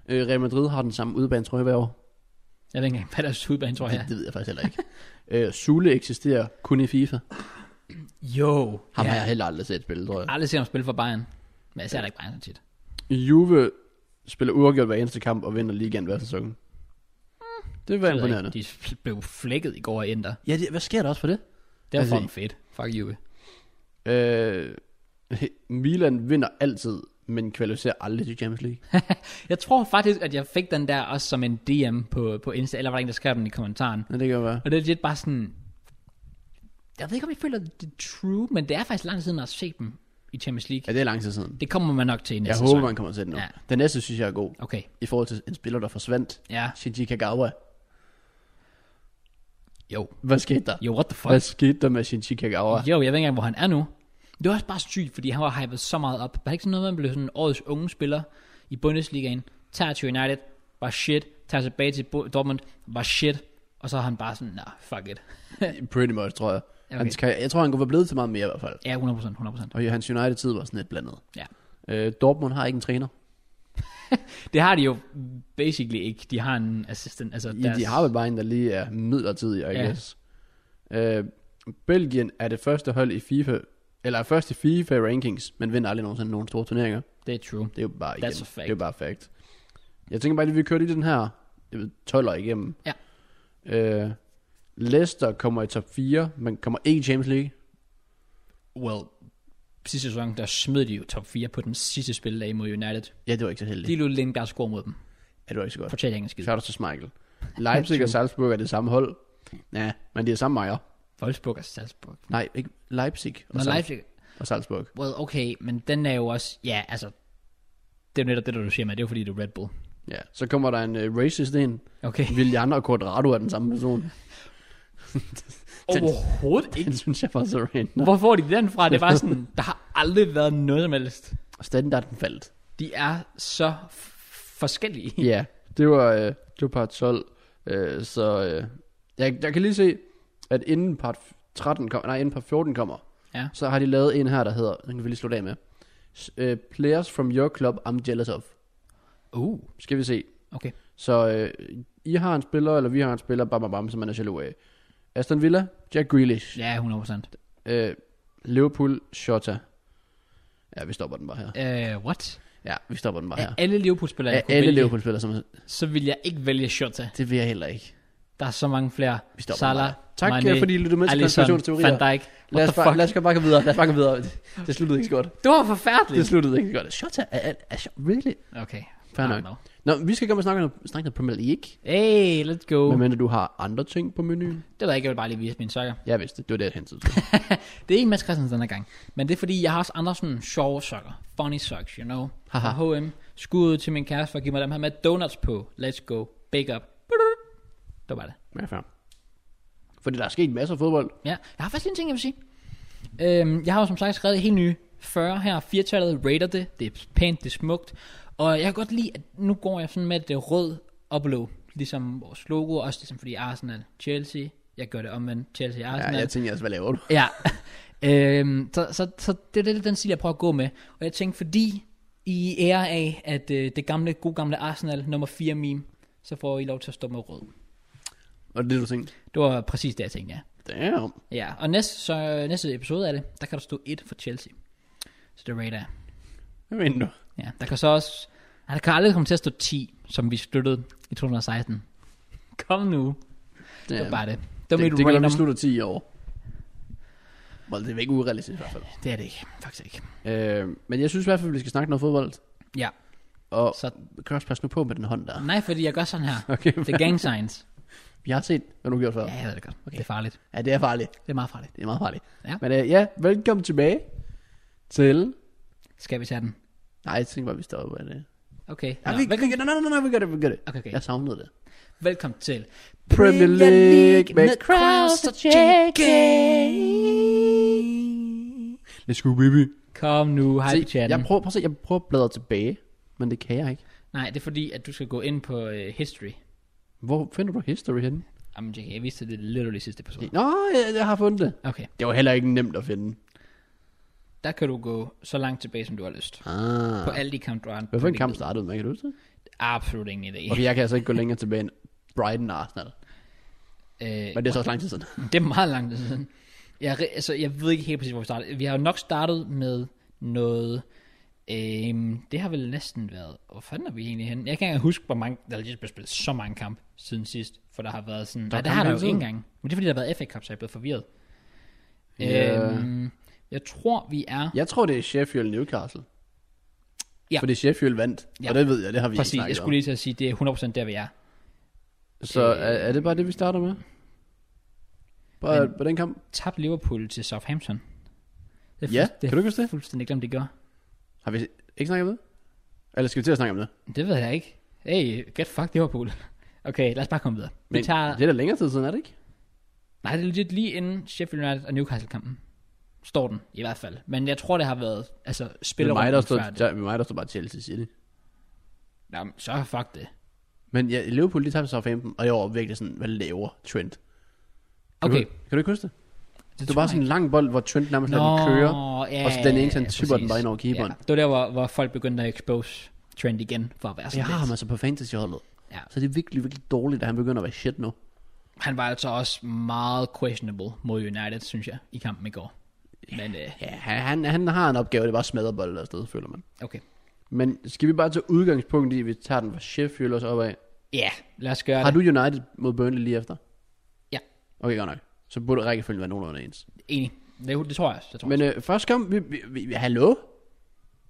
Speaker 2: Øh, Real Madrid har den samme udebane, tror jeg, hver år.
Speaker 1: Jeg ved ikke engang, hvad deres udbane, tror
Speaker 2: Ja. Det,
Speaker 1: jeg.
Speaker 2: det ved jeg faktisk heller ikke. *laughs* øh, Sule eksisterer kun i FIFA.
Speaker 1: Jo.
Speaker 2: Ham
Speaker 1: ja.
Speaker 2: har jeg heller aldrig set spille, tror jeg.
Speaker 1: aldrig set ham spille for Bayern. Men jeg ser da ikke Bayern så tit.
Speaker 2: Juve spiller uafgjort hver eneste kamp og vinder ligaen hver sæson. Det var
Speaker 1: Jeg Mm. ved
Speaker 2: imponerende.
Speaker 1: ikke, De blev flækket i går af Inter.
Speaker 2: Ja, det, hvad sker der også for det?
Speaker 1: Det var
Speaker 2: Altså,
Speaker 1: fucking fedt. Fuck you. *laughs*
Speaker 2: Øh, *laughs* Milan vinder altid, men kvalificerer aldrig til Champions League.
Speaker 1: Jeg tror faktisk, at jeg fik den der også som en DM på, på Insta, eller var der en, der skrev den i kommentaren.
Speaker 2: Ja, det kan være.
Speaker 1: Og det er legit bare sådan... Jeg ved ikke, om jeg føler, det er true, men det er faktisk lang tid siden, jeg har set dem i Champions League.
Speaker 2: Ja, det er lang tid siden.
Speaker 1: Det kommer man nok til i næste
Speaker 2: Jeg håber,
Speaker 1: sæson.
Speaker 2: man kommer til det nu.
Speaker 1: Ja.
Speaker 2: Den næste synes jeg er god.
Speaker 1: Okay,
Speaker 2: I forhold til en spiller, der forsvandt.
Speaker 1: ja.
Speaker 2: Shinji Kagawa.
Speaker 1: Jo.
Speaker 2: Hvad skete der?
Speaker 1: Jo, what the fuck?
Speaker 2: Hvad skete der med Shinji
Speaker 1: Jo,
Speaker 2: Kagawa?
Speaker 1: jeg ved ikke engang, hvor han er nu. Det er også bare sygt, fordi han var hypet så meget op. Var det ikke sådan noget, man blev sådan årets unge spiller i Bundesligaen? Tager til United, var shit. Tager tilbage til Bo- Dortmund, var shit. Og så er han bare sådan, nah, fuck it.
Speaker 2: Pretty much, tror jeg.
Speaker 1: Okay.
Speaker 2: Okay. Hans, karriere- jeg tror, han kunne være blevet til meget mere i hvert fald.
Speaker 1: Ja, 100%, 100%.
Speaker 2: Og hans United-tid var sådan lidt blandet.
Speaker 1: Ja.
Speaker 2: Øh, Dortmund har ikke en træner.
Speaker 1: Det har de jo basically ikke. De har en assistant. Altså
Speaker 2: I de har vel bare en, der lige er midlertidig, I
Speaker 1: Ja.
Speaker 2: ja. guess. Øh, Belgien er det første hold i FIFA, eller er først i FIFA-rankings, men vinder aldrig nogensinde nogen store turneringer.
Speaker 1: Det er true.
Speaker 2: Det er jo bare, igen,
Speaker 1: That's a fact.
Speaker 2: Det er jo bare fact. Jeg tænker bare, at vi kører lige den her 12'er igennem.
Speaker 1: Ja.
Speaker 2: Øh, Leicester kommer i top 4, men kommer ikke i Champions League.
Speaker 1: Well, sidste sæson, der smed de jo top 4 på den sidste spilledag mod United.
Speaker 2: Ja, det var ikke så heldigt.
Speaker 1: De lå Lindgaard score mod dem.
Speaker 2: Ja, det var ikke så godt.
Speaker 1: Fortæl ikke en skid.
Speaker 2: Så er der så Michael. Leipzig
Speaker 1: *laughs*
Speaker 2: og Salzburg er det samme hold. Ja, men de er samme ejer.
Speaker 1: Wolfsburg og Salzburg.
Speaker 2: Nej, ikke Leipzig og,
Speaker 1: Nå,
Speaker 2: Sal-
Speaker 1: Leipzig.
Speaker 2: og Salzburg.
Speaker 1: Well, okay, men den er jo også... Ja, altså... Det er jo netop det, der du siger, men det er jo fordi, det er Red Bull.
Speaker 2: Ja, så kommer der en uh, racist ind.
Speaker 1: Okay.
Speaker 2: Willian og Quadrado er den samme person. *laughs*
Speaker 1: Overhovedet ikke.
Speaker 2: Den synes jeg var så random.
Speaker 1: Hvor får de den fra? Det var
Speaker 2: *laughs*
Speaker 1: sådan, der har aldrig været noget som helst.
Speaker 2: Standarden faldt.
Speaker 1: De er så f- forskellige.
Speaker 2: Ja, det var, øh, det var part 12. Øh, så øh, jeg, jeg kan lige se, at inden part 13 kommer, nej, inden part 14 kommer,
Speaker 1: Ja.
Speaker 2: så har de lavet en her, der hedder, den kan vi lige slutte af med. S- øh, players from your club, I'm jealous of.
Speaker 1: Uh,
Speaker 2: Skal vi se.
Speaker 1: okay.
Speaker 2: Så øh, I har en spiller, eller vi har en spiller, bam, bam, bam, som man er jaloux af. Aston Villa, Jack Grealish.
Speaker 1: Ja, 100%.
Speaker 2: Øh, Liverpool, Shota. Ja, vi stopper den bare her.
Speaker 1: Uh, what?
Speaker 2: Ja, vi stopper den bare
Speaker 1: Af
Speaker 2: her.
Speaker 1: alle Liverpool-spillere,
Speaker 2: Af
Speaker 1: jeg kunne
Speaker 2: alle
Speaker 1: vælge,
Speaker 2: Liverpool-spillere, som
Speaker 1: så vil jeg ikke vælge Shota.
Speaker 2: Det vil jeg heller ikke.
Speaker 1: Der er så mange flere.
Speaker 2: Vi stopper
Speaker 1: Salah,
Speaker 2: den bare. Tak
Speaker 1: Mané,
Speaker 2: øh, fordi I lyttede med til
Speaker 1: Alisson,
Speaker 2: konspirationsteorier.
Speaker 1: Van Dijk.
Speaker 2: Lad
Speaker 1: What
Speaker 2: os,
Speaker 1: the
Speaker 2: bare,
Speaker 1: fuck?
Speaker 2: lad os bare gå videre. Lad os bare gå videre. Det sluttede ikke så godt.
Speaker 1: Det var
Speaker 2: Det
Speaker 1: forfærdeligt.
Speaker 2: sluttede ikke så godt. Shota er, er, er Shota- really?
Speaker 1: Okay.
Speaker 2: Fair
Speaker 1: I
Speaker 2: nok.
Speaker 1: don't know.
Speaker 2: Nå, vi skal komme og snakke, om- snakke om Premier League.
Speaker 1: Hey, let's go.
Speaker 2: Men mindre du har andre ting på menuen.
Speaker 1: Det ved jeg ikke, jeg vil bare lige vise mine sokker.
Speaker 2: Jeg vidste, det var det, jeg hentede.
Speaker 1: *laughs* Det er ikke Mads Christensen den her gang, men det er fordi, jeg har også andre sådan sjove sokker. Funny socks, you know.
Speaker 2: Haha.
Speaker 1: Fra H&M. Skud til min kæreste for at give mig dem her med donuts på. Let's go. Big up. Det var det.
Speaker 2: Ja, fair. Fordi der er sket masser af fodbold.
Speaker 1: Ja, jeg har faktisk lige en ting, jeg vil sige. Øhm, jeg har jo som sagt skrevet helt nye 40 her. 4-tallet rater det. Det er pænt, det er smukt. Og jeg kan godt lide, at nu går jeg sådan med at det er rød og blå. Ligesom vores logo, også ligesom fordi Arsenal, Chelsea. Jeg gør det omvendt. Chelsea,
Speaker 2: Ja,
Speaker 1: Arsenal.
Speaker 2: jeg tænkte altså, hvad laver du?
Speaker 1: Ja. *laughs* øhm, så, så, så det er lidt den stil, jeg prøver at gå med. Og jeg tænkte, fordi I ære af, at øh, det gamle, gode gamle Arsenal nummer 4 meme, så får I lov til at stå med rød.
Speaker 2: Og det, du tænkte,
Speaker 1: Det var præcis det, jeg tænkte, ja.
Speaker 2: damn.
Speaker 1: ja. Og næste, så, næste episode af det, der kan der stå 1 for Chelsea. Så det rater jeg.
Speaker 2: Hvad mener du?
Speaker 1: Ja, der kan så også... Nej, der kan aldrig komme til at stå 10, som vi støttede i 2016. Kom nu. Det var
Speaker 2: Damn.
Speaker 1: bare det. Det
Speaker 2: Det,
Speaker 1: var
Speaker 2: det,
Speaker 1: mit
Speaker 2: det kan være,
Speaker 1: random.
Speaker 2: vi slutter 10 år. Well, det er ikke urealistisk i hvert fald.
Speaker 1: Det er det ikke, faktisk ikke.
Speaker 2: Øh, men jeg synes i hvert fald, vi skal snakke noget fodbold.
Speaker 1: Ja,
Speaker 2: Og
Speaker 1: så...
Speaker 2: kan du også passe nu på med den hånd der.
Speaker 1: Nej, fordi jeg gør sådan her.
Speaker 2: Okay,
Speaker 1: Det er gang signs.
Speaker 2: jeg har set, hvad du har gjort før.
Speaker 1: Ja, jeg ved det godt. Okay. Det er farligt.
Speaker 2: Ja, det er farligt.
Speaker 1: Det er meget farligt.
Speaker 2: Det er meget farligt.
Speaker 1: Ja.
Speaker 2: Men øh, ja, velkommen tilbage til...
Speaker 1: Skal vi tage den?
Speaker 2: Nej, jeg tænkte bare, vi stopper med det.
Speaker 1: Okay.
Speaker 2: Ja,
Speaker 1: Nå,
Speaker 2: vi, vi, nej, nej, nej, nej, vi gør det, vi gør det.
Speaker 1: Okay, okay.
Speaker 2: Jeg savnede det.
Speaker 1: Velkommen til
Speaker 2: Premier League med
Speaker 3: Kraus og JK.
Speaker 2: Let's go, baby.
Speaker 1: Kom nu, hej på
Speaker 2: Se,
Speaker 1: chatten.
Speaker 2: jeg prøver, prøv at se, jeg prøver at bladre tilbage, men det kan jeg ikke.
Speaker 1: Nej, det er fordi, at du skal gå ind på uh, history.
Speaker 2: Hvor finder du history henne?
Speaker 1: Jamen, JK, jeg vidste det literally sidste episode.
Speaker 2: Nå, jeg, jeg har fundet det.
Speaker 1: Okay,
Speaker 2: Det var heller ikke nemt at finde.
Speaker 1: der kan du gå så langt tilbage, som du har lyst.
Speaker 2: Ah.
Speaker 1: På alle de kamp, du har.
Speaker 2: Hvad for en kamp startede man, kan du huske det?
Speaker 1: Absolut ingen idé.
Speaker 2: Okay, jeg kan altså ikke gå længere tilbage end Brighton og Arsenal.
Speaker 1: Øh,
Speaker 2: Men det er så også lang tid siden.
Speaker 1: det er meget langt siden. Jeg, er re- altså, jeg ved ikke helt præcis, hvor vi startede. Vi har jo nok startet med noget... Øhm, det har vel næsten været... Hvor fanden er vi egentlig henne? Jeg kan ikke engang huske, hvor mange... Der er lige blevet spillet så mange kampe siden sidst. For der har været sådan... Nej, det
Speaker 2: kampe
Speaker 1: har der jo
Speaker 2: hele
Speaker 1: ikke
Speaker 2: tiden.
Speaker 1: engang. Men det er fordi, der har været FA Cup, så jeg er blevet forvirret.
Speaker 2: Ja.
Speaker 1: Øhm, jeg tror, vi er...
Speaker 2: Jeg tror, det er Sheffield Newcastle.
Speaker 1: Ja.
Speaker 2: Fordi Sheffield vandt,
Speaker 1: Ja.
Speaker 2: og det ved jeg, det har vi
Speaker 1: Præcis,
Speaker 2: ikke
Speaker 1: jeg
Speaker 2: snakket om.
Speaker 1: skulle lige til at sige, det er 100% der, vi er.
Speaker 2: Så er, er det bare det, vi starter med? Bare på den kamp?
Speaker 1: Tabte Liverpool til Southampton. Det
Speaker 2: Ja,
Speaker 1: det
Speaker 2: kan du ikke huske det?
Speaker 1: fuldstændig glemt, det gør.
Speaker 2: Har vi ikke snakket om det? Eller skal vi til at snakke om det?
Speaker 1: Det ved jeg ikke. Hey, get fucked Liverpool. *laughs* Okay, lad os bare komme videre. Men, vi
Speaker 2: Men
Speaker 1: tager...
Speaker 2: det er da længere tid siden, er det ikke?
Speaker 1: Nej, det er legit lige inden Sheffield United og Newcastle-kampen. Står den, i hvert fald. Men jeg tror, det har været... Altså,
Speaker 2: Det er
Speaker 1: spiller
Speaker 2: mig, der står, det er mig, der står bare Chelsea City.
Speaker 1: Jamen, så fuck det.
Speaker 2: Men ja, Liverpool, de tabte Southampton, og jeg var virkelig sådan, hvad laver Trent? Kan
Speaker 1: Okay.
Speaker 2: Du, kan du ikke huske det?
Speaker 1: Det,
Speaker 2: Det var bare sådan en lang bold, hvor Trent nærmest lader den køre. og så den ene, han typer den bare ind over keeperen.
Speaker 1: Ja, det var der, hvor, hvor folk begyndte at expose Trent igen, for at være sådan
Speaker 2: Jeg har
Speaker 1: lidt.
Speaker 2: ham altså på fantasyholdet.
Speaker 1: Ja.
Speaker 2: Så det er virkelig, virkelig dårligt, at han begynder at være shit nu.
Speaker 1: Han var altså også meget questionable mod United, synes jeg, i kampen i går. Men øh,
Speaker 2: Ja, han, han- han har en opgave, det er bare at smadre bolden afsted, føler man.
Speaker 1: øh, okay.
Speaker 2: Men skal vi bare tage udgangspunkt i, at vi tager den fra Sheffield og så opad?
Speaker 1: Ja, lad os gøre
Speaker 2: Har
Speaker 1: det.
Speaker 2: du United mod Burnley lige efter?
Speaker 1: Ja.
Speaker 2: Okay, godt nok. Så burde rækkefølgen være nogenlunde ens.
Speaker 1: Enig. Det, det tror jeg også. Det, tror Men,
Speaker 2: Men øh, først kom vi, vi, vi, vi, hallo?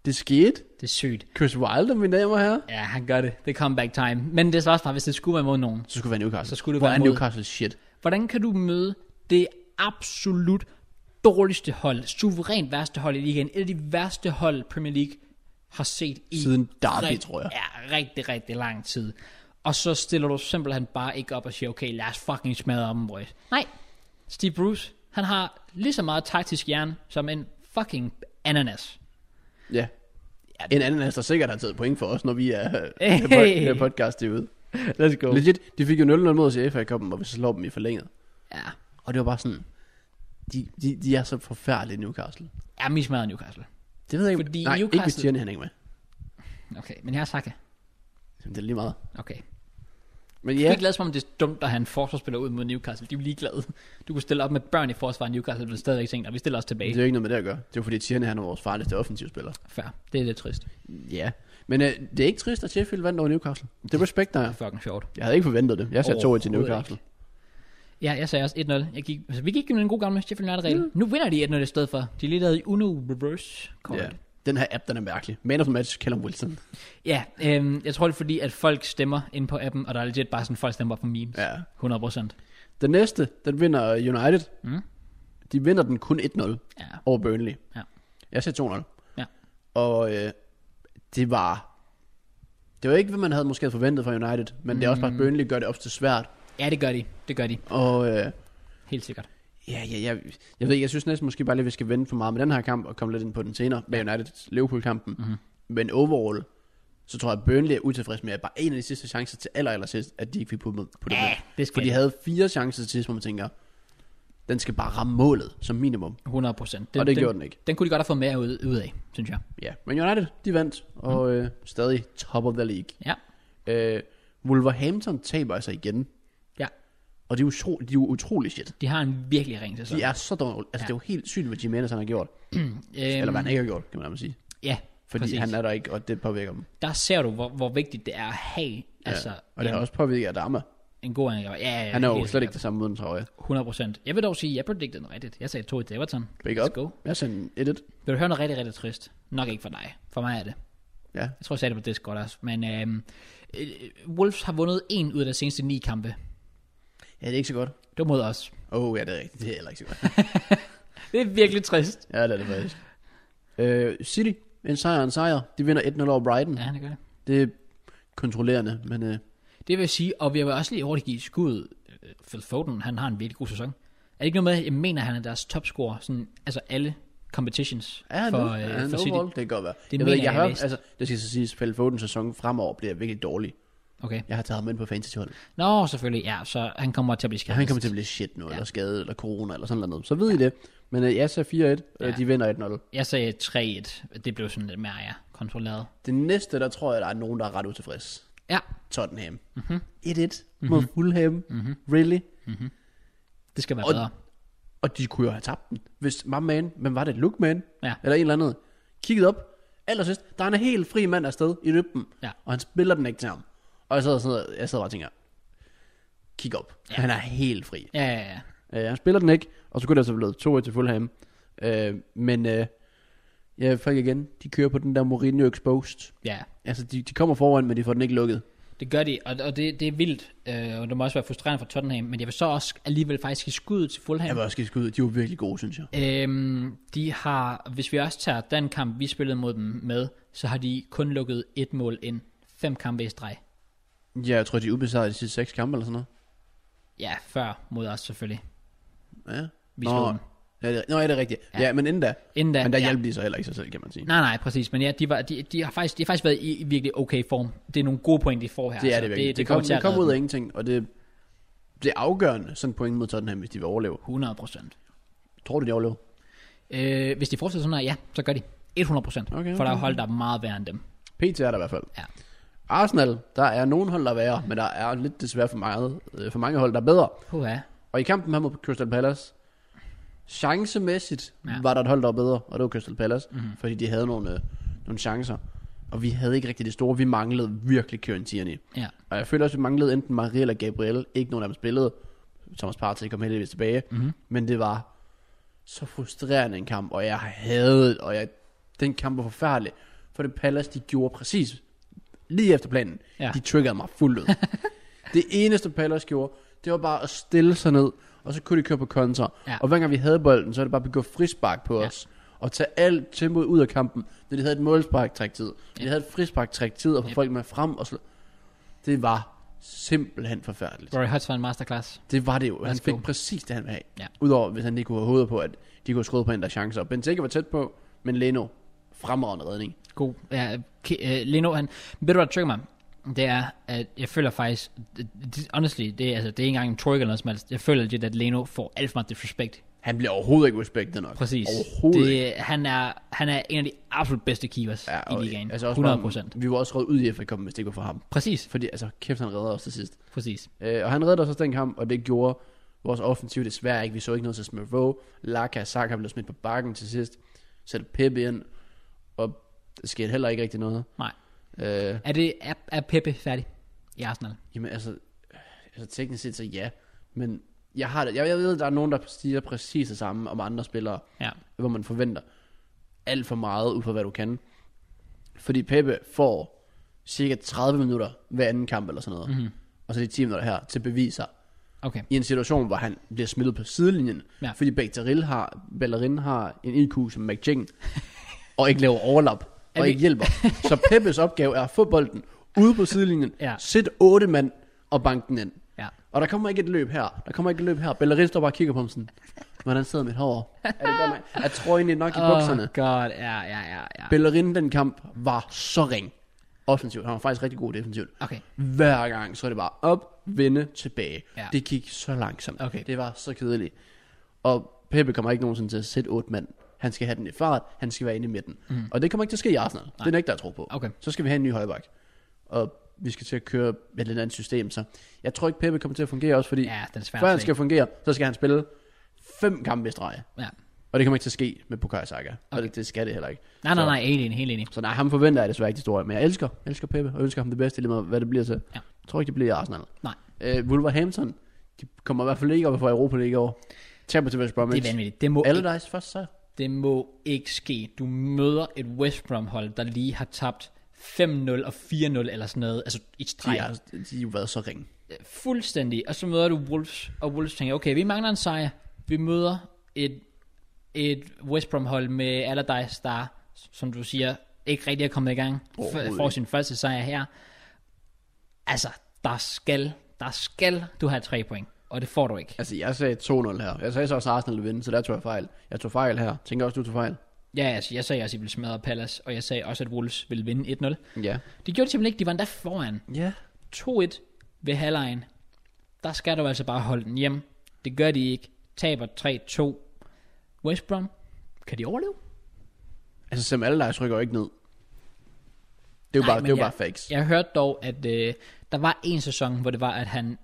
Speaker 2: Det skete.
Speaker 1: det er sygt.
Speaker 2: Chris Wilder, mine damer og herrer.
Speaker 1: Ja, han gør det. Det er comeback time. Men det er så også bare, hvis det skulle være mod nogen.
Speaker 2: Så skulle det være Newcastle.
Speaker 1: Så skulle det
Speaker 2: Hvor
Speaker 1: være
Speaker 2: er
Speaker 1: mod-
Speaker 2: Newcastle shit?
Speaker 1: Hvordan kan du møde det absolut dårligste hold, suverænt værste hold i ligaen, et af de værste hold Premier League har set i
Speaker 2: Siden Derby,
Speaker 1: rigt-
Speaker 2: tror jeg.
Speaker 1: Ja, rigtig, rigtig lang tid. Og så stiller du simpelthen bare ikke op og siger, okay, lad os fucking smadre dem, boys. Nej, Steve Bruce, han har lige så meget taktisk hjerne som en fucking ananas.
Speaker 2: Ja. ja en anden der sikkert har taget point for os, når vi er *laughs*
Speaker 1: Hey.
Speaker 2: hey. podcast derude.
Speaker 1: Let's go.
Speaker 2: Legit, de fik jo 0-0 mod os i FA Cup'en, hvor vi så slår dem i forlænget.
Speaker 1: Ja,
Speaker 2: Og det var bare sådan, de, de, de er så forfærdelige Newcastle.
Speaker 1: ja vi smadrer Newcastle.
Speaker 2: Det ved jeg ikke.
Speaker 1: Fordi
Speaker 2: Nej, ikke hvis
Speaker 1: Newcastle-
Speaker 2: Tierney han er ikke med.
Speaker 1: Okay, men jeg har sagt det.
Speaker 2: Jamen, det er lige meget.
Speaker 1: Okay.
Speaker 2: Men
Speaker 1: Du er
Speaker 2: ja,
Speaker 1: ikke glad, som om det er dumt at have en forsvarsspiller ud mod Newcastle. De er jo ligeglade. Du kunne stille op med børn i forsvaret, Newcastle ville stadigvæk tænke, at vi stiller os tilbage.
Speaker 2: det er jo ikke noget med det at gøre. Det er jo fordi, Tierney han er vores farligste offensivspiller.
Speaker 1: Fair. Det er lidt trist.
Speaker 2: Ja. Men øh, det er ikke trist, at Sheffield vandt over Newcastle. Det respekter
Speaker 1: Det
Speaker 2: jeg.
Speaker 1: er fucking sjovt.
Speaker 2: Jeg havde ikke forventet det. Jeg satte 2-1 til
Speaker 1: Overhovedet
Speaker 2: Newcastle.
Speaker 1: Ja, jeg sagde også 1-0. Jeg gik, altså, vi gik jo en god gammel Sheffield United-regel. Mm. Nu vinder de 1-0 i stedet for. De er lige lavet i Uno Reverse.
Speaker 2: Ja.
Speaker 1: Ja,
Speaker 2: Den her app, den er mærkelig. Man of the match, Callum Wilson.
Speaker 1: ja øhm, jeg tror det er fordi, at folk stemmer ind på appen, og der er legit bare sådan, folk stemmer på memes.
Speaker 2: Ja.
Speaker 1: 100 procent.
Speaker 2: Den næste, den vinder øh, United.
Speaker 1: Mm.
Speaker 2: De vinder den kun 1-0
Speaker 1: Ja.
Speaker 2: over Burnley.
Speaker 1: Ja.
Speaker 2: Jeg sagde 2-0.
Speaker 1: Ja.
Speaker 2: Og øh, det var... Det var ikke, hvad man havde måske forventet fra United, men mm. det er også bare, at Burnley gør det ofte svært.
Speaker 1: ja, det gør de. Det gør de.
Speaker 2: Og øh,
Speaker 1: Helt sikkert.
Speaker 2: ja, ja, ja, jeg ved ikke, jeg synes næsten måske bare lige, vi skal vende for meget med den her kamp, og komme lidt ind på den senere, med United-Liverpool-kampen.
Speaker 1: Mhm.
Speaker 2: Mm-hmm. Men overall, så tror jeg, at Burnley er utilfreds med, at bare en af de sidste chancer til aller, aller sidst, at de ikke fik puttet på det.
Speaker 1: Ja, det
Speaker 2: For
Speaker 1: skal
Speaker 2: de
Speaker 1: de.
Speaker 2: havde fire chancer til sidst, hvor man tænker, den skal bare ramme målet, som minimum.
Speaker 1: 100 procent.
Speaker 2: Og det gjorde den ikke.
Speaker 1: Den kunne de godt have fået mere ud, ud af, synes jeg.
Speaker 2: Ja, men United, de vandt, og
Speaker 1: Mhm.
Speaker 2: øh, stadig top of the league.
Speaker 1: Ja.
Speaker 2: Øh, Wolverhampton taber altså igen,
Speaker 1: Ja.
Speaker 2: og det er, utro, de er jo utrolig shit.
Speaker 1: De har en virkelig ring sæson.
Speaker 2: De er så dårlige.
Speaker 1: Ja.
Speaker 2: Altså, ja. det er jo helt sygt, hvad Jimenez han har gjort.
Speaker 1: øhm,
Speaker 2: Eller hvad han ikke har gjort, kan man nærmest sige.
Speaker 1: Ja,
Speaker 2: Fordi Præcis. han er der ikke, og det påvirker dem.
Speaker 1: Der ser du, hvor, hvor vigtigt det er at have altså,
Speaker 2: ja. Og det har
Speaker 1: en,
Speaker 2: også påvirket Adama.
Speaker 1: en god angriber. Ja, ja,
Speaker 2: Han er jo
Speaker 1: helt
Speaker 2: slet ikke
Speaker 1: sikkert.
Speaker 2: det samme uden trøje.
Speaker 1: 100 procent. Jeg vil dog sige, at jeg predicted den rigtigt. Jeg sagde 2 til Everton.
Speaker 2: Big
Speaker 1: Let's
Speaker 2: up.
Speaker 1: go.
Speaker 2: Jeg sendte 1-1.
Speaker 1: Vil du høre noget rigtig, rigtig trist? Nok ikke for dig. For mig er det.
Speaker 2: Ja.
Speaker 1: Jeg tror, jeg sagde det på Discord også. Men øhm, øh, Wolves har vundet en ud af deres seneste ni kampe.
Speaker 2: ja, det er ikke så godt.
Speaker 1: Det var mod os.
Speaker 2: Åh, oh, ja, det er rigtigt. Det er heller ikke så godt. *laughs*
Speaker 1: Det er virkelig trist.
Speaker 2: ja, det er det faktisk. Øh, City, en sejr, en sejr. De vinder 1-0 over Brighton. Ja.
Speaker 1: Ja, det gør det.
Speaker 2: Det er kontrollerende, men øh,
Speaker 1: Det vil sige, og vi vil også lige hurtigt give skud. øh, Phil Foden, han har en virkelig god sæson. Er det ikke noget med, at jeg mener, at han er deres topscorer, sådan, altså alle competitions
Speaker 2: er han
Speaker 1: for, øh,
Speaker 2: nu? er han
Speaker 1: for City?
Speaker 2: overall? øh, Det kan godt være.
Speaker 1: Det
Speaker 2: jeg
Speaker 1: mener
Speaker 2: ved ikke, jeg,
Speaker 1: jeg, jeg
Speaker 2: har,
Speaker 1: læste.
Speaker 2: altså, det skal så siges, at Phil Foden sæson fremover bliver virkelig dårlig.
Speaker 1: Okay.
Speaker 2: Jeg har taget ham ind på fantasy hold.
Speaker 1: Nå, selvfølgelig, ja, så han kommer til at blive
Speaker 2: Ja,
Speaker 1: skadet.
Speaker 2: han kommer til at blive shit nu, ja. eller skadet, eller corona, eller sådan noget. Så ved I det. Men øh, jeg siger 4-1, ja.
Speaker 1: Ja.
Speaker 2: de vinder 1-0.
Speaker 1: Jeg sagde 3-1. Det blev sådan lidt mere, ja, kontrolleret.
Speaker 2: Det næste, der tror jeg, der er nogen, der er ret utilfreds.
Speaker 1: Ja,
Speaker 2: Tottenham.
Speaker 1: Mhm.
Speaker 2: Mm-hmm. 1-1 mod Fulham. Mm-hmm. Really?
Speaker 1: det skal være
Speaker 2: Og-
Speaker 1: bedre.
Speaker 2: Og de kunne jo have tabt den. Hvis my man, men var det Luke man?
Speaker 1: Ja.
Speaker 2: Eller en eller anden, kiggede op. Allersidst, der er en helt fri mand afsted i løbben.
Speaker 1: Ja.
Speaker 2: Og han spiller den ikke til ham. Og jeg sad, sådan, jeg sad bare og tænker, kig op. Ja. Han er helt fri.
Speaker 1: Ja, ja, ja.
Speaker 2: Øh, han spiller den ikke, og så kunne det altså blive 2 til Fulham. Øh, men øh, ja, folk igen, de kører på den der Mourinho Exposed.
Speaker 1: ja.
Speaker 2: Altså, de, de kommer foran, men de får den ikke lukket.
Speaker 1: Det gør de, og, og det, det er vildt. Øh, og det må også være frustrerende for Tottenham, men jeg vil så også alligevel faktisk give skud til Fulham.
Speaker 2: Jeg vil også give skud, de var virkelig gode, synes jeg.
Speaker 1: Øhm, de har, hvis vi også tager den kamp, vi spillede mod dem med, så har de kun lukket et mål ind. Fem kampe i streg.
Speaker 2: Ja, jeg tror, de er ubesejret de sidste seks kampe eller sådan
Speaker 1: Ja, før mod os selvfølgelig.
Speaker 2: noget. Ja.
Speaker 1: Vi
Speaker 2: Nå,
Speaker 1: slog dem.
Speaker 2: ja, det, nå, ja, det er rigtigt. Ja, ja men inden da.
Speaker 1: Inden da,
Speaker 2: men der
Speaker 1: ja.
Speaker 2: hjalp de så heller ikke sig selv, kan man sige.
Speaker 1: Nej, nej, præcis. Men ja, de, var, de, de, har, faktisk, de har faktisk været i, i virkelig okay form. Det er nogle gode point, de får her.
Speaker 2: det er
Speaker 1: altså.
Speaker 2: det virkelig.
Speaker 1: Det,
Speaker 2: Det, det, kom,
Speaker 1: til
Speaker 2: det
Speaker 1: at
Speaker 2: kom
Speaker 1: redde
Speaker 2: ud af
Speaker 1: dem.
Speaker 2: ingenting, og det, det er afgørende sådan point mod Tottenham, hvis de vil overleve.
Speaker 1: 100 procent.
Speaker 2: Tror du, de overlever?
Speaker 1: Øh, hvis de fortsætter sådan her, ja, så gør de. 100 procent.
Speaker 2: Okay,
Speaker 1: For der er
Speaker 2: okay.
Speaker 1: hold, der er meget værre end dem.
Speaker 2: PT er der i hvert fald.
Speaker 1: Ja.
Speaker 2: Arsenal, der er nogen hold, der er værre, men der er lidt desværre for, meget, øh, for mange hold, der er bedre.
Speaker 1: Puha.
Speaker 2: Og i kampen her mod Crystal Palace, chancemæssigt
Speaker 1: Ja.
Speaker 2: ja. var der et hold, der var bedre, og det var Crystal Palace, mm-hmm. fordi de havde nogle, øh, nogle chancer. Og vi havde ikke rigtig det store. Vi manglede virkelig Kieran Tierney.
Speaker 1: Ja.
Speaker 2: Og jeg føler også, at vi manglede enten Marie eller Gabriel. Ikke nogen af dem spillede. Thomas Partey kom heldigvis tilbage. Mm-hmm. Men det var så frustrerende en kamp, og jeg havde, og jeg, den kamp var forfærdelig. For det Palace, de gjorde præcis lige efter planen.
Speaker 1: Ja.
Speaker 2: Ja. De triggerede mig fuldt ud. det eneste Palace gjorde, det var bare at stille sig ned, og så kunne de køre på kontra.
Speaker 1: Ja.
Speaker 2: Ja. Og hver gang vi havde bolden, så var det bare at begå frispark på
Speaker 1: Ja.
Speaker 2: ja. os. Og tage alt tempoet ud af kampen. Når de havde et målspark træk tid. Når de havde et frispark træk tid, og få folk med frem og slå. Det var simpelthen forfærdeligt.
Speaker 1: Rory Hodgson var en masterclass.
Speaker 2: Det var det jo. Han
Speaker 1: Let's
Speaker 2: fik
Speaker 1: go.
Speaker 2: præcis det, han ville have.
Speaker 1: Ja.
Speaker 2: Udover, hvis han lige kunne have hovedet på, at de kunne have skruet på en der chancer. Benteke var tæt på, men Leno fremragende redning.
Speaker 1: God. Ja, K- øh, Leno, han... Ved du, hvad der trigger mig? det er, at jeg føler faktisk, det- honestly, det, er- altså, det er ikke engang en twerk eller noget som helst. Jeg føler lidt, at Leno får alt for meget disrespect.
Speaker 2: Han bliver overhovedet ikke respektet nok.
Speaker 1: Præcis.
Speaker 2: Overhovedet ikke.
Speaker 1: Det, han, er, han er en af de absolut bedste keepers ja, i
Speaker 2: og-
Speaker 1: ligaen. Altså
Speaker 2: altså også
Speaker 1: 100
Speaker 2: bare-
Speaker 1: procent.
Speaker 2: Vi var også rødt ud i FA Cup, hvis det ikke var for ham.
Speaker 1: Præcis,
Speaker 2: Fordi, altså, kæft, han redder os til sidst.
Speaker 1: præcis.
Speaker 2: Øh, og han reddede os også den kamp, og det gjorde vores offensiv desværre ikke. Vi så ikke noget til Smith Rowe. Laka og Saka blev smidt på bakken til sidst. Sætte Pepe ind, og der skete heller ikke rigtig noget.
Speaker 1: Nej.
Speaker 2: Øh,
Speaker 1: Er, det, er, er Peppe færdig i Arsenal?
Speaker 2: jamen, altså, øh, altså, teknisk set så ja, men jeg, har det. Jeg, jeg ved, at der er nogen, der siger præcis det samme om andre spillere,
Speaker 1: Ja,
Speaker 2: hvor man forventer alt for meget ud fra, hvad du kan. Fordi Pepe får cirka 30 minutter hver anden kamp eller sådan noget. Mm-hmm. Og så de 10 minutter her til at bevise sig.
Speaker 1: okay.
Speaker 2: i en situation, hvor han bliver smidt ud på sidelinjen,
Speaker 1: Ja.
Speaker 2: ja. fordi Bechterin har, Bellerin har en IQ som McJing, og ikke laver overlap,
Speaker 1: Er
Speaker 2: og
Speaker 1: vi-
Speaker 2: ikke hjælper. Så Peppes opgave er at få bolden ude på sidelinjen,
Speaker 1: Ja.
Speaker 2: ja. sæt otte mand og banke den ind.
Speaker 1: Ja.
Speaker 2: Og der kommer ikke et løb her, der kommer ikke et løb her. Bellerin står bare og kigger på ham sådan, hvordan sidder mit hår? Er det godt, mand? Er trøjen egentlig nok i bukserne?
Speaker 1: Oh god, ja, ja, ja, ja.
Speaker 2: Bellerin den kamp var så ring. Offensivt. Han var faktisk rigtig god defensivt.
Speaker 1: Okay.
Speaker 2: Hver gang, så er det bare op, vende, tilbage.
Speaker 1: Ja.
Speaker 2: Det gik så langsomt.
Speaker 1: Okay.
Speaker 2: Det var så kedeligt. Og Pepe kommer ikke nogensinde til at sætte otte mand. Han skal have den i fart, han skal være inde i midten. Mm. Og det kommer ikke til at ske i Arsenal. Nej. Det er ikke, der er tro på.
Speaker 1: Okay.
Speaker 2: Så skal vi have en ny højbak. Og vi skal til at køre med et lidt andet system. Så jeg tror ikke, Pepe kommer til at fungere også, fordi
Speaker 1: Ja, den er svær
Speaker 2: før
Speaker 1: at
Speaker 2: han
Speaker 1: se.
Speaker 2: skal fungere, så skal han spille fem kampe i streg.
Speaker 1: ja.
Speaker 2: Og det kommer ikke til at ske med Bukayo Saka. Okay. Og det, det skal det heller ikke.
Speaker 1: Nej, nej,
Speaker 2: Så-
Speaker 1: nej, helt enig, helt enig.
Speaker 2: så nej, ham forventer jeg desværre ikke det store, men jeg elsker, elsker Peppe, og ønsker ham det bedste, lige meget hvad det bliver til.
Speaker 1: Ja.
Speaker 2: Jeg tror ikke, det bliver i Arsenal.
Speaker 1: Nej.
Speaker 2: Øh, Wolverhampton, de kommer i hvert fald ikke op for Europa League i år. Taber til West Bromwich.
Speaker 1: Det er vanvittigt. Det må,
Speaker 2: Alle
Speaker 1: ikke,
Speaker 2: deres først så.
Speaker 1: det må ikke ske. Du møder et West Brom hold, der lige har tabt 5-0 og 4-0 eller sådan noget. Altså i
Speaker 2: De,
Speaker 1: streg.
Speaker 2: er, de har jo været så ringe.
Speaker 1: Fuldstændig. Og så møder du Wolves, og Wolves tænker, okay, vi mangler en sejr. Vi møder et, et West Brom hold med Allardyce, der, som du siger, ikke rigtig er kommet i gang.
Speaker 2: Overhovedet
Speaker 1: F- får
Speaker 2: ikke.
Speaker 1: sin første sejr her. Altså, der skal, der skal du have tre point. Og det får du ikke.
Speaker 2: Altså, jeg sagde 2-0 her. Jeg sagde så også, at Arsenal ville vinde, så der tog jeg fejl. Jeg tog fejl her. Tænker også, du tog fejl.
Speaker 1: Ja, altså, jeg sagde også, at I ville smadre Palace, og jeg sagde også, at Wolves ville vinde 1-0. Det gjorde
Speaker 2: Ja.
Speaker 1: de simpelthen ikke. De var endda foran.
Speaker 2: Ja.
Speaker 1: 2-1 ved halvlejen. Der skal du altså bare holde den hjem. Det gør de ikke. Taber 3-2. West Brom, kan de overleve?
Speaker 2: Altså, Sam Allardyce rykker jo ikke ned. Det er jo
Speaker 1: Nej,
Speaker 2: bare, det
Speaker 1: men
Speaker 2: er jo
Speaker 1: jeg-
Speaker 2: bare facts.
Speaker 1: Jeg hørte dog, at øh, der var en sæson, hvor det var, at han,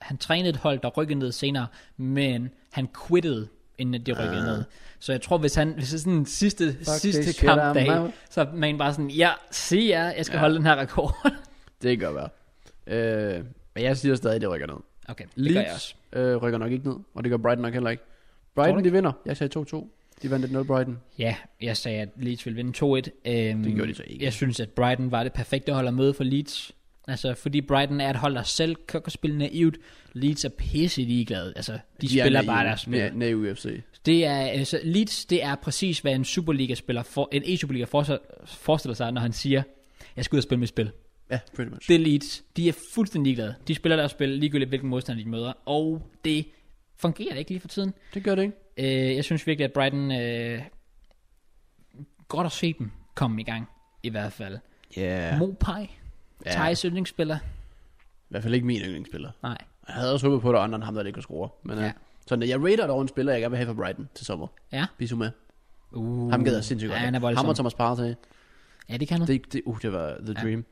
Speaker 1: han trænede et hold, der rykkede ned senere, men han quittede, inden det rykkede ned. Så jeg tror, hvis han, hvis Ah. det er sådan en sidste,
Speaker 2: this
Speaker 1: sidste
Speaker 2: shit, I'm
Speaker 1: kampdag,
Speaker 2: out.
Speaker 1: så er man bare sådan, ja, se jer, jeg skal ja. holde den her rekord. *laughs*
Speaker 2: Det kan godt være. Øh, men jeg siger stadig, at det rykker ned.
Speaker 1: okay, det gør jeg også.
Speaker 2: Leeds øh, rykker nok ikke ned, og det gør Brighton nok heller ikke. Brighton, de vinder. Jeg sagde 2-2. De vandt 1-0 Brighton.
Speaker 1: Ja, jeg sagde, at Leeds ville vinde 2-1. Øhm,
Speaker 2: Det gjorde de så ikke.
Speaker 1: Jeg synes, at Brighton var det perfekte hold at møde for Leeds. Altså, fordi Brighton er et hold, der selv kan kan spille naivt. Leeds er pisse ligeglade. Altså, de, de spiller bare deres spil.
Speaker 2: spil. Nej, UFC.
Speaker 1: Det er, altså, Leeds, det er præcis, hvad en Superliga-spiller, for, en e-Superliga forestiller- forestiller sig, når han siger, jeg skal ud og spille mit spil.
Speaker 2: Ja, pretty much.
Speaker 1: Det er Leeds. De er fuldstændig ligeglade. De spiller deres spil, ligegyldigt hvilken modstander de møder. Og det fungerer ikke lige for tiden.
Speaker 2: Det gør det ikke.
Speaker 1: Øh, jeg synes virkelig, at Brighton... Øh, godt at se dem komme i gang, i hvert fald. Ja.
Speaker 2: Yeah.
Speaker 1: Mopai,
Speaker 2: Ja.
Speaker 1: ja. Thais yndlingsspiller.
Speaker 2: I hvert fald ikke min yndlingsspiller.
Speaker 1: Nej,
Speaker 2: Jeg havde også håbet på, at der var andre end ham, der ikke kunne score. Men
Speaker 1: Ja.
Speaker 2: ja. sådan, at jeg rater dog en spiller, jeg gerne vil have for Brighton til sommer.
Speaker 1: ja.
Speaker 2: Bisu med.
Speaker 1: Uh.
Speaker 2: Ham gad jeg sindssygt
Speaker 1: ja,
Speaker 2: godt.
Speaker 1: han er
Speaker 2: ham og
Speaker 1: voldsom. Mm.
Speaker 2: Thomas Partey.
Speaker 1: Ja, det kan han.
Speaker 2: Det, det, uh, det var the dream.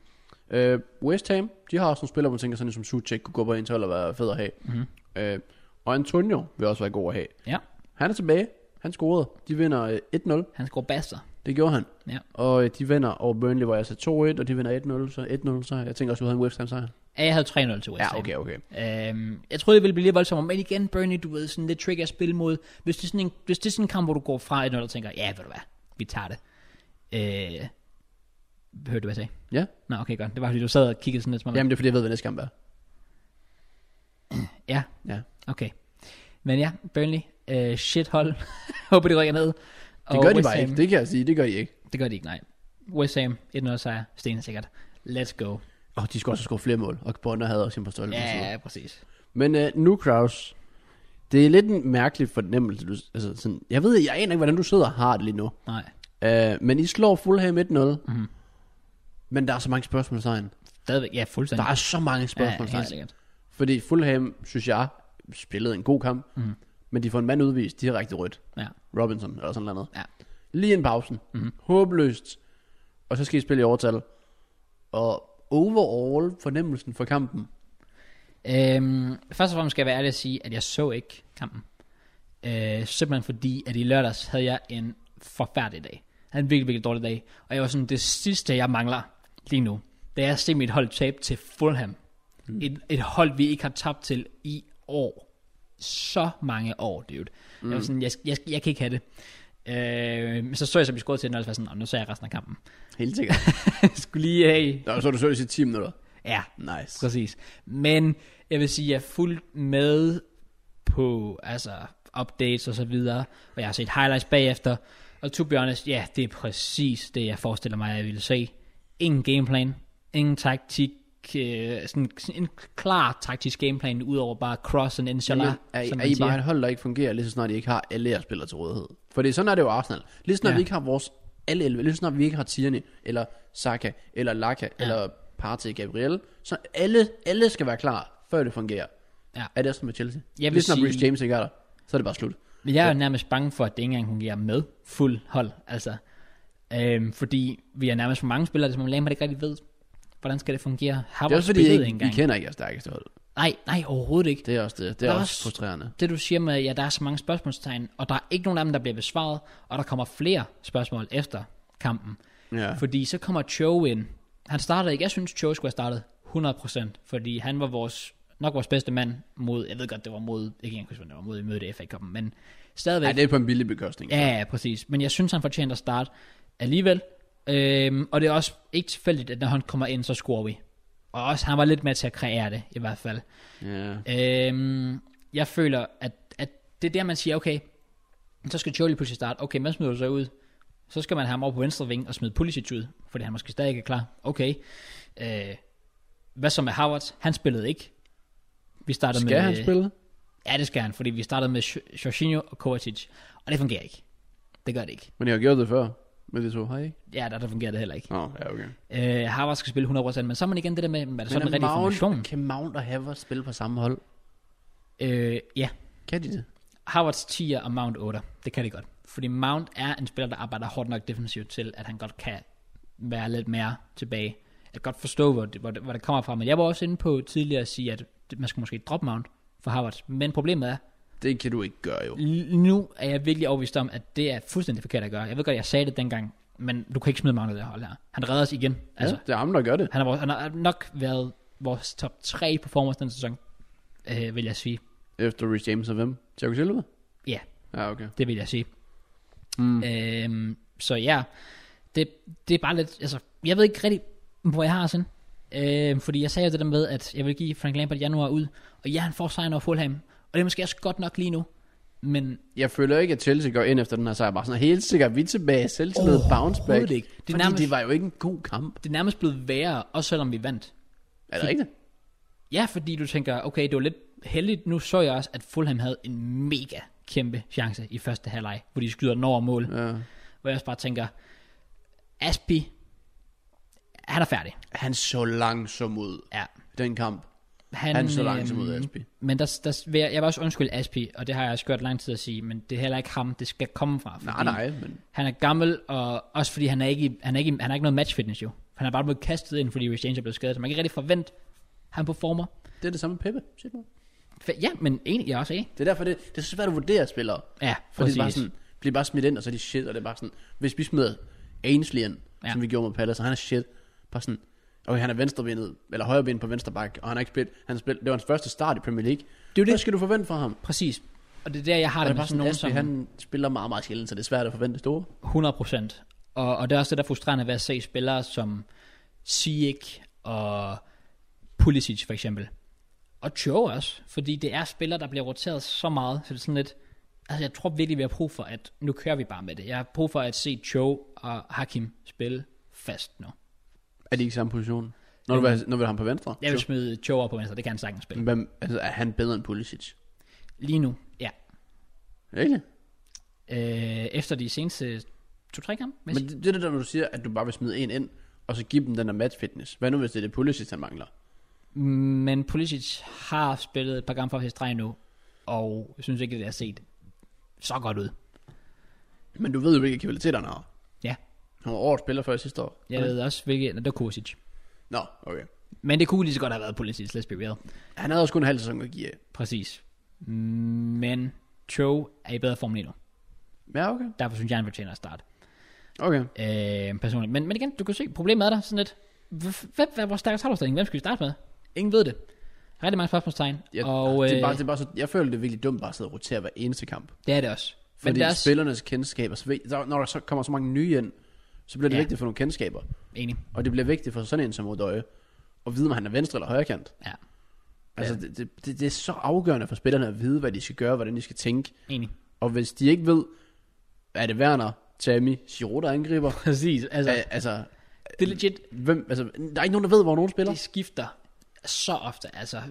Speaker 2: Øh, West Ham, de har også nogle spillere, man tænker sådan en som Suchek kunne gå på en til og være fed at have. Mm-hmm. Øh, og Antonio vil også være god at have.
Speaker 1: Ja,
Speaker 2: Han er tilbage. Han scorede. De vinder øh, 1-0.
Speaker 1: han scorer baster.
Speaker 2: Det gjorde han.
Speaker 1: Ja.
Speaker 2: Og øh, de vinder over Burnley, hvor jeg sagde 2-1, og de vinder 1-0, så 1-0, så jeg tænker også, du havde en West Ham sejr.
Speaker 1: Ja, jeg havde 3-0 til West
Speaker 2: Ja,
Speaker 1: Ham.
Speaker 2: okay, okay.
Speaker 1: Øhm, jeg troede, det ville blive lidt voldsommere, men igen, Burnley, du ved, sådan lidt trick at spille mod. Hvis det er sådan en, hvis det er sådan en kamp, hvor du går fra 1-0 og tænker, ja, ved du hvad, vi tager det. Øh, hørte du, hvad jeg sagde?
Speaker 2: Ja,
Speaker 1: Nå, okay, godt. Det var, fordi du sad og kiggede sådan lidt, som om,
Speaker 2: jamen det er fordi, jeg ved, hvad næste kamp er.
Speaker 1: ja,
Speaker 2: Ja.
Speaker 1: Okay. Men ja, Burnley, øh, shit hold. *laughs* Håber de rykker ned.
Speaker 2: Det
Speaker 1: Og
Speaker 2: gør de
Speaker 1: West
Speaker 2: bare
Speaker 1: Ham,
Speaker 2: ikke, det kan jeg sige, det gør de ikke.
Speaker 1: Det gør de ikke, nej. West Ham, 1-0 sejr, sten sikkert. Let's go.
Speaker 2: Og de skal også score flere mål, og Bonner havde også sin på stolpe.
Speaker 1: Ja, ja, præcis.
Speaker 2: Men øh, nu, Kraus, det er lidt en mærkelig fornemmelse. Du, altså, sådan, jeg ved, jeg aner ikke, hvordan du sidder og har det lige nu.
Speaker 1: Nej, Mhm.
Speaker 2: Øh, men I slår Fulham 1-0. Mm-hmm. Men der er så mange spørgsmålstegn.
Speaker 1: Stadigvæk, ja,
Speaker 2: Der
Speaker 1: fuldstændig.
Speaker 2: er så mange spørgsmål.
Speaker 1: ja,
Speaker 2: Ja,
Speaker 1: helt sikkert.
Speaker 2: Fordi Fulham, synes jeg, spillede en god kamp. Mm. Men de får en mand udvist direkte rødt.
Speaker 1: Ja.
Speaker 2: Robinson eller sådan noget.
Speaker 1: Ja.
Speaker 2: Lige en pausen. Mm-hmm. Håbløst. Og så skal I spille i overtal. Og overall fornemmelsen for kampen.
Speaker 1: Øhm, først og fremmest skal jeg være ærlig at sige, at jeg så ikke kampen. Øh, simpelthen fordi, at i lørdags havde jeg en forfærdelig dag. Jeg havde en virkelig, virkelig dårlig dag. Og jeg var sådan, det sidste, jeg mangler lige nu, det er at se mit hold tabe til Fulham. Mm. Et, et hold, vi ikke har tabt til i år. Så mange år, dude. Mm. Jeg var sådan, jeg, jeg, jeg kan ikke have det. Øh, så så jeg, så vi scorede til den, og så var jeg sådan, "Nå, nu så jeg resten af kampen. *laughs*
Speaker 2: Helt sikkert.
Speaker 1: Skulle lige af.
Speaker 2: Nå, så er du seriøst i 10 minutter.
Speaker 1: Ja,
Speaker 2: Nice.
Speaker 1: Præcis. Men jeg vil sige, jeg er fuldt med på altså, updates og så videre, og jeg har set highlights bagefter, og to be honest, ja, det er præcis det, jeg forestiller mig, jeg ville se. Ingen gameplan, ingen taktik, øh, sådan, sådan en klar taktisk gameplan, udover bare cross and inshallah,
Speaker 2: Jamen,
Speaker 1: Jamen,
Speaker 2: er, I-
Speaker 1: som
Speaker 2: er
Speaker 1: man
Speaker 2: I
Speaker 1: siger.
Speaker 2: bare et hold, der ikke fungerer, lige så snart I ikke har alle jeres spillere til rådighed? For det er sådan er det jo Arsenal. Lige så snart
Speaker 1: Ja.
Speaker 2: ja. vi ikke har vores alle 11, lige så snart vi ikke har Tierney, eller Saka, eller Laka, ja. eller Partey, Gabriel, så alle, alle skal være klar, før det fungerer.
Speaker 1: Ja.
Speaker 2: Er det også sådan med Chelsea?
Speaker 1: Jeg vil
Speaker 2: lige så snart
Speaker 1: sige-
Speaker 2: Bruce James ikke er der, så er det bare slut.
Speaker 1: Men jeg er jo nærmest bange for, at det ikke engang fungerer med fuld hold, altså. Øhm, fordi vi er nærmest for mange spillere, det er som om Lampard ikke rigtig ved, hvordan skal det fungere. Har
Speaker 2: Det er
Speaker 1: vores
Speaker 2: også fordi, I,
Speaker 1: spillet
Speaker 2: ikke,
Speaker 1: engang?
Speaker 2: I kender ikke jeres stærkeste hold.
Speaker 1: Nej, nej, overhovedet ikke.
Speaker 2: Det er også, det, det er
Speaker 1: Der er
Speaker 2: også
Speaker 1: også-
Speaker 2: frustrerende.
Speaker 1: Det du siger med, at ja, der er så mange spørgsmålstegn, og der er ikke nogen af dem, der bliver besvaret, og der kommer flere spørgsmål efter kampen.
Speaker 2: Ja.
Speaker 1: Fordi så kommer Cho ind. Han startede ikke. Jeg synes, Cho skulle have startet 100%, fordi han var vores, nok vores bedste mand mod, jeg ved godt, det var mod, ikke engang, huske, hvem det var mod, vi mødte i FA Cup'en, men stadigvæk.
Speaker 2: Ja, det er på en billig bekostning.
Speaker 1: Ja, ja, præcis. Men jeg synes, han fortjener at starte alligevel. Øhm, og det er også ikke tilfældigt, at når han kommer ind, så scorer vi. Og også, han var lidt med til at kreere det, i hvert fald.
Speaker 2: Ja.
Speaker 1: Øhm, jeg føler, at, at det er der, man siger, okay, så skal Jolie pludselig starte. Okay, man smider du så ud. Så skal man have ham over på venstre ving og smide Pulisic ud, fordi han måske stadig ikke er klar. Okay. Øh, hvad så med Howard? Han spillede ikke. Vi startede med...
Speaker 2: Skal han spille?
Speaker 1: Ja, det skal han, fordi vi startede med Jo- Jorginho og Kovacic. Og det fungerer ikke. Det gør det ikke.
Speaker 2: Men jeg har gjort det før. Men det så, hej.
Speaker 1: Ja, der, der fungerer det heller ikke.
Speaker 2: Åh, oh, ja, okay.
Speaker 1: Øh, Howard skal spille 100%, men så er man igen det der med, er det sådan en
Speaker 2: Men
Speaker 1: rigtig
Speaker 2: er Mount-
Speaker 1: formation?
Speaker 2: Kan Mount og Havertz spille på samme hold?
Speaker 1: Øh, ja,
Speaker 2: Kan de det?
Speaker 1: Howards 10'er og Mount 8'er. Det kan det godt. Fordi Mount er en spiller, der arbejder hårdt nok defensivt til, at han godt kan være lidt mere tilbage. Jeg kan godt forstå, hvor det, hvor, det, hvor det kommer fra. Men jeg var også inde på tidligere at sige, at det- man skal måske droppe Mount for Howard. Men problemet er,
Speaker 2: Det kan du ikke gøre, jo.
Speaker 1: l- nu er jeg virkelig overbevist om, at det er fuldstændig forkert at gøre. Jeg ved godt, jeg sagde det dengang, men du kan ikke smide Mount ud af det her hold her. Han redder os igen. Altså,
Speaker 2: Altså, det er ham, der gør det.
Speaker 1: han, har, vores- han har nok været vores top 3 performance den sæson, øh, vil jeg sige.
Speaker 2: Efter Rich James og hvem? Thiago Silva?
Speaker 1: Ja, yeah.
Speaker 2: Ja, okay.
Speaker 1: Det vil jeg sige. Mm. Øhm, så ja, det, det er bare lidt, altså, jeg ved ikke rigtig, hvor jeg har sådan. Øhm, fordi jeg sagde jo det der med, at jeg vil give Frank Lampard januar ud, og ja, han får sejren over Fulham, og det er måske også godt nok lige nu, men
Speaker 2: Jeg føler ikke, at Chelsea går ind efter den her sejr. Bare sådan, helt sikkert, vi er tilbage. Selvtillid,
Speaker 1: Overhovedet
Speaker 2: bounce back.
Speaker 1: ikke. Det er
Speaker 2: Det, fordi
Speaker 1: nærmest-
Speaker 2: det var jo ikke en god kamp.
Speaker 1: det er nærmest blevet værre, også selvom vi vandt.
Speaker 2: Er det rigtigt?
Speaker 1: Ja, fordi du tænker, okay, det var lidt heldigt, nu så jeg også, at Fulham havde en mega kæmpe chance i første halvleg, hvor de skyder den over mål, ja.
Speaker 2: Ja.
Speaker 1: hvor jeg også bare tænker, Aspi, han er færdig.
Speaker 2: Han så langsom ud.
Speaker 1: Ja,
Speaker 2: Den kamp.
Speaker 1: Han,
Speaker 2: Han så langsom ud,
Speaker 1: øhm,
Speaker 2: Aspi.
Speaker 1: Men der, der, vil jeg, jeg vil også undskylde Aspi, og det har jeg også gjort lang tid at sige, men det er heller ikke ham, det skal komme fra. Fordi
Speaker 2: Nej, nej, men...
Speaker 1: Han er gammel, og også fordi han er ikke, i- han er ikke, i- han er ikke noget match fitness jo. Han er bare blevet kastet ind, fordi Rich James er blevet skadet, så man kan ikke rigtig forvente, at han performer.
Speaker 2: Det er det samme med Peppe. siger du.
Speaker 1: F- Ja, men egentlig, jeg er også enig.
Speaker 2: Det er derfor, det, det er så svært at vurdere spillere.
Speaker 1: Ja,
Speaker 2: Fordi det er bare
Speaker 1: præcis.
Speaker 2: sådan, bliver bare smidt ind, og så er de shit, og det er bare sådan, hvis vi smider Ainsley ind,
Speaker 1: Ja.
Speaker 2: ja. som vi gjorde med Palace, og han er shit, bare sådan, okay, han er venstrebenet, eller højrebenet på venstre bak, og han har ikke spillet, han har spillet, det var hans første start i Premier League. Det er jo det. Hvad skal du forvente fra ham? Og
Speaker 1: Præcis. Og det er der, jeg har
Speaker 2: det er
Speaker 1: det med
Speaker 2: bare
Speaker 1: sådan
Speaker 2: sådan,
Speaker 1: nogen som
Speaker 2: Asby, han spiller meget, meget sjældent, så det er svært at forvente det store.
Speaker 1: 100%. Og, og det er også det, der er frustrerende ved at se spillere som Sieg og Pulisic for eksempel. Og Cho også, fordi det er spillere, der bliver roteret så meget, så det er sådan lidt, altså jeg tror virkelig, vi har brug for, at nu kører vi bare med det. Jeg har brug for at se Cho og Hakim spille fast nu.
Speaker 2: Er de ikke i samme position? Når du vil, have- når du vil have ham på venstre?
Speaker 1: Jeg vil smide Cho over på venstre, det kan han sagtens spille.
Speaker 2: Hvem, altså, er han bedre end Pulisic?
Speaker 1: Lige nu, ja.
Speaker 2: Ikke?
Speaker 1: Øh, efter de seneste 2-3 kampe,
Speaker 2: Men det, det er det der, når du siger, at du bare vil smide en ind, og så give dem den der match fitness. Hvad nu, hvis det er det Pulisic, han mangler?
Speaker 1: Men Pulisic har spillet et par gange for his streg nu, og jeg synes ikke, det har set så godt ud.
Speaker 2: Men du ved jo, hvilke kvaliteter han har.
Speaker 1: Ja,
Speaker 2: Han var årets spiller før sidste år.
Speaker 1: jeg ved også, hvilket... Nå, det var Kosic.
Speaker 2: Nå, okay.
Speaker 1: Men det kunne lige så godt have været Pulisic, let's be real.
Speaker 2: Han havde også kun en halv sæson at give af.
Speaker 1: Præcis. Men Cho er i bedre form lige nu.
Speaker 2: Ja, okay.
Speaker 1: Derfor synes jeg, han fortjener at starte.
Speaker 2: Okay.
Speaker 1: Øh, personligt. Men, men igen, du kan se, problemet er der sådan lidt. Hvem- Hvem er vores stærkeste holdopstilling? Hvem skal vi starte med? Ingen ved det. Rigtig mange spørgsmålstegn.
Speaker 2: Jeg,
Speaker 1: og
Speaker 2: det er
Speaker 1: øh,
Speaker 2: bare, det er bare så, jeg føler, det er virkelig dumt bare at sidde og rotere hver eneste kamp.
Speaker 1: det er det også. Men
Speaker 2: Fordi
Speaker 1: det er
Speaker 2: deres...
Speaker 1: også,
Speaker 2: spillernes kendskaber, så ved, der, når der så kommer så mange nye ind, så bliver det
Speaker 1: Ja.
Speaker 2: ja. vigtigt for nogle kendskaber.
Speaker 1: enig.
Speaker 2: Og det bliver vigtigt for sådan en som Odøje, at vide, om han er venstre eller højrekant.
Speaker 1: Ja,
Speaker 2: Altså, det, det, det, det er så afgørende for spillerne at vide, hvad de skal gøre, hvordan de skal tænke.
Speaker 1: enig.
Speaker 2: Og hvis de ikke ved, er det Werner, Tammy, Giroud, der angriber?
Speaker 1: Præcis. Altså,
Speaker 2: Æ, altså,
Speaker 1: det er legit,
Speaker 2: hvem, altså, der er ikke nogen, der ved, hvor nogen spiller.
Speaker 1: det skifter så ofte, altså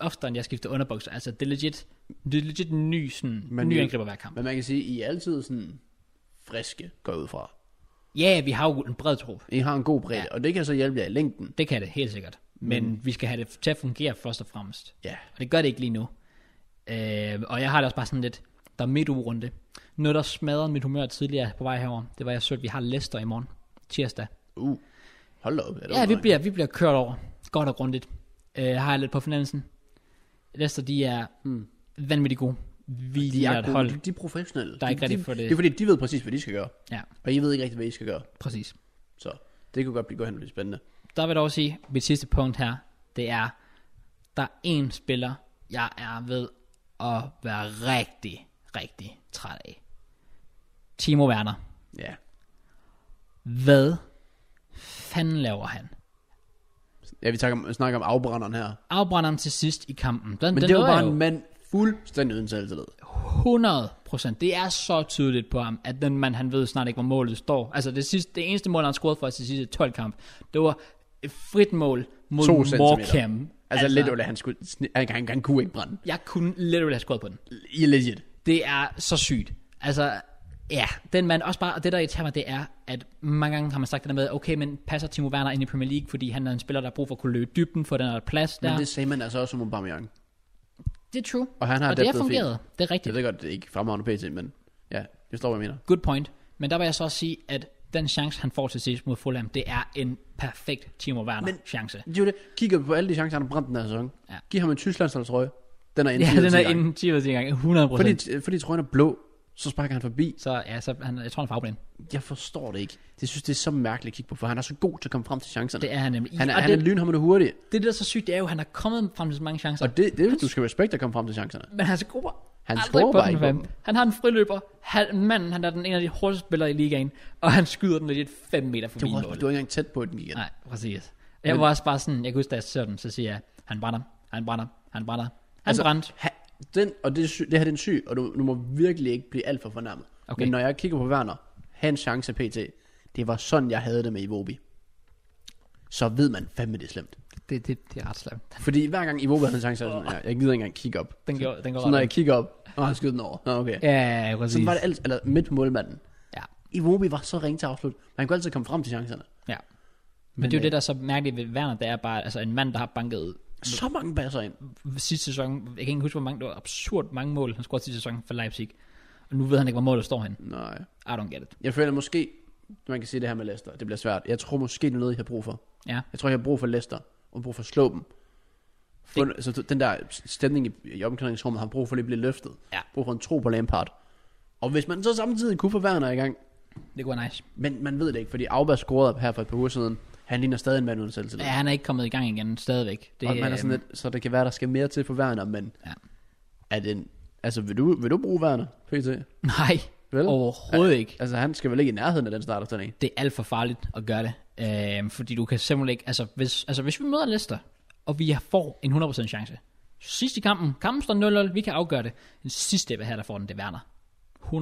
Speaker 1: oftere end jeg skifter underbukser, altså det er legit, det er legit en ny, sådan,
Speaker 2: Men
Speaker 1: ny
Speaker 2: vi-
Speaker 1: angriber hver kamp.
Speaker 2: Men man kan sige, I er altid sådan friske, går jeg ud fra.
Speaker 1: Ja, vi har jo en bred trup,
Speaker 2: I har en god bredde, ja. og det kan så hjælpe jer i længden.
Speaker 1: det kan det helt sikkert, men
Speaker 2: Mm.
Speaker 1: vi skal have det til at fungere først og fremmest,
Speaker 2: Ja.
Speaker 1: og det gør det ikke lige nu. Øh, og jeg har det også bare sådan lidt, der er midtugerunde. Noget, der smadrede mit humør tidligere på vej herover, det var, jeg så, at vi har Leicester i morgen, tirsdag.
Speaker 2: Uh, hold da op. Er det
Speaker 1: Ja, vi
Speaker 2: underligt.
Speaker 1: bliver, vi bliver kørt over. Godt og grundigt. Øh, har jeg lidt på fornemmelsen. Leicester, de er hmm. vanvittigt gode. Vi
Speaker 2: Mm. de er,
Speaker 1: et
Speaker 2: gode,
Speaker 1: hold.
Speaker 2: de, de er professionelle.
Speaker 1: Der er ikke
Speaker 2: de,
Speaker 1: rigtig
Speaker 2: de,
Speaker 1: for det.
Speaker 2: Det er fordi, de ved præcis, hvad de skal gøre.
Speaker 1: Ja,
Speaker 2: Og I ved ikke rigtig, hvad I skal gøre.
Speaker 1: præcis.
Speaker 2: Så det kunne godt blive, gå hen og blive spændende.
Speaker 1: Der vil jeg dog sige, at mit sidste punkt her, det er, der er én spiller, jeg er ved at være rigtig, rigtig træt af. Timo Werner.
Speaker 2: Ja.
Speaker 1: Hvad fanden laver han?
Speaker 2: Ja, vi snakker om, snakker om afbrænderen her.
Speaker 1: Afbrænder ham til sidst i kampen. Den,
Speaker 2: Men
Speaker 1: den
Speaker 2: det var
Speaker 1: nåede jeg
Speaker 2: bare
Speaker 1: jo.
Speaker 2: en mand fuldstændig uden selvtillid.
Speaker 1: 100%. Det er så tydeligt på ham, at den mand, han ved snart ikke, hvor målet står. Altså det, sidste, det eneste mål, han scorede for os i sidste 12 kamp, det var et frit mål
Speaker 2: To
Speaker 1: mod
Speaker 2: centimeter.
Speaker 1: Morecambe.
Speaker 2: Altså, altså lidt over, han, skulle, sni- han, han, han, kunne ikke brænde.
Speaker 1: Jeg kunne literally have scoret på den.
Speaker 2: I er legit.
Speaker 1: Det er så sygt. Altså, ja, den mand også bare, og det der irriterer mig, det er, at mange gange har man sagt det der med, okay, men passer Timo Werner ind i Premier League, fordi han er en spiller, der har brug for at kunne løbe dybden, få den her plads der.
Speaker 2: Men det
Speaker 1: Det,
Speaker 2: sagde man altså også om Aubameyang.
Speaker 1: det, er true.
Speaker 2: Og han har
Speaker 1: og det har
Speaker 2: adaptet fint.
Speaker 1: fungeret. Det er rigtigt.
Speaker 2: Jeg ved godt, det er ikke fremragende pt, men ja, det står, hvad jeg mener.
Speaker 1: Good point. Men der vil jeg så også sige, at den chance, han får til sidst mod Fulham, det er en perfekt Timo Werner-chance.
Speaker 2: Det er jo det. Kigger vi på alle de chancer, han har brændt den her sæson.
Speaker 1: Ja.
Speaker 2: Giv ham en Tysklandsholdsrøje. Den er inde
Speaker 1: Ja,
Speaker 2: 10 ud
Speaker 1: den
Speaker 2: af 10
Speaker 1: er
Speaker 2: gange.
Speaker 1: inden 10 ud af 10 gange. 100
Speaker 2: Fordi,
Speaker 1: procent.
Speaker 2: fordi trøjen er blå, så sparker han forbi.
Speaker 1: Så, ja, så han, jeg tror, han er farveblind.
Speaker 2: Jeg forstår det ikke. Det synes, det er så mærkeligt at kigge på, for han er så god til at komme frem til chancerne.
Speaker 1: Det er han nemlig.
Speaker 2: han er,
Speaker 1: og
Speaker 2: han
Speaker 1: det,
Speaker 2: er lynhammerne hurtig.
Speaker 1: det, der er så sygt, det er jo, at han er kommet frem til så mange chancer.
Speaker 2: Og det, det er, du skal respekte at komme frem til chancerne.
Speaker 1: Men han skruer
Speaker 2: Han
Speaker 1: aldrig
Speaker 2: scorer
Speaker 1: på
Speaker 2: bare
Speaker 1: den,
Speaker 2: ikke på
Speaker 1: fam.
Speaker 2: den.
Speaker 1: Han har en friløber. Han, manden, han er den ene af de hurtigste spillere i ligaen. Og han skyder den lidt 5 meter forbi
Speaker 2: Du var, du
Speaker 1: målet.
Speaker 2: var ikke engang tæt på den igen.
Speaker 1: Nej, præcis. Jeg var også bare sådan, jeg kan huske, da jeg så den, så siger jeg, han brænder, han brænder, han brænder. Han altså, brændte.
Speaker 2: Ha, den, og det, er syg- det her det er en syg, og du, du må virkelig ikke blive alt for fornærmet.
Speaker 1: Okay.
Speaker 2: Okay. Men når jeg kigger på Werner, hans chance pt, det var sådan, jeg havde det med Iwobi. Så ved man fandme, det er slemt.
Speaker 1: Det, det, det er ret slemt.
Speaker 2: Fordi hver gang Iwobi havde en chance, så var jeg sådan, ja, jeg gider ikke engang kigge op.
Speaker 1: Den går, den går
Speaker 2: Så
Speaker 1: ret
Speaker 2: når jeg
Speaker 1: ondt.
Speaker 2: kigger op, og han skyder den over. Nå, okay.
Speaker 1: Ja, ja, præcis.
Speaker 2: Sådan var det alt, eller midt på målmanden.
Speaker 1: Ja,
Speaker 2: Iwobi var så ringe til afslut, men han kunne altid komme frem til chancerne.
Speaker 1: ja. Men, øh, Men det er jo det, der er så mærkeligt ved Werner, det er bare, altså en mand, der har banket
Speaker 2: Så mange basser ind.
Speaker 1: sidste sæson, jeg kan ikke huske, hvor mange, det var absurd mange mål, han scorede sidste sæson for Leipzig. Og nu ved han ikke, hvor målet står hen.
Speaker 2: Nej.
Speaker 1: I don't get it.
Speaker 2: Jeg føler måske, man kan sige det her med Leicester, det bliver svært. Jeg tror måske, det er noget, jeg har brug for.
Speaker 1: Ja,
Speaker 2: Jeg tror, jeg har brug for Leicester, og brug for at slå dem. For, det... Så den der stemning i, i omklædningsrummet har brug for lige at blive løftet.
Speaker 1: Ja.
Speaker 2: Brug for en tro på Lampard. Og hvis man så samtidig kunne få Werner i gang,
Speaker 1: det kunne være nice.
Speaker 2: men man ved det ikke, fordi Auba scorede her for et par uger siden. Han ligner stadig en mand uden selvtillid.
Speaker 1: Ja, han er ikke kommet i gang igen, stadigvæk. Det,
Speaker 2: og man er sådan
Speaker 1: øhm,
Speaker 2: lidt, så det kan være, der skal mere til for Werner, men
Speaker 1: Ja.
Speaker 2: er det en, altså, vil du, vil du bruge Werner, PT?
Speaker 1: øhm, Nej,
Speaker 2: Vel?
Speaker 1: overhovedet ikke.
Speaker 2: Altså, han skal vel ikke i nærheden af den startopstilling.
Speaker 1: det er alt for farligt at gøre det. Øh, fordi du kan simpelthen ikke, altså hvis, altså hvis vi møder Leicester, og vi får en 100% chance. Sidst i kampen, kampen står 0-0, vi kan afgøre det. Den sidste, jeg her, der får den, det er Werner.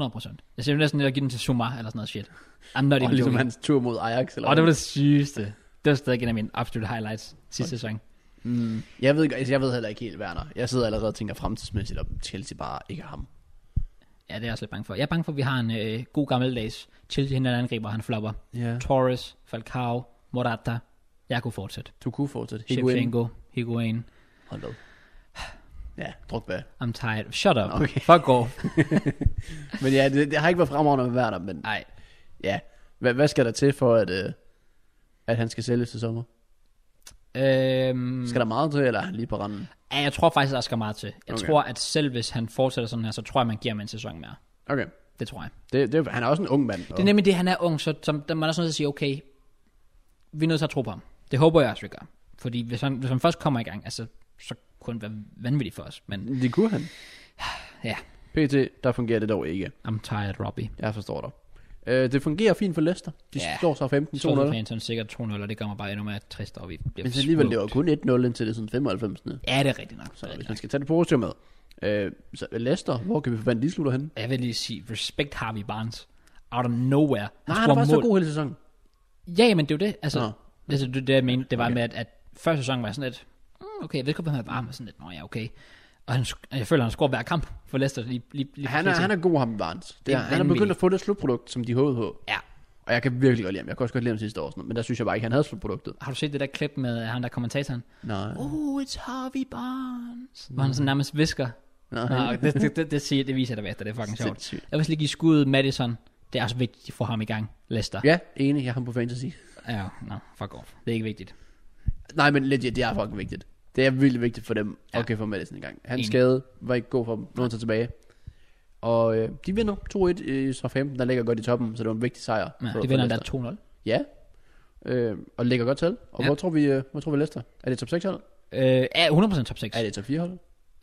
Speaker 1: 100%. Jeg ser jo næsten lidt at give den til Sumar eller sådan noget shit. I'm not
Speaker 2: Det er
Speaker 1: even
Speaker 2: ligesom
Speaker 1: joking.
Speaker 2: hans tur mod Ajax. Eller
Speaker 1: Og det
Speaker 2: hvad?
Speaker 1: var det sygeste. Det var stadig en af mine absolute highlights sidste sæson.
Speaker 2: Jeg ved, ikke- altså, jeg ved heller ikke helt, Werner. Jeg sidder allerede og tænker fremtidsmæssigt, om Chelsea bare ikke er ham.
Speaker 1: Ja, det er jeg også lidt bange for. Jeg er bange for, at vi har en øh, god gammeldags Chelsea, han er en angriber, han flopper.
Speaker 2: Ja.
Speaker 1: Torres, Falcao, Morata. Jeg kunne fortsætte.
Speaker 2: Du kunne fortsætte. Higuain.
Speaker 1: Shevchenko, Higuain.
Speaker 2: Hold op. Ja, Drogba.
Speaker 1: I'm tired. Shut up.
Speaker 2: Okay.
Speaker 1: *laughs* Fuck off.
Speaker 2: Men ja, det, det, har ikke været fremragende med Werner, men
Speaker 1: Nej.
Speaker 2: ja. Hvad, hvad skal der til for, at, øh, at han skal sælges til sommer?
Speaker 1: Øhm,
Speaker 2: Skal der meget til, eller er han lige på randen?
Speaker 1: ja, jeg tror faktisk, der skal meget til. Jeg
Speaker 2: Okay.
Speaker 1: okay. tror, at selv hvis han fortsætter sådan her, så tror jeg, man giver ham en sæson mere.
Speaker 2: Okay.
Speaker 1: Det tror jeg.
Speaker 2: Det, det, han er også en ung mand.
Speaker 1: Det er nemlig det, han er ung, så som, der- man er også nødt til at sige, okay, vi er nødt til at tro på ham. Det håber jeg også, vi gør. Fordi hvis han, hvis han først kommer i gang, altså, så kunne han være vanvittig for os. Men
Speaker 2: Det kunne han.
Speaker 1: ja,
Speaker 2: PT, der fungerer det dog ikke.
Speaker 1: I'm tired, Robbie.
Speaker 2: Jeg forstår dig. Øh, det fungerer fint for Leicester. De
Speaker 1: Ja.
Speaker 2: står så 15-2-0.
Speaker 1: Så er Southampton sikkert 2-0, og det gør mig bare endnu mere trist, og vi bliver
Speaker 2: Men så alligevel, det var
Speaker 1: smoked.
Speaker 2: kun 1-0 indtil det sådan 95.
Speaker 1: Ja, det er rigtigt nok. Så
Speaker 2: Så
Speaker 1: er
Speaker 2: hvis
Speaker 1: det
Speaker 2: man
Speaker 1: nok.
Speaker 2: skal tage det positive med. Øh, så Leicester, hvor kan vi forvente, de slutter henne?
Speaker 1: Jeg vil lige sige, respect Harvey Barnes. Out of nowhere.
Speaker 2: Nej, han har faktisk så god hele sæsonen.
Speaker 1: Ja, men det er jo det. Altså,
Speaker 2: Nå.
Speaker 1: altså det, er det jeg mente, det var okay. med, at, at første sæson var jeg sådan lidt, mm, okay, jeg ved godt, hvem han var, men sådan lidt, nå ja, okay. Og han, sk- jeg føler, han scorer hver kamp for Leicester. Lige, lige, lige
Speaker 2: Han er, han er god ham, Barnes. Det er,
Speaker 1: Det er
Speaker 2: han er begyndt
Speaker 1: vanvittigt.
Speaker 2: at få det slutprodukt, som de håbede på.
Speaker 1: Ja.
Speaker 2: Og jeg kan virkelig godt lide ham. Jeg kunne også godt lide ham sidste år, og sådan noget, men der synes jeg bare ikke, han havde slutproduktet.
Speaker 1: Har du set det der klip med øh, han der kommentatoren?
Speaker 2: Nej.
Speaker 1: Oh, it's Harvey Barnes. Hvor han sådan nærmest visker.
Speaker 2: Nej.
Speaker 1: Nå, det, det, det, det, siger, det viser der bagefter, det er fucking
Speaker 2: *laughs*
Speaker 1: sjovt.
Speaker 2: Sindssygt.
Speaker 1: Jeg vil lige give skuddet Madison. Det er også vigtigt, at få ham i gang, Leicester.
Speaker 2: Ja, enig. Jeg har ham på fantasy.
Speaker 1: Ja, no, fuck off. Det er ikke vigtigt.
Speaker 2: Nej, men legit, det er fucking vigtigt. Det er vildt vigtigt for dem at
Speaker 1: Ja.
Speaker 2: okay, få Madison i gang. Hans
Speaker 1: Enig.
Speaker 2: skade var ikke god for dem. Nu er han så tilbage. Og øh, de vinder 2-1 i Southampton, der ligger godt i toppen, så det var en vigtig sejr.
Speaker 1: Ja,
Speaker 2: for-
Speaker 1: det
Speaker 2: for
Speaker 1: vinder der
Speaker 2: Leicester.
Speaker 1: 2-0.
Speaker 2: Ja, øh, og ligger godt til. Og ja.
Speaker 1: Ja.
Speaker 2: hvor tror vi, øh, hvor tror vi Leicester? Er det top 6 hold?
Speaker 1: Øh, ja, 100% top 6.
Speaker 2: Er det top 4 hold?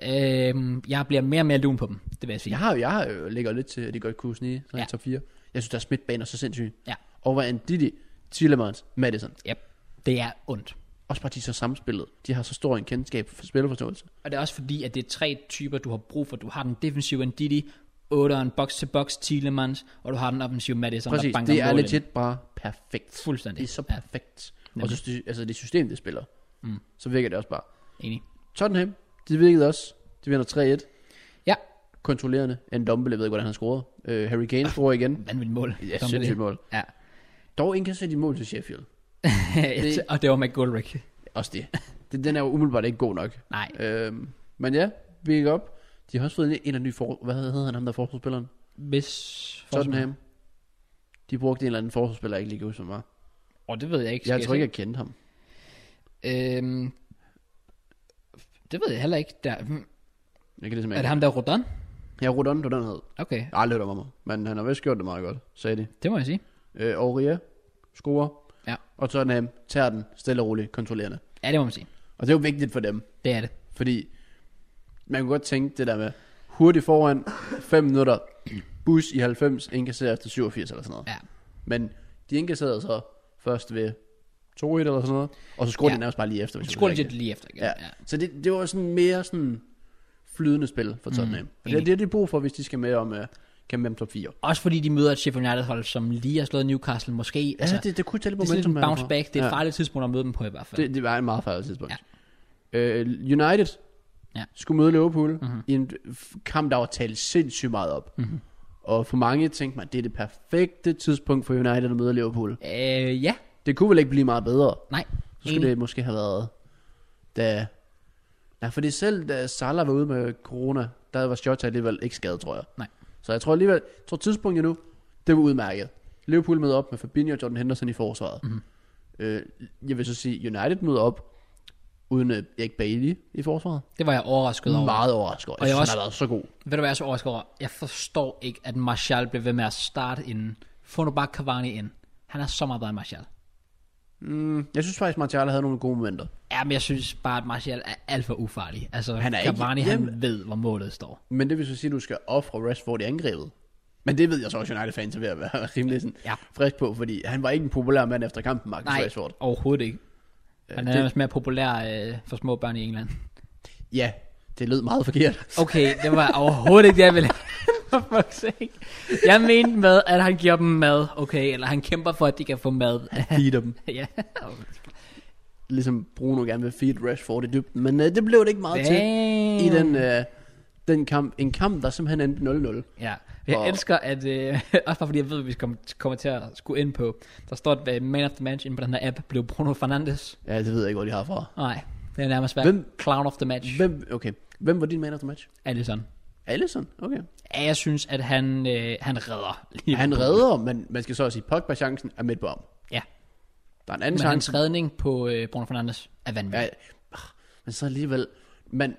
Speaker 1: Øhm, jeg bliver mere og mere lun på dem, det vil jeg sige.
Speaker 2: Jeg har, jeg har øh, ligger lidt til, at de godt kunne snige sådan
Speaker 1: Ja.
Speaker 2: ja. top 4. Jeg synes, der er smitbaner så sindssygt.
Speaker 1: Ja.
Speaker 2: Og hvor Didi, Tillemans, Madison.
Speaker 1: Yep. Det er ondt.
Speaker 2: Også bare de er så samspillet. De har så stor en kendskab for spillerforståelse.
Speaker 1: Og det er også fordi, at det er tre typer, du har brug for. Du har den defensive Ndidi, 8'eren box to box Thielemans, og du har den offensive Madison,
Speaker 2: Præcis,
Speaker 1: der banker
Speaker 2: det er
Speaker 1: mål ind.
Speaker 2: legit bare perfekt.
Speaker 1: Fuldstændig.
Speaker 2: Det er så
Speaker 1: Ja.
Speaker 2: perfekt. Ja. Og
Speaker 1: Nemlig.
Speaker 2: så sy- altså det system, det spiller, mm. så virker det også bare.
Speaker 1: Enig.
Speaker 2: Tottenham, de virkede også. De vinder 3-1.
Speaker 1: Ja,
Speaker 2: Kontrollerende. En dommel, jeg ved ikke, hvordan han scorede. Uh, Harry Kane scorer igen.
Speaker 1: vanvittigt mål.
Speaker 2: Ja,
Speaker 1: Som
Speaker 2: sindssygt
Speaker 1: det-
Speaker 2: mål.
Speaker 1: Ja. *laughs*
Speaker 2: Dog indkasserer de mål til Sheffield. Det-
Speaker 1: og det var McGoldrick.
Speaker 2: Også det. det den er jo umiddelbart ikke god nok.
Speaker 1: Nej.
Speaker 2: Øhm, men ja, vi gik op. De har også fået en, en af nye for... Hvad hedder han, ham der er forsvarsspilleren?
Speaker 1: Hvis...
Speaker 2: Tottenham. De brugte en eller anden forsvarsspiller, jeg ikke lige kan huske, som var.
Speaker 1: Og det ved jeg ikke.
Speaker 2: Jeg
Speaker 1: skal
Speaker 2: tror ikke, jeg kendte ham.
Speaker 1: se? Øhm, det ved jeg heller ikke. Der, hmm.
Speaker 2: Jeg kan ligesom
Speaker 1: er det ham, der er Rodon?
Speaker 2: Ja, Rodondo, den hed.
Speaker 1: Okay,
Speaker 2: Jeg har aldrig hørt om ham, men han har vist gjort det meget godt, sagde de.
Speaker 1: det må jeg sige.
Speaker 2: Øh, Aurea scorer,
Speaker 1: Ja.
Speaker 2: og Tottenham tager den stille og roligt, kontrollerende.
Speaker 1: Ja, det må man sige.
Speaker 2: Og det er jo vigtigt for dem,
Speaker 1: Det er det.
Speaker 2: fordi man kunne godt tænke det der med, hurtigt foran, 5 minutter, bus i 90, indkasserer efter 87 eller sådan noget.
Speaker 1: Ja.
Speaker 2: Men de indkasserede så først ved 2-1 eller sådan noget, og så scorede ja.
Speaker 1: Ja.
Speaker 2: de nærmest bare lige efter. hvis
Speaker 1: Det
Speaker 2: jeg
Speaker 1: skulle
Speaker 2: husker
Speaker 1: legit
Speaker 2: rigtigt.
Speaker 1: lige efter igen.
Speaker 2: Ja. ja. Så det, det var sådan mere sådan flydende spil for Tottenham. Mm, og det er
Speaker 1: enig.
Speaker 2: det, de har brug for, hvis de skal med om uh, kæmpe med om top 4.
Speaker 1: Også fordi de møder et Sheffield United-hold, som lige har slået Newcastle måske.
Speaker 2: Ja, altså, det, det kunne tage lidt
Speaker 1: det er sådan
Speaker 2: momentum
Speaker 1: lidt en bounce
Speaker 2: herfra.
Speaker 1: back. Det er et
Speaker 2: ja.
Speaker 1: farligt tidspunkt at møde dem på i hvert fald.
Speaker 2: det, det var en meget fejl tidspunkt. Ja. Øh, United ja.
Speaker 1: Ja. Mhm.
Speaker 2: skulle møde Liverpool mm-hmm. i en f- kamp, der var talt sindssygt meget op. Mm-hmm. Og for mange tænkte man, det er det perfekte tidspunkt for United at møde Liverpool.
Speaker 1: Øh, ja,
Speaker 2: Det kunne vel ikke blive meget bedre.
Speaker 1: nej.
Speaker 2: Så skulle det måske have været, da... Nej, fordi selv da Salah var ude med corona, der var Shota alligevel ikke skadet, tror jeg.
Speaker 1: Nej.
Speaker 2: Så jeg tror alligevel, jeg tror tidspunktet nu, det var udmærket. Liverpool møder op med Fabinho og Jordan Henderson i forsvaret.
Speaker 1: Mhm.
Speaker 2: Mm-hmm. Øh, jeg vil så sige, United møder op uden øh, Erik Bailey i forsvaret.
Speaker 1: Det var jeg overrasket over.
Speaker 2: Meget overrasket. over. Jeg
Speaker 1: jeg
Speaker 2: synes,
Speaker 1: også-
Speaker 2: han har været så god.
Speaker 1: Ved du hvad jeg er så overrasket over? Jeg forstår ikke, at Martial blev ved med at starte inden. Få nu bare Cavani ind. Han er så meget bedre end Martial.
Speaker 2: Mm, jeg synes faktisk, Martial havde nogle gode momenter.
Speaker 1: Ja, men jeg synes bare, at Martial er alt for ufarlig. Altså,
Speaker 2: Han
Speaker 1: han
Speaker 2: er
Speaker 1: er
Speaker 2: ikke-
Speaker 1: Cavani,
Speaker 2: Jamen-
Speaker 1: han ved, hvor målet står.
Speaker 2: Men det vil så sige, at du skal ofre Rashford i angrebet. Men det ved jeg så også, United-fans er ved at være *laughs* rimelig sådan ja.
Speaker 1: Ja.
Speaker 2: frisk på, fordi han var ikke en populær mand efter kampen, Marcus
Speaker 1: Nej,
Speaker 2: Rashford.
Speaker 1: overhovedet ikke. Han er
Speaker 2: det-
Speaker 1: nærmest mere populær øh, for små børn i England.
Speaker 2: Ja, det lød meget forkert.
Speaker 1: Okay, det var overhovedet ikke det, jeg ville *laughs* For fuck's sake. Jeg mente med, at han giver dem mad, okay? Eller han kæmper for, at de kan få mad. *laughs*
Speaker 2: Feeder dem.
Speaker 1: ja.
Speaker 2: Ligesom Bruno gerne vil feed Rashford i dybden, men øh, det blev det ikke meget til
Speaker 1: Damn.
Speaker 2: i den øh, den kamp. En kamp, der simpelthen endte 0-0.
Speaker 1: Ja, jeg
Speaker 2: Og-
Speaker 1: elsker, at... Øh, *laughs* også bare fordi jeg ved, hvad vi kom- kommer til at skulle ind på. Der står, at øh, man of the match inde på den her app blev Bruno Fernandes.
Speaker 2: Ja, det ved jeg ikke, hvor de har fra.
Speaker 1: Nej, det er nærmest været
Speaker 2: Hvem-
Speaker 1: clown of the match.
Speaker 2: Hvem, okay. Hvem var din man of the match?
Speaker 1: Allison.
Speaker 2: Allison? Okay.
Speaker 1: Ja, jeg synes, at han, øh, han redder. Lige
Speaker 2: Han redder, men man skal så også sige, Pogba-chancen er midt på om.
Speaker 1: Ja,
Speaker 2: Der er en anden
Speaker 1: men
Speaker 2: chance.
Speaker 1: hans redning på øh, Bruno Fernandes er vanvittig.
Speaker 2: Ja, ah, men så alligevel. Men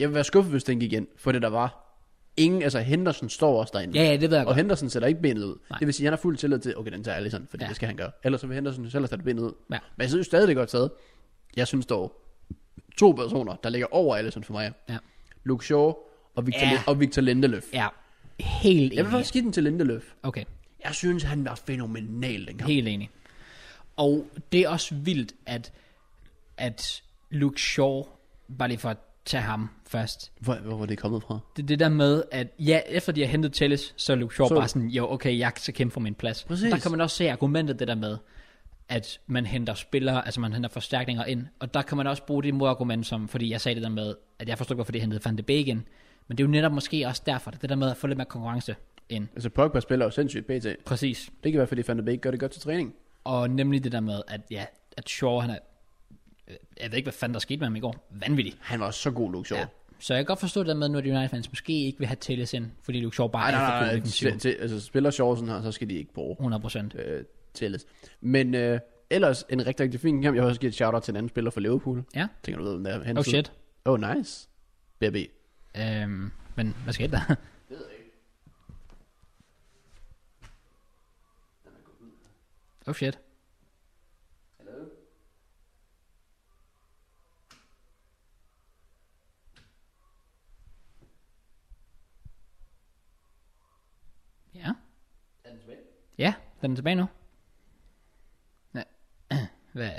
Speaker 2: jeg vil være skuffet, hvis den gik igen, for det der var ingen, altså Henderson står også derinde.
Speaker 1: Ja, ja, det ved jeg
Speaker 2: og
Speaker 1: godt.
Speaker 2: Henderson sætter ikke benet ud.
Speaker 1: Nej.
Speaker 2: Nej. Det vil sige, at han har fuld tillid til, okay, den tager Allison, fordi
Speaker 1: Ja.
Speaker 2: ja. det skal han gøre. Ellers så vil Henderson selv sætte benet ud.
Speaker 1: Ja.
Speaker 2: Men jeg synes stadig, det er godt taget. Jeg synes dog, to personer, der ligger over Allison for mig,
Speaker 1: Ja.
Speaker 2: Luke Shaw og Victor,
Speaker 1: Ja.
Speaker 2: ja. og Victor Lindeløf.
Speaker 1: ja. Helt
Speaker 2: Jeg vil
Speaker 1: enig.
Speaker 2: faktisk give den til Lindeløf.
Speaker 1: Okay,
Speaker 2: Jeg synes, han var fænomenal den kamp.
Speaker 1: helt enig. Og det er også vildt, at, at Luke Shaw, bare lige for at tage ham først,
Speaker 2: Hvor, hvor var det kommet fra?
Speaker 1: det, er det der med, at ja, efter de har hentet Telles, så er Luke Shaw
Speaker 2: Så-
Speaker 1: bare sådan, jo, okay, jeg skal kæmpe for min plads.
Speaker 2: Præcis.
Speaker 1: Der kan man også se argumentet det der med, at man henter spillere, altså man henter forstærkninger ind, og der kan man også bruge det modargument som, fordi jeg sagde det der med, at jeg forstår ikke, hvorfor de hentede Van de Beek ind, men det er jo netop måske også derfor, det der med at få lidt mere konkurrence ind.
Speaker 2: Altså, Pogba spiller jo sindssygt pt.
Speaker 1: Præcis.
Speaker 2: Det kan være, fordi Van de Beek gør det godt til træning.
Speaker 1: Og nemlig det der med, at ja, at Shaw, han er, jeg ved ikke, hvad fanden der skete med ham i går, vanvittig.
Speaker 2: Han var så god, Luke Shaw.
Speaker 1: Ja. Så jeg kan godt forstå det der med, at Nordic United fans måske ikke vil have Telles ind, fordi Luke Shaw bare
Speaker 2: Ej, nej,
Speaker 1: er
Speaker 2: nej,
Speaker 1: for
Speaker 2: nej,
Speaker 1: god defensiv.
Speaker 2: til, til, altså, spiller Shaw sådan her, så skal de ikke bruge
Speaker 1: 100%.
Speaker 2: øh, Telles. Men øh, ellers en rigtig, rigtig fin kamp. Jeg har også givet et shout-out til en anden spiller fra Liverpool.
Speaker 1: Ja.
Speaker 2: Tænker du ved, hvem der er? Henson.
Speaker 1: Oh shit.
Speaker 2: Oh, nice. BB.
Speaker 1: Øhm, men hvad skete der? Oh shit. Ja. Ja, den er tilbage nu. Nej. *clears throat* Hvad?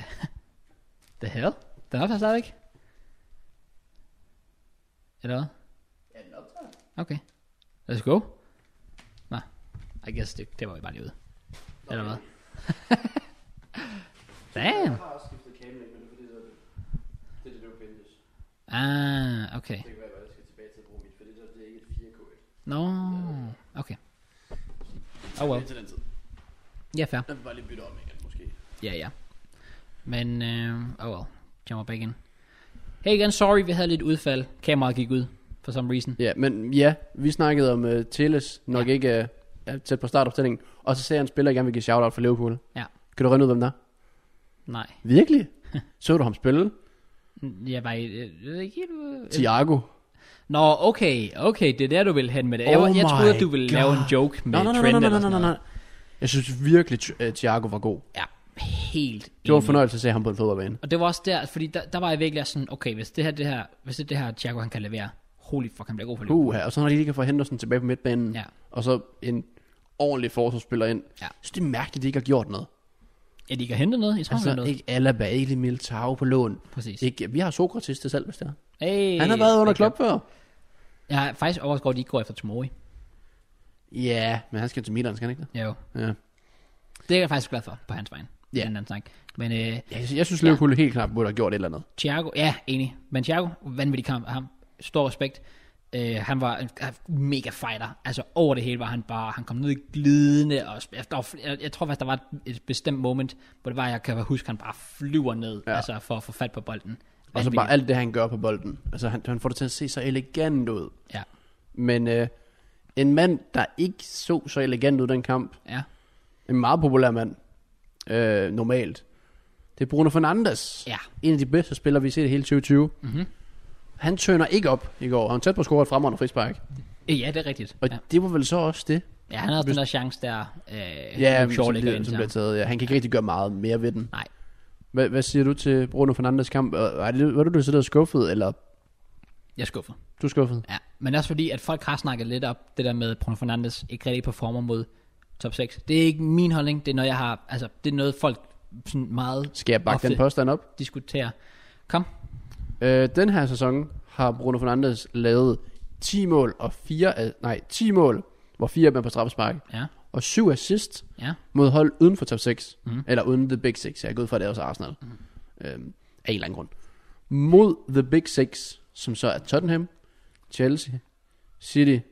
Speaker 1: The hell? Den optager stadig ikke? Eller hvad? Okay. Let's go. Nej. I guess det, det var vi bare lige ude. Eller hvad? *laughs* Damn.
Speaker 2: har også skiftet kamera, men det er fordi, det er det, der Windows.
Speaker 1: Ah, okay.
Speaker 2: Det kan være, at jeg skal tilbage til at bruge mit, fordi det er ikke et 4K1.
Speaker 1: Nå, no. okay. Oh well.
Speaker 2: til den tid.
Speaker 1: Ja, fair.
Speaker 2: Jeg vil bare lige bytte om igen, måske.
Speaker 1: Ja, ja. Men, øh, oh well. Jumper back in. Hey igen, sorry, vi havde lidt udfald. Kameraet gik ud, for some reason.
Speaker 2: Ja, men ja, vi snakkede om uh, Teles,
Speaker 1: Ja.
Speaker 2: nok ja. ikke uh, er tæt på startopstillingen. Og så ser jeg en spiller, jeg gerne vil give shout-out for Liverpool.
Speaker 1: Ja.
Speaker 2: Kan du regne ud, hvem der er?
Speaker 1: Nej.
Speaker 2: Virkelig? Så du ham spille?
Speaker 1: Jeg var i- jeg ved ikke helt... øh,
Speaker 2: Thiago?
Speaker 1: Nå, okay, okay, det er der, du vil hen med det. Jeg,
Speaker 2: Oh
Speaker 1: var- jeg
Speaker 2: my
Speaker 1: troede, at du ville
Speaker 2: God.
Speaker 1: lave en joke med
Speaker 2: Nej, nej, nej,
Speaker 1: Trent
Speaker 2: nej, nej,
Speaker 1: eller
Speaker 2: nej,
Speaker 1: sådan
Speaker 2: nej,
Speaker 1: noget.
Speaker 2: nej. Jeg synes virkelig, Thi- øh, Thiago var god.
Speaker 1: Ja, helt
Speaker 2: Det var en
Speaker 1: enig.
Speaker 2: fornøjelse at se ham på en fodboldbane.
Speaker 1: Og det var også der, fordi der, der var jeg virkelig sådan, okay, hvis det her, det her, hvis det, er det her Thiago, han kan levere, holy fuck, han bliver god for Liverpool.
Speaker 2: Uha, og så når de lige kan få Henderson tilbage på midtbanen,
Speaker 1: Mm. Ja.
Speaker 2: og så en ordentlig forsvarsspiller ind.
Speaker 1: Ja.
Speaker 2: Jeg synes, det er mærkeligt, at de ikke har gjort noget.
Speaker 1: Ja, de kan hente noget, jeg tror, altså,
Speaker 2: Altså,
Speaker 1: noget. Ikke,
Speaker 2: ikke Alaba, ikke Militao på lån.
Speaker 1: Præcis.
Speaker 2: Ikke, vi har Sokrates til salg, hvis det er.
Speaker 1: hey,
Speaker 2: Han har været under
Speaker 1: det kan-
Speaker 2: klop før.
Speaker 1: Jeg er faktisk overrasket over, at de ikke går efter Tomori.
Speaker 2: Ja, men han skal til Milan, skal han ikke det?
Speaker 1: Jo,
Speaker 2: Ja.
Speaker 1: det er jeg faktisk glad for på hans vejen.
Speaker 2: Ja.
Speaker 1: Yeah. Anden snak. Men øh,
Speaker 2: Jeg, jeg synes, Liverpool helt klart burde have gjort et eller andet.
Speaker 1: Thiago, ja, enig. Men Thiago, vanvittig kamp af ham. Stor respekt. Øh, han var en en mega fighter. Altså over det hele var han bare, han kom ned i glidende. Og, sp- der var, fl- jeg, jeg tror faktisk, der var et, et bestemt moment, hvor det var, jeg kan huske, han bare flyver ned, ja.
Speaker 2: Ja.
Speaker 1: altså for at få fat på bolden.
Speaker 2: Og så
Speaker 1: Vanvittigt.
Speaker 2: bare alt det, han gør på bolden. Altså, han, han får det til at se så elegant ud.
Speaker 1: Ja,
Speaker 2: Men øh, en mand, der ikke så så elegant ud i den kamp,
Speaker 1: ja.
Speaker 2: en meget populær mand, øh, normalt, det er Bruno Fernandes.
Speaker 1: Ja. Mhm.
Speaker 2: En af de bedste spillere, vi har set i hele 2020. Mm-hmm. Han tønder ikke op i går. Han var tæt på at score et fremragende frispark.
Speaker 1: Øh, Ja, det er rigtigt.
Speaker 2: Og
Speaker 1: Ja.
Speaker 2: ja. det var vel så også det.
Speaker 1: ja, han har også den der chance der, øh,
Speaker 2: Ja,
Speaker 1: Luke Shaw
Speaker 2: som
Speaker 1: lægger
Speaker 2: bliver,
Speaker 1: ind
Speaker 2: som
Speaker 1: til
Speaker 2: bliver
Speaker 1: ham.
Speaker 2: taget. Ja, han kan ikke rigtig gøre meget mere ved den.
Speaker 1: Nej,
Speaker 2: Hvad, hvad siger du til Bruno Fernandes kamp? Og er det- Var det, du sidder skuffet, eller
Speaker 1: jeg er skuffet.
Speaker 2: du er skuffet?
Speaker 1: Ja, men også fordi, at folk har snakket lidt op det der med, at Bruno Fernandes ikke rigtig performer mod top 6. Det er ikke min holdning, det er noget, jeg har, altså, det er noget, folk sådan meget
Speaker 2: Skal jeg bakke
Speaker 1: ofte
Speaker 2: den påstand op?
Speaker 1: diskuterer. Kom.
Speaker 2: Øh, den her sæson har Bruno Fernandes lavet 10 mål og 4 af, nej, 10 mål, hvor 4 af dem er på straffespark,
Speaker 1: Ja,
Speaker 2: og 7 assist
Speaker 1: ja.
Speaker 2: mod hold uden for top 6, mm. eller uden The Big Six, jeg er gået fra, at det er også Arsenal, mm. øhm, af en eller anden grund. Mod The Big Six, som så er Tottenham, Chelsea, City,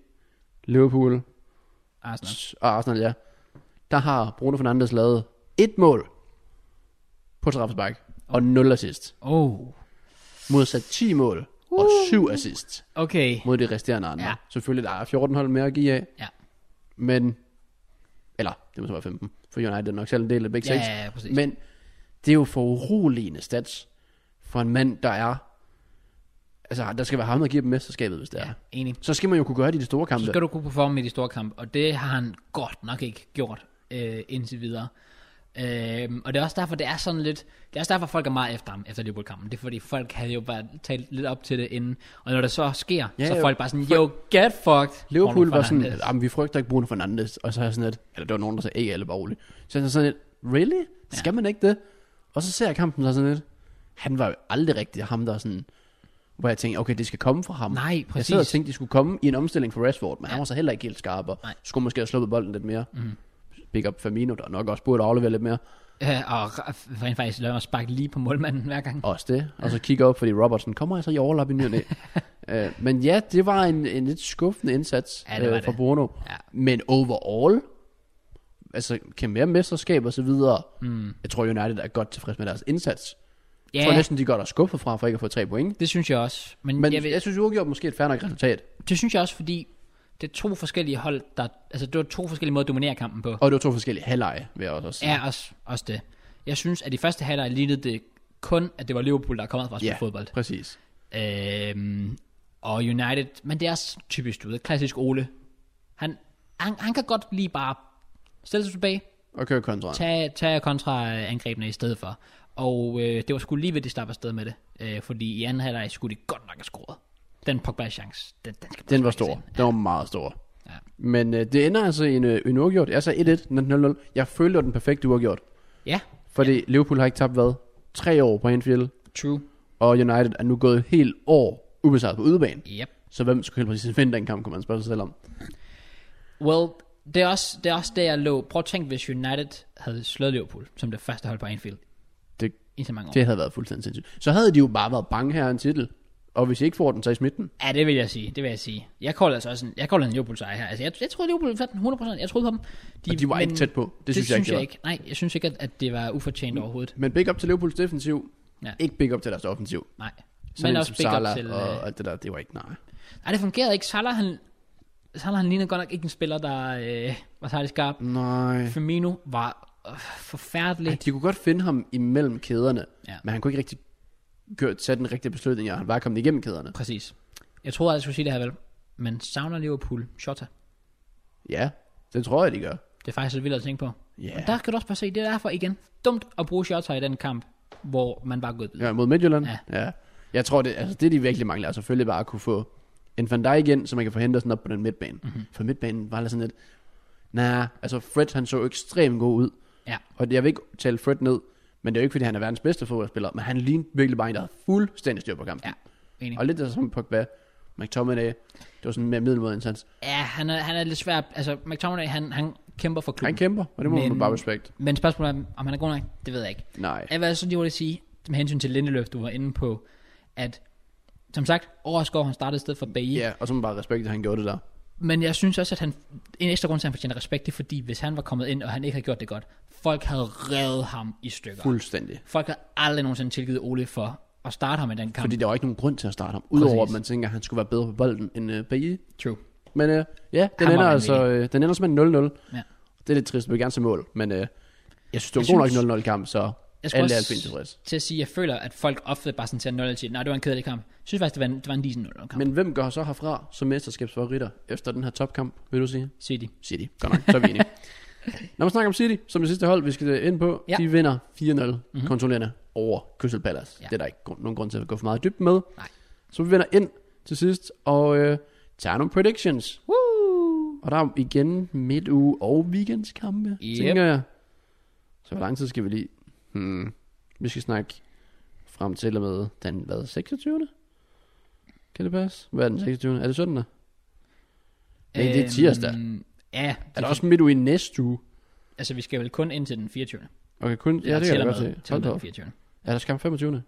Speaker 2: Liverpool
Speaker 1: Arsenal.
Speaker 2: og Arsenal, ja. Der har Bruno Fernandes lavet et mål på straffespark og 0 assist.
Speaker 1: Oh,
Speaker 2: Modsat 10 mål og 7 assist
Speaker 1: okay.
Speaker 2: mod de resterende andre.
Speaker 1: Ja.
Speaker 2: Ja. Selvfølgelig, der er 14 hold mere at give af,
Speaker 1: Ja,
Speaker 2: men... Eller, det må så være 15, for United er nok selv en del af Big Six.
Speaker 1: ja, ja, ja præcis. Men,
Speaker 2: Men det er jo for uroligende stats for en mand, der er... Altså, der skal være ham, der giver dem mesterskabet, hvis det ja.
Speaker 1: ja,
Speaker 2: er.
Speaker 1: enig.
Speaker 2: Så skal man jo kunne gøre det i de store kampe.
Speaker 1: Så skal du kunne performe i de store kampe, og det har han godt nok ikke gjort øh, indtil videre. Øhm, og det er også derfor, det er sådan lidt... Det er også derfor, folk er meget efter ham efter Liverpool-kampen. Det er fordi, folk havde jo bare talt lidt op til det inden. Og når det så sker, ja,
Speaker 2: Ja,
Speaker 1: så er
Speaker 2: jo.
Speaker 1: folk bare sådan, yo, get fucked.
Speaker 2: Liverpool
Speaker 1: Bruno
Speaker 2: var sådan,
Speaker 1: Fernandes.
Speaker 2: at vi frygter ikke Bruno Fernandes, og så er jeg sådan lidt, eller der var nogen, der sagde, ikke alle var rolig. Så jeg sådan lidt, really? Skal man ikke det? Og så ser jeg kampen så sådan lidt, han var jo aldrig rigtig ham, der sådan, hvor jeg tænkte, okay, det skal komme fra ham.
Speaker 1: Nej,
Speaker 2: Jeg sad og
Speaker 1: præcis.
Speaker 2: tænkte, de skulle komme i en omstilling for Rashford, men ja.
Speaker 1: Ja.
Speaker 2: han var så heller ikke helt skarp, og
Speaker 1: Nej. Mhm.
Speaker 2: skulle måske have sluppet bolden lidt mere. Mm. Big up Firmino, der nok også burde aflevere lidt mere.
Speaker 1: Ja, og ra- rent faktisk lader mig sparke lige på målmanden hver gang.
Speaker 2: Også det. Og så kigger op, fordi Robertson kommer altså i overlap i
Speaker 1: *laughs*
Speaker 2: ny og næ. øh, Men ja, det var en, en lidt skuffende indsats
Speaker 1: Ja, det var
Speaker 2: øh, fra
Speaker 1: det.
Speaker 2: Bruno.
Speaker 1: Ja.
Speaker 2: Men overall, altså kan mere mesterskab og så videre. Mm. Jeg tror United er godt tilfreds med deres indsats.
Speaker 1: Ja,
Speaker 2: Jeg tror næsten, de godt er skuffet fra, for ikke at få tre point.
Speaker 1: det synes jeg også. Men,
Speaker 2: Men
Speaker 1: jeg
Speaker 2: jeg,
Speaker 1: vil,
Speaker 2: jeg synes, uafgjort måske et fair nok resultat.
Speaker 1: det synes jeg også, fordi det er to forskellige hold, der... Altså, det var to forskellige måder at dominere kampen på.
Speaker 2: Og det var to forskellige halvleje, vil jeg også sige.
Speaker 1: Ja, også, også det. Jeg synes, at de første halvleg lignede det kun, at det var Liverpool, der er kommet fra at spille
Speaker 2: ja
Speaker 1: yeah. fodbold.
Speaker 2: præcis.
Speaker 1: Øhm, og United, men det er også typisk, du ved, klassisk Ole. Han, han, han kan godt lige bare stille sig tilbage,
Speaker 2: Og køre kontra.
Speaker 1: tage, tage kontraangrebene i stedet for. Og øh, det var sgu lige ved, de slap afsted med det. Øh, fordi i anden halvleg skulle de godt nok have scoret. Den Pogba-chance, den, den, skal
Speaker 2: Den var
Speaker 1: bare sættes
Speaker 2: stor.
Speaker 1: ind.
Speaker 2: Den var meget stor.
Speaker 1: Ja.
Speaker 2: Men øh, det ender altså i en, øh, en uafgjort. Jeg sagde 1-1, 0-0. Jeg følte, det var den perfekte uafgjort.
Speaker 1: Ja,
Speaker 2: Fordi ja. Liverpool har ikke tabt hvad? Tre år på Anfield,
Speaker 1: true.
Speaker 2: og United er nu gået et helt år ubesejret på udebane.
Speaker 1: Yep.
Speaker 2: Så hvem skulle helt præcis vinde den kamp, kan man spørge sig selv om.
Speaker 1: Well, det er, også, det er også der, jeg lå. Prøv at tænke, hvis United havde slået Liverpool, som det første hold på Anfield,
Speaker 2: Det,
Speaker 1: i så mange år. Det.
Speaker 2: det havde været fuldstændig sindssygt. Så havde de jo bare været bange her en titel. Og hvis I ikke får den, så I smidt den.
Speaker 1: Ja, det vil jeg sige. Det vil jeg sige. Jeg kolder altså også en, jeg kolder en Liverpool-sejr her. Altså, jeg, jeg troede, Liverpool vandt den 100%. Jeg troede på dem.
Speaker 2: Og de var ikke tæt på. Det,
Speaker 1: Det,
Speaker 2: synes jeg, ikke, det var.
Speaker 1: ikke. Nej, jeg synes ikke, at, at det var ufortjent overhovedet.
Speaker 2: Men big up til Liverpools defensiv.
Speaker 1: Ja.
Speaker 2: Ja. Ikke big up til deres offensiv.
Speaker 1: Nej.
Speaker 2: Sådan
Speaker 1: Men
Speaker 2: en
Speaker 1: også
Speaker 2: som
Speaker 1: big up
Speaker 2: Salah
Speaker 1: til...
Speaker 2: Og,
Speaker 1: Og...
Speaker 2: og det der, det var ikke nej.
Speaker 1: Nej, det fungerede ikke. Salah, han, Salah, han lignede godt nok ikke en spiller, der øh, var særlig skarp.
Speaker 2: Nej.
Speaker 1: Firmino var øh, forfærdelig.
Speaker 2: De kunne godt finde ham imellem kæderne,
Speaker 1: Ja.
Speaker 2: ja. men han kunne ikke rigtig gøre, tage den rigtige beslutning, og han var kommet igennem kæderne.
Speaker 1: Præcis. Jeg troede, jeg skulle sige det her vel. Men savner Liverpool Shota?
Speaker 2: Ja, det tror jeg, de gør.
Speaker 1: Det er faktisk lidt vildt at tænke på.
Speaker 2: Ja.
Speaker 1: Og der kan du også bare se, det er derfor igen, dumt at bruge Shota i den kamp, hvor man bare er gået videre.
Speaker 2: Ja, mod Midtjylland.
Speaker 1: Ja.
Speaker 2: Ja. ja. Jeg tror, det, altså, det de virkelig mangler, er selvfølgelig bare at kunne få en Van Dijk igen, så man kan forhindre sådan op på den midtbane.
Speaker 1: Mhm.
Speaker 2: Mm-hmm. For midtbanen var lidt sådan lidt, nej, altså Fred han så jo ekstremt god ud.
Speaker 1: Ja.
Speaker 2: Og jeg vil ikke tale Fred ned, men det er jo ikke, fordi han er verdens bedste fodboldspiller, men han lignede virkelig bare en, der havde fuldstændig styr på kampen.
Speaker 1: Ja, enig.
Speaker 2: Og lidt det samme med Pogba, McTominay, det var sådan en mere middelmodig indsats.
Speaker 1: Ja, han er, han er lidt svær. Altså, McTominay, han, han kæmper for klubben.
Speaker 2: Han kæmper, og det må
Speaker 1: Men-
Speaker 2: man bare respekt.
Speaker 1: Men spørgsmålet er, om han er god nok, det ved jeg ikke.
Speaker 2: Nej.
Speaker 1: Jeg vil altså lige hurtigt sige, med hensyn til Lindeløf, du var inde på, at som sagt, Overskov, han startede i stedet for Bailly.
Speaker 2: Ja, og så må man bare respekt, at han gjorde det der.
Speaker 1: Men jeg synes også, at han, en ekstra grund til, at han fortjener respekt, det er fordi, hvis han var kommet ind, og han ikke havde gjort det godt, folk havde revet ham i stykker.
Speaker 2: Fuldstændig.
Speaker 1: Folk havde aldrig nogensinde tilgivet Ole for at starte ham i den kamp.
Speaker 2: Fordi der var ikke nogen grund til at starte ham, udover at
Speaker 1: Præcis.
Speaker 2: man tænker, at han skulle være bedre på bolden end uh, Bailly.
Speaker 1: True.
Speaker 2: Men øh, ja,
Speaker 1: Han
Speaker 2: den
Speaker 1: var
Speaker 2: ender
Speaker 1: vanvittig.
Speaker 2: altså øh, den ender simpelthen 0-0.
Speaker 1: Ja.
Speaker 2: Det er lidt trist, vi vil gerne se mål, men øh, jeg synes, det
Speaker 1: Jeg
Speaker 2: var en
Speaker 1: synes-
Speaker 2: god nok 0-0 kamp, så
Speaker 1: Jeg skulle
Speaker 2: alle er
Speaker 1: også
Speaker 2: altså tilfreds.
Speaker 1: til at sige, at jeg føler, at folk ofte bare sådan ser 0 til, nej, det var en kedelig kamp. Jeg synes faktisk, det var en, det var en decent 0 kamp. Men...
Speaker 2: Men hvem går så herfra som mesterskabsfavoritter efter den her topkamp, vil du sige?
Speaker 1: City.
Speaker 2: City. Godt nok, så er
Speaker 1: *laughs*
Speaker 2: vi enige. Når man snakker om City, som det sidste hold, vi skal øh, ind på,
Speaker 1: Ja. Mhm.
Speaker 2: ja. de vinder 4-0 mm-hmm. kontrollerende over Crystal Palace.
Speaker 1: Ja.
Speaker 2: Ja. Det er der ikke grund, nogen grund til at gå for meget i dybden med.
Speaker 1: Nej.
Speaker 2: Så vi vinder ind til sidst og øh, tager nogle predictions. Woo! Og der er igen midtuge og weekendskampe,
Speaker 1: Yep.
Speaker 2: yep. tænker jeg. Så hvor lang tid skal vi lige? Hmm. Vi skal snakke frem til og med den hvad, 26. Kan det passe? Hvad er den 26. Er det 17. Nej, det er tirsdag.
Speaker 1: Øhm, ja,
Speaker 2: Er der også midtuge i næste uge?
Speaker 1: altså vi skal vel kun ind til den 24.
Speaker 2: Okay, kun... Ja, det kan jeg
Speaker 1: Eller
Speaker 2: da godt
Speaker 1: til og med-
Speaker 2: se.
Speaker 1: Til og
Speaker 2: Hold da
Speaker 1: med den
Speaker 2: op.
Speaker 1: 24.
Speaker 2: Er der skam 25. Nej,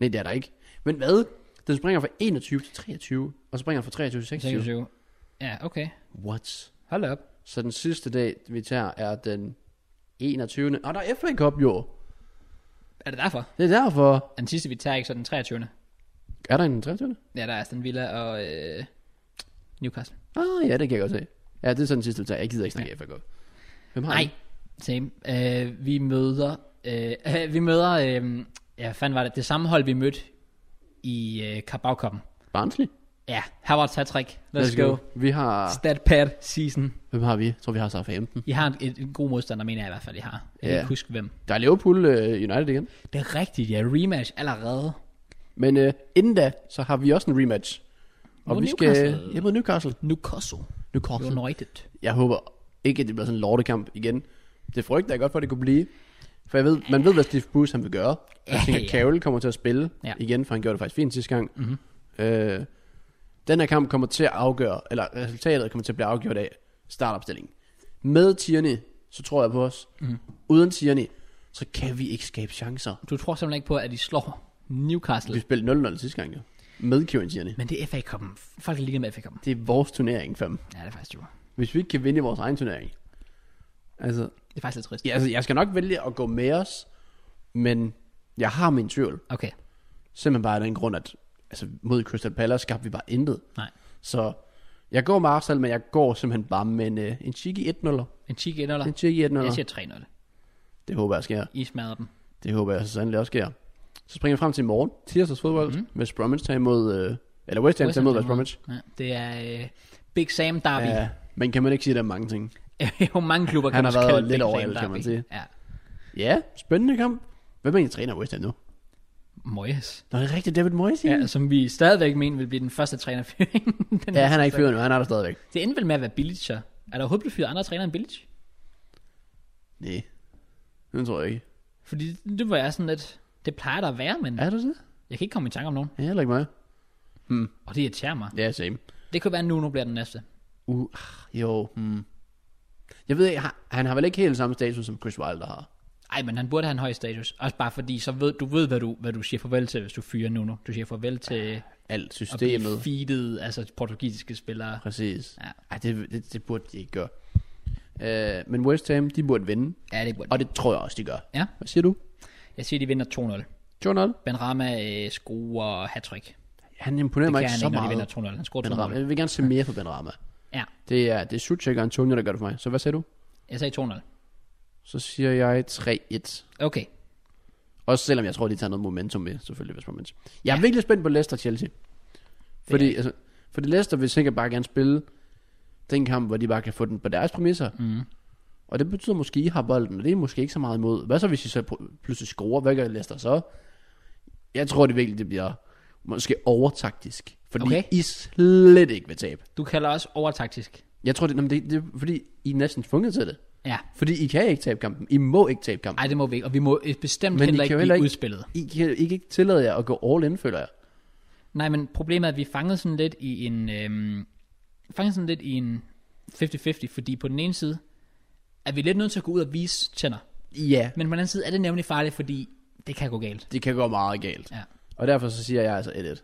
Speaker 2: det er der ikke. Men hvad? Den springer fra 21 til 23, og så springer den fra 23 til 26.
Speaker 1: 26. Ja, okay.
Speaker 2: What?
Speaker 1: Hold da op.
Speaker 2: Så den sidste dag, vi tager, er den 21. Og der er FA Cup jo.
Speaker 1: Er det derfor?
Speaker 2: Det er derfor.
Speaker 1: Den sidste, vi tager ikke, så er den 23.
Speaker 2: Er der en den 23.
Speaker 1: Ja, der er Aston Villa og øh, Newcastle.
Speaker 2: Ah, ja, det kan jeg godt se. Ja, det er sådan den sidste, vi tager. Jeg gider ikke snakke ja. FA Cup. Hvem har
Speaker 1: Nej,
Speaker 2: I?
Speaker 1: same. Øh, vi møder, øh, *laughs* vi møder, øh, ja, hvad fanden var det, det samme hold, vi mødte i øh, Carabao Cup'en.
Speaker 2: Barnsley?
Speaker 1: Ja, her var et hat-trick. Let's, Let's go. go.
Speaker 2: Vi har...
Speaker 1: Statpad season.
Speaker 2: Hvem har vi? Jeg tror, vi har Southampton.
Speaker 1: I har en, en, en god modstander, mener jeg i hvert fald, I har. Jeg kan
Speaker 2: Ja.
Speaker 1: ikke huske, hvem.
Speaker 2: Der er Liverpool uh, United igen.
Speaker 1: Det er rigtigt, ja. Rematch allerede.
Speaker 2: Men uh, inden da, så har vi også en rematch. Og
Speaker 1: Mod
Speaker 2: vi
Speaker 1: Newcastle.
Speaker 2: skal... Ja, mod Newcastle.
Speaker 1: Newcastle.
Speaker 2: Newcastle.
Speaker 1: United.
Speaker 2: Jeg håber ikke, at det bliver sådan en lortekamp igen. Det frygter jeg godt for, at det kunne blive. For jeg ved, man ved, hvad Steve Bruce han vil gøre. Jeg tænker, at
Speaker 1: Ja.
Speaker 2: Carroll kommer til at spille
Speaker 1: Ja. Mhm.
Speaker 2: ja. igen, for han gjorde det faktisk fint sidste gang. Mm-hmm. Øh, den her kamp kommer til at afgøre, eller resultatet kommer til at blive afgjort af startopstillingen. Med Tierney, så tror jeg på os.
Speaker 1: Mhm.
Speaker 2: Mm-hmm. Uden Tierney, så kan vi ikke skabe chancer.
Speaker 1: Du tror simpelthen ikke på, at de slår Newcastle.
Speaker 2: Vi spillede 0-0 sidste gang jo. Med Kieran Tierney.
Speaker 1: Men det er FA Cup'en. Folk er ligeglade med FA Cup'en.
Speaker 2: Det er vores turnering, fam.
Speaker 1: Ja, det er faktisk jo.
Speaker 2: Hvis vi ikke kan vinde i vores egen turnering. Altså,
Speaker 1: Det er faktisk lidt trist.
Speaker 2: Ja, altså, jeg skal nok vælge at gå med os, men jeg har min tvivl.
Speaker 1: Okay,
Speaker 2: Simpelthen bare af den grund, at altså, mod Crystal Palace skabte vi bare intet.
Speaker 1: nej.
Speaker 2: Så jeg går med Arsenal, men jeg går simpelthen bare med en, øh, en cheeky 1-0'er.
Speaker 1: En cheeky 1 eller?
Speaker 2: En cheeky 1-0'er.
Speaker 1: Jeg siger 3-0.
Speaker 2: Det håber jeg sker.
Speaker 1: I smadrer dem.
Speaker 2: Det håber jeg så sandelig også sker. Så springer jeg frem til i morgen. Tirsdags fodbold. Mm-hmm. West Bromwich tager imod... Øh, eller West Ham
Speaker 1: Mhm. West
Speaker 2: tager
Speaker 1: Ham
Speaker 2: imod
Speaker 1: tager
Speaker 2: West Bromwich.
Speaker 1: Ja, det er øh, Big Sam Derby. *laughs*
Speaker 2: Ja, men kan man ikke sige, at der er mange ting?
Speaker 1: jo, mange klubber
Speaker 2: Han
Speaker 1: kan
Speaker 2: har
Speaker 1: også
Speaker 2: været
Speaker 1: kalde det
Speaker 2: lidt
Speaker 1: Big
Speaker 2: over
Speaker 1: Sam
Speaker 2: alt, kan man
Speaker 1: Derby.
Speaker 2: sige.
Speaker 1: Ja.
Speaker 2: Ja, spændende kamp. Hvem er egentlig træner i West Ham nu?
Speaker 1: Moyes.
Speaker 2: Nå, det er rigtigt, David Moyes. Ja,
Speaker 1: Ja, som vi stadigvæk mener vil blive den første træner. *laughs* den
Speaker 2: ja han er ikke fyret nu, han er der stadigvæk.
Speaker 1: Det endte vel med at være Bilic, så. Er der overhovedet blevet fyret andre trænere end Bilic?
Speaker 2: Nej, det tror jeg ikke.
Speaker 1: Fordi det var jeg sådan lidt, det plejer der at være, men
Speaker 2: Er det det?
Speaker 1: jeg kan ikke komme i tanke om nogen.
Speaker 2: Ja, heller ikke mig.
Speaker 1: Og det irriterer mig.
Speaker 2: Ja, same.
Speaker 1: Det kunne være, at Nuno bliver den næste.
Speaker 2: Uh, ah, jo, hmm. Jeg ved ikke, han- han har vel ikke helt samme status, som Chris Wilder har.
Speaker 1: Ej, men han burde have en høj status. Også bare fordi, så ved, du ved, hvad du, hvad du siger farvel til, hvis du fyrer Nuno. Du siger farvel til
Speaker 2: Alt
Speaker 1: at blive
Speaker 2: systemet.
Speaker 1: feedet, altså portugisiske spillere.
Speaker 2: Præcis.
Speaker 1: Ja.
Speaker 2: Ej, det, det, det burde de ikke gøre. Uh, men West Ham, de burde vinde.
Speaker 1: Ja, det burde
Speaker 2: Og det tror jeg også, de gør.
Speaker 1: Ja.
Speaker 2: Hvad siger du?
Speaker 1: Jeg siger, de vinder 2-0.
Speaker 2: 2-0?
Speaker 1: Ben Rama øh, scorer hat-trick.
Speaker 2: Han imponerer
Speaker 1: Det
Speaker 2: mig
Speaker 1: kan
Speaker 2: ikke
Speaker 1: han
Speaker 2: så
Speaker 1: ikke, når de
Speaker 2: meget.
Speaker 1: vinder 2-0. Han scorer 2-0.
Speaker 2: Ben Rama. Jeg vil gerne se mere fra Ben Rama.
Speaker 1: Ja,
Speaker 2: Det er, det er Suchek og Antonio, der gør det for mig. Så hvad siger du?
Speaker 1: jeg sagde 2-0.
Speaker 2: Så siger jeg 3-1.
Speaker 1: Okay,
Speaker 2: Også selvom jeg tror, de tager noget momentum med, selvfølgelig, hvis man Jeg er ja. virkelig spændt på Leicester og Chelsea. Fordi,
Speaker 1: jeg.
Speaker 2: altså, fordi Leicester vil sikkert bare gerne spille den kamp, hvor de bare kan få den på deres præmisser. Mm. Og det betyder måske, at I har bolden, og det er I måske ikke så meget imod. Hvad så, hvis I så pl- pludselig scorer? Hvad gør Leicester så? Jeg tror det virkelig, det bliver måske overtaktisk. Fordi
Speaker 1: Okay.
Speaker 2: okay. I slet ikke vil tabe.
Speaker 1: du kalder også overtaktisk.
Speaker 2: Jeg tror, det, jamen, det, det er fordi, I er næsten tvunget til det.
Speaker 1: Ja,
Speaker 2: Fordi I kan ikke tabe kampen. I må ikke tabe kampen.
Speaker 1: ej, det må vi ikke. Og vi må øh, bestemt
Speaker 2: Men I
Speaker 1: heller
Speaker 2: kan
Speaker 1: ikke
Speaker 2: jo
Speaker 1: blive
Speaker 2: heller ikke-
Speaker 1: udspillet.
Speaker 2: I kan, I kan ikke tillade jer at gå all in, føler jeg.
Speaker 1: Nej, men problemet er, at vi fangede sådan lidt i en... Øhm, fangede sådan lidt i en 50-50, fordi på den ene side er vi lidt nødt til at gå ud og vise tænder.
Speaker 2: Ja,
Speaker 1: Men på den anden side er det nemlig farligt, fordi det kan gå galt.
Speaker 2: Det kan gå meget galt.
Speaker 1: Ja.
Speaker 2: Og derfor så siger jeg altså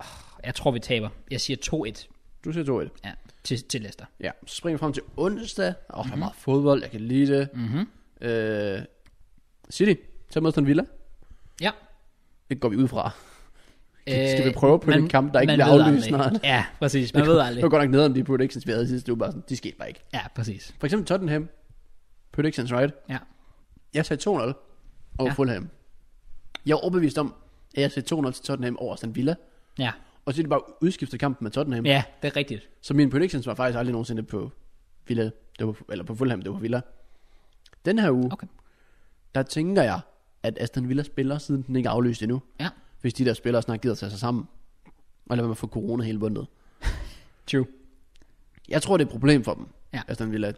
Speaker 2: 1-1.
Speaker 1: Jeg tror, vi taber. Jeg siger 2-1
Speaker 2: Du siger 2-1.
Speaker 1: ja, til, til Leicester.
Speaker 2: Ja, så springer vi frem til onsdag. Åh, oh, mm-hmm. der
Speaker 1: Mhm.
Speaker 2: er meget fodbold, jeg kan lide det. Mm-hmm. Øh, City, tag mod Aston Villa.
Speaker 1: Ja.
Speaker 2: Det går vi ud fra. Skal- skal vi
Speaker 1: Øh,
Speaker 2: prøve på
Speaker 1: man-
Speaker 2: den kamp, der ikke
Speaker 1: man
Speaker 2: bliver
Speaker 1: ved
Speaker 2: aflyst
Speaker 1: aldrig.
Speaker 2: snart?
Speaker 1: Ja, præcis. Man ved aldrig.
Speaker 2: Det var godt nok nede om de predictions, vi havde i sidste uge. Bare sådan, de skete bare ikke.
Speaker 1: Ja, præcis.
Speaker 2: For eksempel Tottenham. Predictions, right?
Speaker 1: Ja.
Speaker 2: Jeg sagde 2-0 over
Speaker 1: Ja.
Speaker 2: ja. Fulham. Jeg er overbevist om, at jeg sagde 2-0 til Tottenham over Aston Villa.
Speaker 1: Ja.
Speaker 2: Og så er det bare udskiftet kampen med Tottenham.
Speaker 1: ja, det er rigtigt.
Speaker 2: Så mine predictions var faktisk aldrig nogensinde på Villa, det var på, eller på Fulham, det var på Villa. Den her uge, okay.
Speaker 1: Okay.
Speaker 2: der tænker jeg, at Aston Villa spiller, siden den ikke er aflyst endnu.
Speaker 1: Ja.
Speaker 2: Hvis de der spillere snart gider tage sig sammen. Og lade være med at få corona hele bundet.
Speaker 1: True.
Speaker 2: Jeg tror, det er et problem for dem.
Speaker 1: Ja.
Speaker 2: Aston Villa,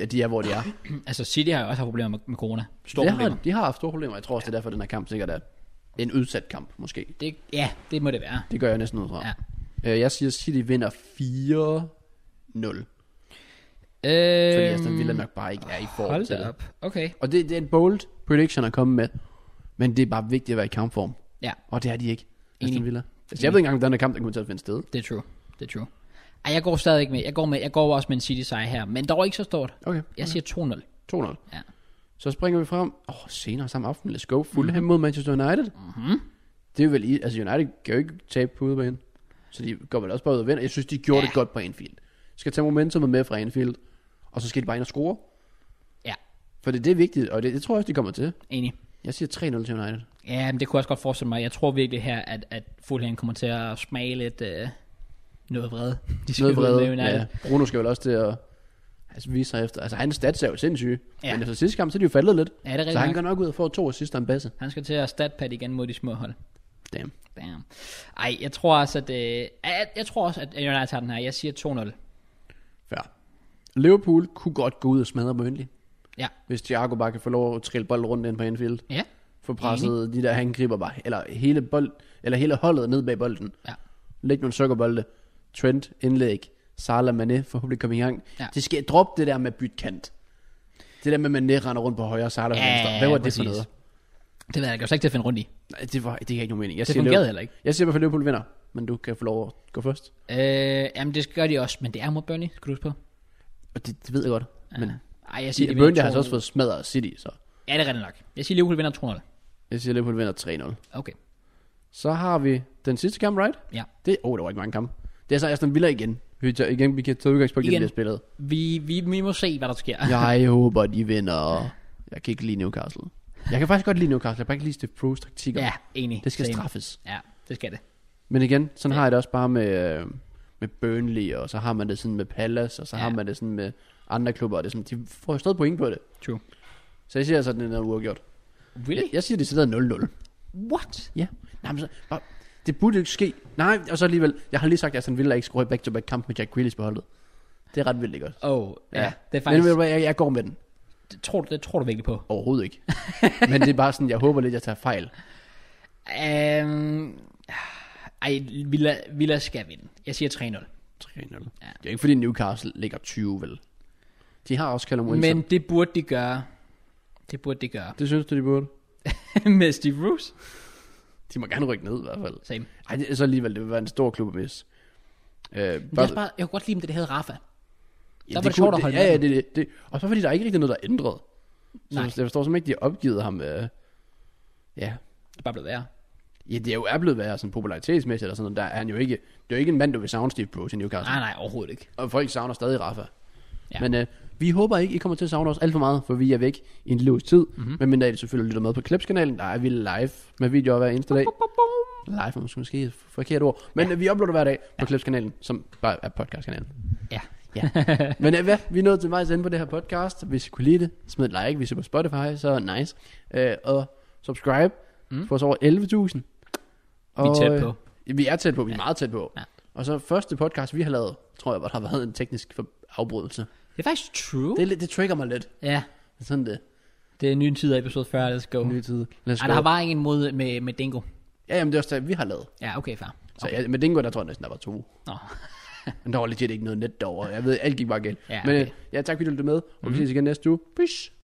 Speaker 2: at de er, hvor de er.
Speaker 1: Altså, City har jo også haft problemer med, med corona. Store
Speaker 2: de,
Speaker 1: problemer.
Speaker 2: har, de har haft store problemer. Jeg tror også, det er derfor, den her kamp sikkert er en udsat kamp, måske.
Speaker 1: Det, ja, det må det være.
Speaker 2: Det gør jeg næsten ud fra.
Speaker 1: Ja.
Speaker 2: Øh, Jeg siger, City vinder 4-0.
Speaker 1: Øh,
Speaker 2: Fordi Aston Villa nok bare ikke er i form
Speaker 1: Hold
Speaker 2: til
Speaker 1: da
Speaker 2: det.
Speaker 1: op. Okay.
Speaker 2: Og det, det er en bold prediction at komme med. Men det er bare vigtigt at være i kampform.
Speaker 1: Ja,
Speaker 2: Og det er de ikke.
Speaker 1: Enig.
Speaker 2: Aston Villa. Altså, jeg ved ikke engang, om den her kamp, den kommer til at finde sted.
Speaker 1: Det er true. Det er true. Ej, jeg går stadig ikke med. Jeg går, med. jeg går også med en City sejr her, men dog ikke så stort.
Speaker 2: Okay,
Speaker 1: Jeg siger 2-0.
Speaker 2: 2-0.
Speaker 1: Ja.
Speaker 2: Så springer vi frem. Åh, oh, senere samme aften. Let's go. Fulham
Speaker 1: Mhm.
Speaker 2: mod Manchester United. Mm-hmm. Det er vel... i- Altså, United kan jo ikke tabe på udebane. Så de går vel også bare ud og vinder. Jeg synes, de gjorde
Speaker 1: Ja.
Speaker 2: det godt på Anfield. Skal tage momentumet med fra Anfield. Og så skal de bare ind og score.
Speaker 1: Ja,
Speaker 2: For det, det er vigtigt, og det, det tror jeg også, de kommer til.
Speaker 1: enig.
Speaker 2: Jeg siger 3-0 til United.
Speaker 1: Ja, men det kunne jeg også godt forestille mig. Jeg tror virkelig her, at, at Fulham kommer til at smage lidt øh, noget vrede. *laughs* De skal
Speaker 2: Noget
Speaker 1: ud med
Speaker 2: vrede.
Speaker 1: United.
Speaker 2: Ja, Bruno skal vel også til at altså, vise sig efter. Altså, hans stats er jo sindssyge.
Speaker 1: Ja.
Speaker 2: Ja. Men efter sidste kamp, så er de jo faldet lidt.
Speaker 1: Ja, det er
Speaker 2: Så han
Speaker 1: rigtigt.
Speaker 2: går
Speaker 1: nok.
Speaker 2: nok ud og får to assister og en basse.
Speaker 1: Han skal til at statpad igen mod de små hold.
Speaker 2: Damn.
Speaker 1: Damn. Ej, jeg tror også, at, øh, jeg, jeg tror også, at United tager den her. Jeg siger 2-0.
Speaker 2: Fair. Liverpool kunne godt gå ud og smadre Burnley.
Speaker 1: Ja.
Speaker 2: Hvis Thiago bare kan få lov at trille bolden rundt ind på Anfield.
Speaker 1: Ja.
Speaker 2: Få presset de der angriber bare. Eller hele, bold, eller hele holdet ned bag bolden.
Speaker 1: Ja.
Speaker 2: Læg nogle sukkerbolde. Trent, indlæg. Salah, Mané, forhåbentlig komme i gang.
Speaker 1: Ja.
Speaker 2: Det skal droppe det der med bytkant. Det der med, at Mané render rundt på højre og Salah ja, venstre. Hvad var det
Speaker 1: præcis.
Speaker 2: for noget?
Speaker 1: Det ved jeg ikke. Jeg er slet ikke til at finde rundt i.
Speaker 2: Nej, det, var, det giver ikke nogen mening. Jeg
Speaker 1: Det
Speaker 2: siger,
Speaker 1: fungerede
Speaker 2: Liverpool-
Speaker 1: heller ikke.
Speaker 2: Jeg siger i hvert fald, Liverpool vinder. Men du kan få lov at gå først.
Speaker 1: Øh, jamen, det gør de også, men det er mod Burnley, skal du huske på. Ah,
Speaker 2: Og det, det ved jeg godt. Ja. Men
Speaker 1: Ej, jeg siger,
Speaker 2: City,
Speaker 1: de
Speaker 2: Burnley
Speaker 1: vinder
Speaker 2: har altså
Speaker 1: 2-0.
Speaker 2: også fået smadret af City, så
Speaker 1: Ja, det er rigtigt nok. Jeg siger, Liverpool vinder
Speaker 2: jeg siger, Liverpool vinder 3-0.
Speaker 1: 2-0. Okay.
Speaker 2: Så har vi den sidste kamp, right?
Speaker 1: Ja.
Speaker 2: Det, oh, der var ikke mange kampe. Det er så Aston Villa igen. Vi, tager, igen, vi kan tage udgangspunkt i,
Speaker 1: Igen.
Speaker 2: det bliver *laughs* spillet.
Speaker 1: Vi, vi, vi må se, hvad der sker.
Speaker 2: Jeg håber, de vinder. Jeg kan ikke lide Newcastle. Jeg kan faktisk godt lide Newcastle. Jeg kan bare ikke lide Steve Bruce taktikker.
Speaker 1: Ja, enig.
Speaker 2: det skal
Speaker 1: Same.
Speaker 2: straffes.
Speaker 1: Ja, det skal det.
Speaker 2: Men igen, sådan har jeg det også bare med, øh, med Burnley, og så har man det sådan med Palace, og så
Speaker 1: Ja.
Speaker 2: ja. har man det sådan med andre klubber. Og det er sådan, de får jo stadig point på det.
Speaker 1: True.
Speaker 2: Så jeg siger altså, at den er uafgjort.
Speaker 1: Really?
Speaker 2: Jeg, jeg siger, det sidder 0-0.
Speaker 1: What?
Speaker 2: Ja. Nej, men så, bare, det burde jo ikke ske. Nej, og så alligevel. Jeg har lige sagt, at Aston Villa ikke skulle i back-to-back kamp med Jack Grealish på holdet. Det er ret vildt, ikke også?
Speaker 1: Oh, ja. ja. Det er
Speaker 2: Men
Speaker 1: faktisk...
Speaker 2: ved du hvad, jeg, jeg går med den.
Speaker 1: det, tror, du- det tror du virkelig på. *laughs*
Speaker 2: Overhovedet ikke. men det er bare sådan, jeg håber lidt, jeg tager fejl.
Speaker 1: Øhm... Ej, Villa, Villa skal vinde. Jeg siger 3-0.
Speaker 2: 3-0. Ja. Det er jo ikke, fordi Newcastle ligger 20, vel? De har også Callum Wilson.
Speaker 1: Men
Speaker 2: Men...
Speaker 1: det burde de gøre. Det burde de gøre. *laughs*
Speaker 2: Det synes du, de burde?
Speaker 1: Med Steve Bruce.
Speaker 2: De må gerne rykke ned i hvert fald.
Speaker 1: Same.
Speaker 2: Ej, det, er så alligevel, det vil være en stor klub at misse. Øh, bare,
Speaker 1: Men jeg, bare, jeg kunne godt lide, at det havde Rafa.
Speaker 2: ja,
Speaker 1: var
Speaker 2: det
Speaker 1: det sjovt
Speaker 2: kunne-
Speaker 1: at holde
Speaker 2: ja, ja,
Speaker 1: med
Speaker 2: det, det, det, Og så fordi der er ikke rigtig noget, der er ændret. Så
Speaker 1: Nej.
Speaker 2: jeg forstår simpelthen ikke, de har opgivet ham. Øh, ja,
Speaker 1: Det er bare blevet værre.
Speaker 2: Ja, det er jo er blevet værre sådan popularitetsmæssigt eller sådan noget. Der er han jo ikke, det er jo ikke en mand, der vil savne Steve Bruce i Newcastle.
Speaker 1: Nej, nej, overhovedet ikke.
Speaker 2: Og folk savner stadig Rafa.
Speaker 1: Ja.
Speaker 2: Ja. Men øh, vi håber ikke, I kommer til at savne os alt for meget, for vi er væk i en lille uges tid.
Speaker 1: Mhm.
Speaker 2: Mm-hmm. Men mindre I selvfølgelig lytter med på Klipskanalen, der er vi live med videoer hver eneste dag. Live er måske, måske et forkert ord. Men ja. vi uploader hver dag på Klipskanalen, som bare er podcastkanalen.
Speaker 1: Ja. *laughs*
Speaker 2: Ja. Men øh, hvad, vi er nået til vejs ende på det her podcast. Hvis I kunne lide det, smid et like. Hvis I er på Spotify, så nice. Øh, og subscribe. Mm. Få os over 11.000.
Speaker 1: Mhm. Vi er
Speaker 2: Og,
Speaker 1: tæt på.
Speaker 2: øh, Vi er tæt på, vi er meget tæt på.
Speaker 1: Ja.
Speaker 2: Ja. Og så første podcast, vi har lavet, tror jeg, hvor der har været en teknisk for- afbrydelse.
Speaker 1: Det er faktisk true.
Speaker 2: Det, er lidt- det trigger mig lidt.
Speaker 1: Ja,
Speaker 2: Sådan det.
Speaker 1: det er nye tider episode 40, let's go.
Speaker 2: Nye tid. Lad os
Speaker 1: Ej,
Speaker 2: gå.
Speaker 1: der har bare en mod med, med Dingo.
Speaker 2: Ja, jamen, det er også det, vi har lavet.
Speaker 1: Ja, okay, far.
Speaker 2: Så okay. ja, med Dingo, der tror jeg næsten, der var to.
Speaker 1: Nå.
Speaker 2: Men der var legit ikke noget net derovre. Jeg ved, alt gik bare galt.
Speaker 1: Ja,
Speaker 2: Men
Speaker 1: okay. Mhm.
Speaker 2: øh, ja, tak fordi du lyttede med. Og vi ses igen næste uge. Peace.